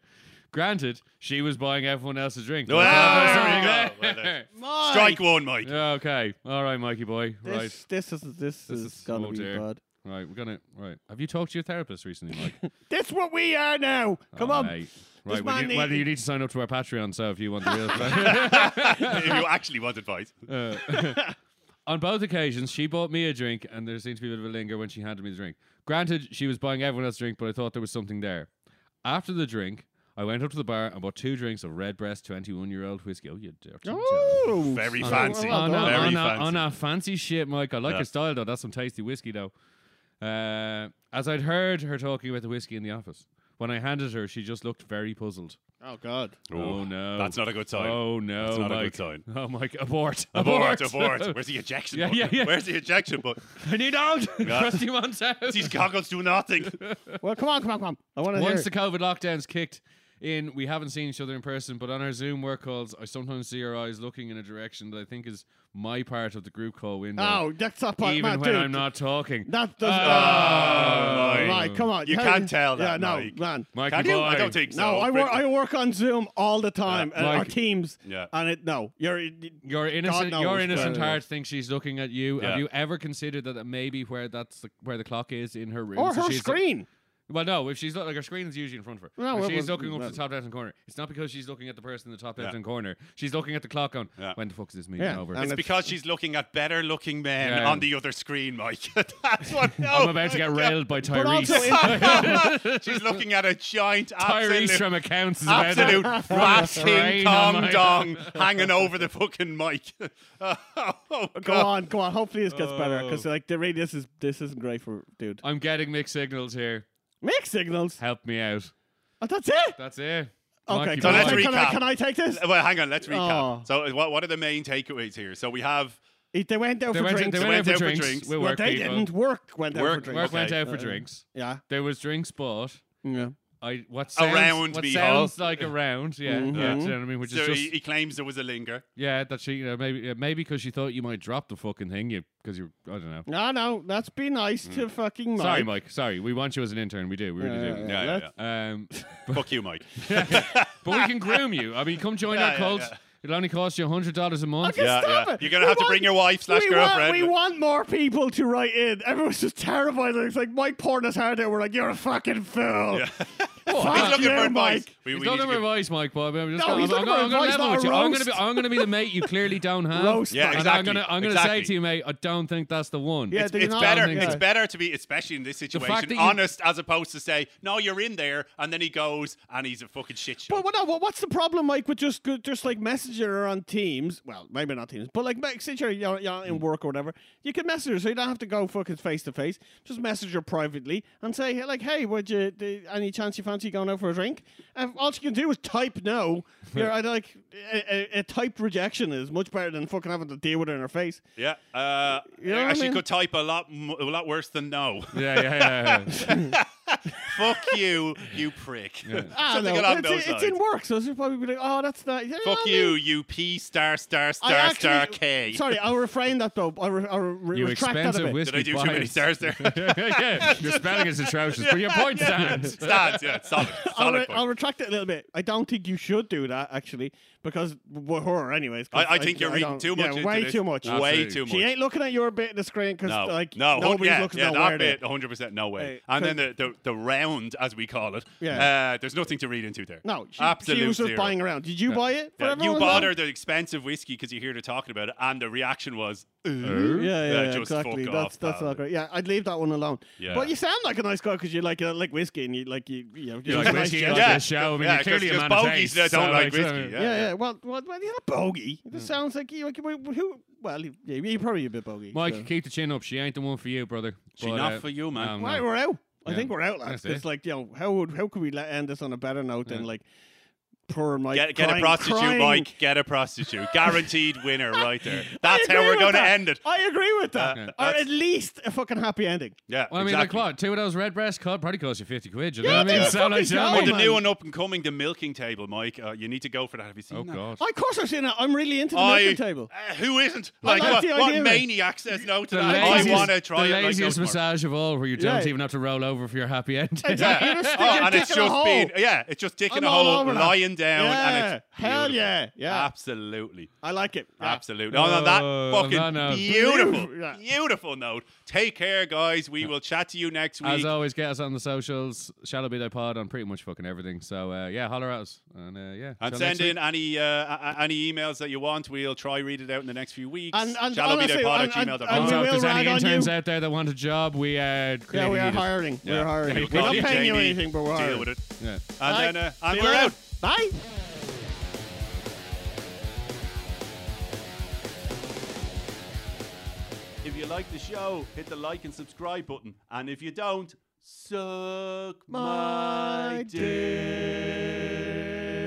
[SPEAKER 2] Granted, she was buying everyone else a drink.
[SPEAKER 1] Well, there you go. Well,
[SPEAKER 3] Mike,
[SPEAKER 1] Strike one, Mike.
[SPEAKER 2] okay, all right, Mikey boy.
[SPEAKER 3] This,
[SPEAKER 2] Right,
[SPEAKER 3] This is this, is,
[SPEAKER 2] is-
[SPEAKER 3] gonna
[SPEAKER 2] oh,
[SPEAKER 3] be
[SPEAKER 2] dear.
[SPEAKER 3] bad.
[SPEAKER 2] right, we're gonna. Right, have you talked to your therapist recently, Mike?
[SPEAKER 3] That's what we are now. Come
[SPEAKER 2] Oh,
[SPEAKER 3] on.
[SPEAKER 2] mate. Right,
[SPEAKER 3] man
[SPEAKER 2] well, you,
[SPEAKER 3] need-
[SPEAKER 2] well, you need to sign up to our Patreon, so if you want the real.
[SPEAKER 1] if you actually want advice.
[SPEAKER 2] Uh, on both occasions, she bought me a drink, and there seemed to be a bit of a linger when she handed me the drink. Granted, she was buying everyone else a drink, but I thought there was something there. After the drink, I went up to the bar and bought two drinks of Redbreast 21 year old whiskey. Oh, you dirty. devil.
[SPEAKER 3] Ooh.
[SPEAKER 1] Very
[SPEAKER 3] Oh,
[SPEAKER 1] fancy.
[SPEAKER 3] well
[SPEAKER 2] Oh, no,
[SPEAKER 3] done.
[SPEAKER 1] Very
[SPEAKER 2] oh, no,
[SPEAKER 1] fancy.
[SPEAKER 2] oh, no, fancy shit, Mike. I like
[SPEAKER 1] Yeah.
[SPEAKER 2] your style, though. That's some tasty whiskey, though. Uh, as I'd heard her talking about the whiskey in the office, when I handed her, she just looked very puzzled.
[SPEAKER 3] Oh God.
[SPEAKER 2] Oh, no.
[SPEAKER 1] That's not a good sign.
[SPEAKER 2] Oh, no.
[SPEAKER 1] That's not a
[SPEAKER 2] Mike.
[SPEAKER 1] good sign.
[SPEAKER 2] Oh, Mike, abort.
[SPEAKER 1] Abort, abort. Where's the ejection
[SPEAKER 2] Yeah,
[SPEAKER 1] button?
[SPEAKER 2] yeah, yeah.
[SPEAKER 1] Where's the ejection button?
[SPEAKER 2] I need out. Trusty one's out.
[SPEAKER 1] These goggles do nothing.
[SPEAKER 3] Well, come on, come on, come on. I want to hear.
[SPEAKER 2] Once
[SPEAKER 3] it.
[SPEAKER 2] the COVID lockdowns kicked in, we haven't seen each other in person, but on our Zoom work calls, I sometimes see her eyes looking in a direction that I think is my part of the group call window.
[SPEAKER 3] Oh, that's not part
[SPEAKER 2] even
[SPEAKER 3] Matt,
[SPEAKER 2] when
[SPEAKER 3] dude.
[SPEAKER 2] I'm not talking.
[SPEAKER 3] That does.
[SPEAKER 1] Oh,
[SPEAKER 3] Oh,
[SPEAKER 1] Mike.
[SPEAKER 3] Mike, come on.
[SPEAKER 1] You
[SPEAKER 3] How-
[SPEAKER 1] can't tell
[SPEAKER 3] Yeah,
[SPEAKER 1] that,
[SPEAKER 3] no,
[SPEAKER 1] Mike.
[SPEAKER 3] man.
[SPEAKER 2] Mikey
[SPEAKER 1] Can you? I
[SPEAKER 2] boy.
[SPEAKER 1] don't think so.
[SPEAKER 3] No, I work. I work on Zoom all the time, uh, or
[SPEAKER 2] Mike.
[SPEAKER 3] Teams.
[SPEAKER 1] Yeah.
[SPEAKER 3] And it no, you're
[SPEAKER 2] Your innocent,
[SPEAKER 3] knows,
[SPEAKER 2] your innocent
[SPEAKER 3] but- uh,
[SPEAKER 2] heart thinks she's looking at you.
[SPEAKER 1] Yeah.
[SPEAKER 2] Have you ever considered that maybe where that's the, where the clock is in her room?
[SPEAKER 3] or
[SPEAKER 2] so
[SPEAKER 3] her
[SPEAKER 2] she's-
[SPEAKER 3] screen.
[SPEAKER 2] Well, no. If she's look, like her screen is usually in front of her.
[SPEAKER 3] No,
[SPEAKER 2] if
[SPEAKER 3] well,
[SPEAKER 2] she's
[SPEAKER 3] well,
[SPEAKER 2] looking up to
[SPEAKER 3] well.
[SPEAKER 2] the top left hand corner. It's not because she's looking at the person in the top left hand corner. She's looking at the clock on.
[SPEAKER 1] Yeah.
[SPEAKER 2] When the fuck is this meeting
[SPEAKER 3] Yeah,
[SPEAKER 2] over?
[SPEAKER 3] and
[SPEAKER 1] It's
[SPEAKER 3] it's-
[SPEAKER 1] because she's looking at better looking men
[SPEAKER 2] Yeah.
[SPEAKER 1] on the other screen, Mike. That's what. No,
[SPEAKER 2] I'm about to get railed by
[SPEAKER 3] But
[SPEAKER 2] Tyrese.
[SPEAKER 3] also, in,
[SPEAKER 1] she's looking at a giant
[SPEAKER 2] Tyrese
[SPEAKER 1] absolute,
[SPEAKER 2] from accounts is about to
[SPEAKER 1] absolute
[SPEAKER 2] run
[SPEAKER 1] fat
[SPEAKER 2] a train
[SPEAKER 1] ting
[SPEAKER 2] on
[SPEAKER 1] tom
[SPEAKER 2] my-
[SPEAKER 1] dong hanging over the fucking mic. oh,
[SPEAKER 3] go
[SPEAKER 1] God.
[SPEAKER 3] on, go on. Hopefully this gets
[SPEAKER 2] Oh.
[SPEAKER 3] better because like the radius is this isn't great for dude.
[SPEAKER 2] I'm getting mixed signals here.
[SPEAKER 3] Make signals.
[SPEAKER 2] Help me out.
[SPEAKER 3] Oh, that's it.
[SPEAKER 2] That's it.
[SPEAKER 3] Okay,
[SPEAKER 2] Mikey
[SPEAKER 1] So
[SPEAKER 3] can, I,
[SPEAKER 1] let's
[SPEAKER 2] boy.
[SPEAKER 1] re-
[SPEAKER 3] can, I,
[SPEAKER 1] recap.
[SPEAKER 3] can I take this?
[SPEAKER 1] Well, hang on. Let's recap.
[SPEAKER 3] Oh.
[SPEAKER 1] So, what, what are the main takeaways here? So we have
[SPEAKER 3] If They went out
[SPEAKER 2] They
[SPEAKER 3] for
[SPEAKER 2] went,
[SPEAKER 3] drinks.
[SPEAKER 2] they
[SPEAKER 1] They
[SPEAKER 2] went out for
[SPEAKER 1] went
[SPEAKER 2] drinks. with
[SPEAKER 3] well,
[SPEAKER 2] work
[SPEAKER 3] they
[SPEAKER 2] people.
[SPEAKER 3] didn't work. Went out for
[SPEAKER 1] Work-
[SPEAKER 3] drinks.
[SPEAKER 2] Work went
[SPEAKER 1] Okay.
[SPEAKER 2] out for
[SPEAKER 3] Uh,
[SPEAKER 2] drinks.
[SPEAKER 3] Yeah.
[SPEAKER 2] There was drinks bought.
[SPEAKER 3] Yeah.
[SPEAKER 2] I what sounds,
[SPEAKER 1] Around
[SPEAKER 2] what
[SPEAKER 1] me,
[SPEAKER 2] sounds like around, yeah, yeah. Do you know what I mean? Which
[SPEAKER 1] So
[SPEAKER 2] is just
[SPEAKER 1] he, he claims there was a linger.
[SPEAKER 2] yeah, that she you know maybe yeah, maybe because she thought you might drop the fucking thing, you because you I don't know.
[SPEAKER 3] No, no, let's be nice to fucking Mike.
[SPEAKER 2] Hmm. Sorry, Mike. Sorry, we want you as an intern. We do. We really
[SPEAKER 3] Yeah,
[SPEAKER 2] do.
[SPEAKER 3] yeah,
[SPEAKER 1] Yeah, yeah,
[SPEAKER 3] let's-
[SPEAKER 2] Um,
[SPEAKER 1] Fuck you, Mike.
[SPEAKER 2] but we can groom you. I mean, come join
[SPEAKER 1] Yeah,
[SPEAKER 2] our
[SPEAKER 1] yeah,
[SPEAKER 2] cult.
[SPEAKER 1] yeah.
[SPEAKER 2] It'll only cost you hundred dollars a month.
[SPEAKER 3] Okay,
[SPEAKER 1] Yeah,
[SPEAKER 3] stop
[SPEAKER 1] yeah.
[SPEAKER 3] it.
[SPEAKER 1] You're gonna have
[SPEAKER 3] We
[SPEAKER 1] to bring your wife slash
[SPEAKER 3] we Want,
[SPEAKER 1] girlfriend.
[SPEAKER 3] we want more people to write in. Everyone's just terrified. It's like Mike pouring his heart out. We're like, you're a fucking fool.
[SPEAKER 2] Fuck
[SPEAKER 1] He's looking
[SPEAKER 3] you,
[SPEAKER 1] for advice.
[SPEAKER 3] Mike.
[SPEAKER 1] We,
[SPEAKER 2] He's
[SPEAKER 1] we need to
[SPEAKER 2] not looking for
[SPEAKER 1] give-
[SPEAKER 2] advice, Mike. Bob. I'm, just
[SPEAKER 3] No,
[SPEAKER 2] gonna, I'm,
[SPEAKER 3] he's looking for
[SPEAKER 2] I'm gonna level
[SPEAKER 3] advice, not
[SPEAKER 2] with
[SPEAKER 3] a
[SPEAKER 2] you. I'm gonna
[SPEAKER 3] roast.
[SPEAKER 2] be. I'm gonna be the mate you clearly don't have.
[SPEAKER 3] Roast.
[SPEAKER 1] Yeah,
[SPEAKER 2] And I'm
[SPEAKER 1] exactly.
[SPEAKER 2] gonna. I'm gonna
[SPEAKER 1] exactly.
[SPEAKER 2] say to you, mate, I don't think that's the one.
[SPEAKER 3] Yeah,
[SPEAKER 2] It's-
[SPEAKER 3] they're
[SPEAKER 1] it's
[SPEAKER 3] not-
[SPEAKER 1] better.
[SPEAKER 2] Yeah.
[SPEAKER 1] It's better to be, especially in this
[SPEAKER 2] fact
[SPEAKER 1] situation,
[SPEAKER 2] that you-
[SPEAKER 1] honest as opposed to say, "No, you're in there," and then he goes and he's a fucking shit show.
[SPEAKER 3] But what, no, what- what's the problem, Mike, with just good, just like messaging her on Teams? Well, maybe not Teams, but like ma- since you're, you're, you're
[SPEAKER 1] Mm.
[SPEAKER 3] in work or whatever, you can message her, so you don't have to go fucking face to face. Just message her privately and say hey, like, "Hey, would you do, any chance you fancy going out for a drink?" And all she can do is type no. You're, I like a, a, a typed rejection is much better than fucking having to deal with it in her face.
[SPEAKER 1] yeah, uh,
[SPEAKER 3] know what I
[SPEAKER 1] actually,
[SPEAKER 3] mean?
[SPEAKER 1] could type a lot, mo- a lot worse than no.
[SPEAKER 2] Yeah, yeah, yeah. yeah.
[SPEAKER 1] Fuck you, you prick.
[SPEAKER 3] I don't
[SPEAKER 1] Something
[SPEAKER 3] know.
[SPEAKER 1] along
[SPEAKER 3] Ah, it's,
[SPEAKER 1] those
[SPEAKER 3] it's
[SPEAKER 1] lines.
[SPEAKER 3] in work, so she'll probably be like, "Oh, that's not." Yeah,
[SPEAKER 1] Fuck
[SPEAKER 3] I mean,
[SPEAKER 1] you, you P star star
[SPEAKER 3] I
[SPEAKER 1] star star
[SPEAKER 3] actually-
[SPEAKER 1] K.
[SPEAKER 3] Sorry, I'll refrain that though. I'll, re- I'll re-
[SPEAKER 2] you
[SPEAKER 3] retract that a
[SPEAKER 2] expensive
[SPEAKER 3] bit.
[SPEAKER 2] whiskey.
[SPEAKER 1] Did I do too
[SPEAKER 2] bias.
[SPEAKER 1] many stars there?
[SPEAKER 2] yeah, your spelling is atrocious, but your point stands.
[SPEAKER 1] Stands, yeah, solid,
[SPEAKER 3] I'll,
[SPEAKER 1] solid
[SPEAKER 3] re-
[SPEAKER 1] point.
[SPEAKER 3] I'll retract it a little bit. I don't think you should do that actually, because we're her anyways. 'cause
[SPEAKER 1] I, I think you're reading
[SPEAKER 3] don't-
[SPEAKER 1] too much.
[SPEAKER 3] Yeah,
[SPEAKER 1] into
[SPEAKER 3] way
[SPEAKER 1] this.
[SPEAKER 3] too much.
[SPEAKER 2] No,
[SPEAKER 1] Way
[SPEAKER 2] Absolutely.
[SPEAKER 1] too much.
[SPEAKER 3] She ain't looking at your bit of the screen because
[SPEAKER 1] No,
[SPEAKER 3] like
[SPEAKER 1] no, hun-
[SPEAKER 3] nobody's
[SPEAKER 1] yeah,
[SPEAKER 3] looking
[SPEAKER 1] yeah,
[SPEAKER 3] nowhere.
[SPEAKER 1] that
[SPEAKER 3] there.
[SPEAKER 1] bit, 100 percent no way.
[SPEAKER 3] Hey,
[SPEAKER 1] and then the, the the round, as we call it.
[SPEAKER 3] Yeah.
[SPEAKER 1] Uh, there's nothing to read into there.
[SPEAKER 3] No, she,
[SPEAKER 1] absolutely.
[SPEAKER 3] she was just buying around. Did you buy it? For
[SPEAKER 1] you
[SPEAKER 3] everyone as well?
[SPEAKER 1] bought her the expensive whiskey because you hear her talking about it, and the reaction was,
[SPEAKER 2] Er?
[SPEAKER 3] Yeah, yeah,
[SPEAKER 1] Yeah,
[SPEAKER 3] yeah,
[SPEAKER 1] just fuck
[SPEAKER 3] exactly.
[SPEAKER 1] off,
[SPEAKER 3] That's that's
[SPEAKER 1] pal.
[SPEAKER 3] not great. Yeah, I'd leave that one alone.
[SPEAKER 1] Yeah.
[SPEAKER 3] But you sound like a nice guy because you like uh, like whiskey and you like you you, know, you
[SPEAKER 2] like
[SPEAKER 3] like
[SPEAKER 2] whiskey, you
[SPEAKER 3] nice
[SPEAKER 2] like
[SPEAKER 3] yeah.
[SPEAKER 2] a show. I mean,
[SPEAKER 1] yeah,
[SPEAKER 2] you're clearly a
[SPEAKER 1] 'cause-
[SPEAKER 2] man
[SPEAKER 1] 'cause
[SPEAKER 2] of
[SPEAKER 1] bogies
[SPEAKER 2] taste,
[SPEAKER 1] that don't
[SPEAKER 2] so,
[SPEAKER 1] like
[SPEAKER 2] like, so-
[SPEAKER 1] whiskey.
[SPEAKER 3] Yeah, yeah, Well, well, well, he's not bogey. It
[SPEAKER 2] Hmm.
[SPEAKER 3] just sounds like you. Like, who? Well, you- yeah, you're probably a bit bogey.
[SPEAKER 2] Mike,
[SPEAKER 3] so.
[SPEAKER 2] keep the chin up. She ain't the one for you, brother.
[SPEAKER 1] She not for you, man.
[SPEAKER 2] um,
[SPEAKER 3] Right, we're out. I
[SPEAKER 2] Yeah.
[SPEAKER 3] think we're out, lads.
[SPEAKER 2] That's it.
[SPEAKER 3] It's like, you know, how would how could we let, end this on a better note than like poor Mike?
[SPEAKER 1] Get, get
[SPEAKER 3] crying,
[SPEAKER 1] a prostitute,
[SPEAKER 3] crying.
[SPEAKER 1] Mike. Get a prostitute. Guaranteed winner right there. That's
[SPEAKER 3] I
[SPEAKER 1] how
[SPEAKER 3] agree
[SPEAKER 1] we're
[SPEAKER 3] with
[SPEAKER 1] going to
[SPEAKER 3] that.
[SPEAKER 1] end it.
[SPEAKER 3] I agree with that.
[SPEAKER 1] Yeah.
[SPEAKER 3] Or
[SPEAKER 1] That's-
[SPEAKER 3] at least a fucking happy ending.
[SPEAKER 1] Yeah.
[SPEAKER 2] Well, I mean,
[SPEAKER 1] exactly.
[SPEAKER 2] like what? Two of those red breasts could probably cost you fifty quid. You know
[SPEAKER 3] Yeah,
[SPEAKER 2] what I mean?
[SPEAKER 3] dude,
[SPEAKER 2] So like,
[SPEAKER 3] fucking
[SPEAKER 2] you know
[SPEAKER 3] hell,
[SPEAKER 2] what I
[SPEAKER 1] Or
[SPEAKER 2] mean?
[SPEAKER 1] the
[SPEAKER 3] man.
[SPEAKER 1] new and up and coming, the milking table, Mike. Uh, you need to go for that. Have you seen
[SPEAKER 2] Oh
[SPEAKER 1] that?
[SPEAKER 2] god.
[SPEAKER 3] I, of course, I've seen it. I'm really into the
[SPEAKER 1] I,
[SPEAKER 3] milking table.
[SPEAKER 1] uh, who isn't? Like,
[SPEAKER 3] like
[SPEAKER 1] what,
[SPEAKER 3] the idea
[SPEAKER 1] what
[SPEAKER 3] of it.
[SPEAKER 1] maniac says no to
[SPEAKER 2] The
[SPEAKER 1] that? I
[SPEAKER 2] laziest-
[SPEAKER 1] want to try
[SPEAKER 2] the
[SPEAKER 1] it. Like, no
[SPEAKER 2] laziest
[SPEAKER 1] tomorrow.
[SPEAKER 2] massage of all, where you don't
[SPEAKER 3] Yeah.
[SPEAKER 2] even have to roll over for your happy end.
[SPEAKER 3] Exactly. You just stick
[SPEAKER 1] Oh,
[SPEAKER 3] your
[SPEAKER 1] and
[SPEAKER 3] dick
[SPEAKER 1] it's
[SPEAKER 3] in a
[SPEAKER 1] just
[SPEAKER 3] hole.
[SPEAKER 1] being yeah, it's just dick in
[SPEAKER 3] I'm
[SPEAKER 1] a
[SPEAKER 3] all
[SPEAKER 1] hole,
[SPEAKER 3] over that.
[SPEAKER 1] lying down,
[SPEAKER 3] yeah.
[SPEAKER 1] and it's
[SPEAKER 3] hell
[SPEAKER 1] beautiful.
[SPEAKER 3] yeah, yeah.
[SPEAKER 1] absolutely,
[SPEAKER 3] I like it. Yeah.
[SPEAKER 1] absolutely. Oh, no,
[SPEAKER 2] Oh,
[SPEAKER 1] that
[SPEAKER 2] no,
[SPEAKER 1] fucking
[SPEAKER 2] no.
[SPEAKER 1] beautiful,
[SPEAKER 3] Beautiful, yeah.
[SPEAKER 1] beautiful note. Take care, guys. We will chat to you next week.
[SPEAKER 2] As always, get us on the socials. Shallow Be Thy Pod on pretty much fucking everything. So uh, yeah, holler at us and uh, yeah.
[SPEAKER 1] And
[SPEAKER 2] till
[SPEAKER 1] send
[SPEAKER 2] next week.
[SPEAKER 1] in any uh, a- a- any emails that you want. We'll try read it out in the next few weeks.
[SPEAKER 3] And- and
[SPEAKER 1] Shall be
[SPEAKER 3] honestly,
[SPEAKER 1] pod at
[SPEAKER 3] and- and-
[SPEAKER 1] gmail.com.
[SPEAKER 3] and we
[SPEAKER 2] Also, if
[SPEAKER 3] will
[SPEAKER 2] there's any
[SPEAKER 3] rag on
[SPEAKER 2] interns
[SPEAKER 3] you.
[SPEAKER 2] out there that want a job, we uh,
[SPEAKER 3] Yeah,
[SPEAKER 2] clearly
[SPEAKER 3] we are
[SPEAKER 2] need it.
[SPEAKER 3] hiring. We're hiring. We're
[SPEAKER 1] Call
[SPEAKER 3] not paying you
[SPEAKER 1] Jamie,
[SPEAKER 3] anything, but we're
[SPEAKER 1] deal
[SPEAKER 3] hiring.
[SPEAKER 1] with it.
[SPEAKER 2] Yeah.
[SPEAKER 1] And
[SPEAKER 3] Right.
[SPEAKER 1] then uh,
[SPEAKER 3] See
[SPEAKER 1] and
[SPEAKER 3] you
[SPEAKER 1] we're
[SPEAKER 3] later.
[SPEAKER 1] out.
[SPEAKER 3] Bye.
[SPEAKER 1] If you like the show, hit the like and subscribe button. And if you don't, suck my,
[SPEAKER 3] My
[SPEAKER 1] dick.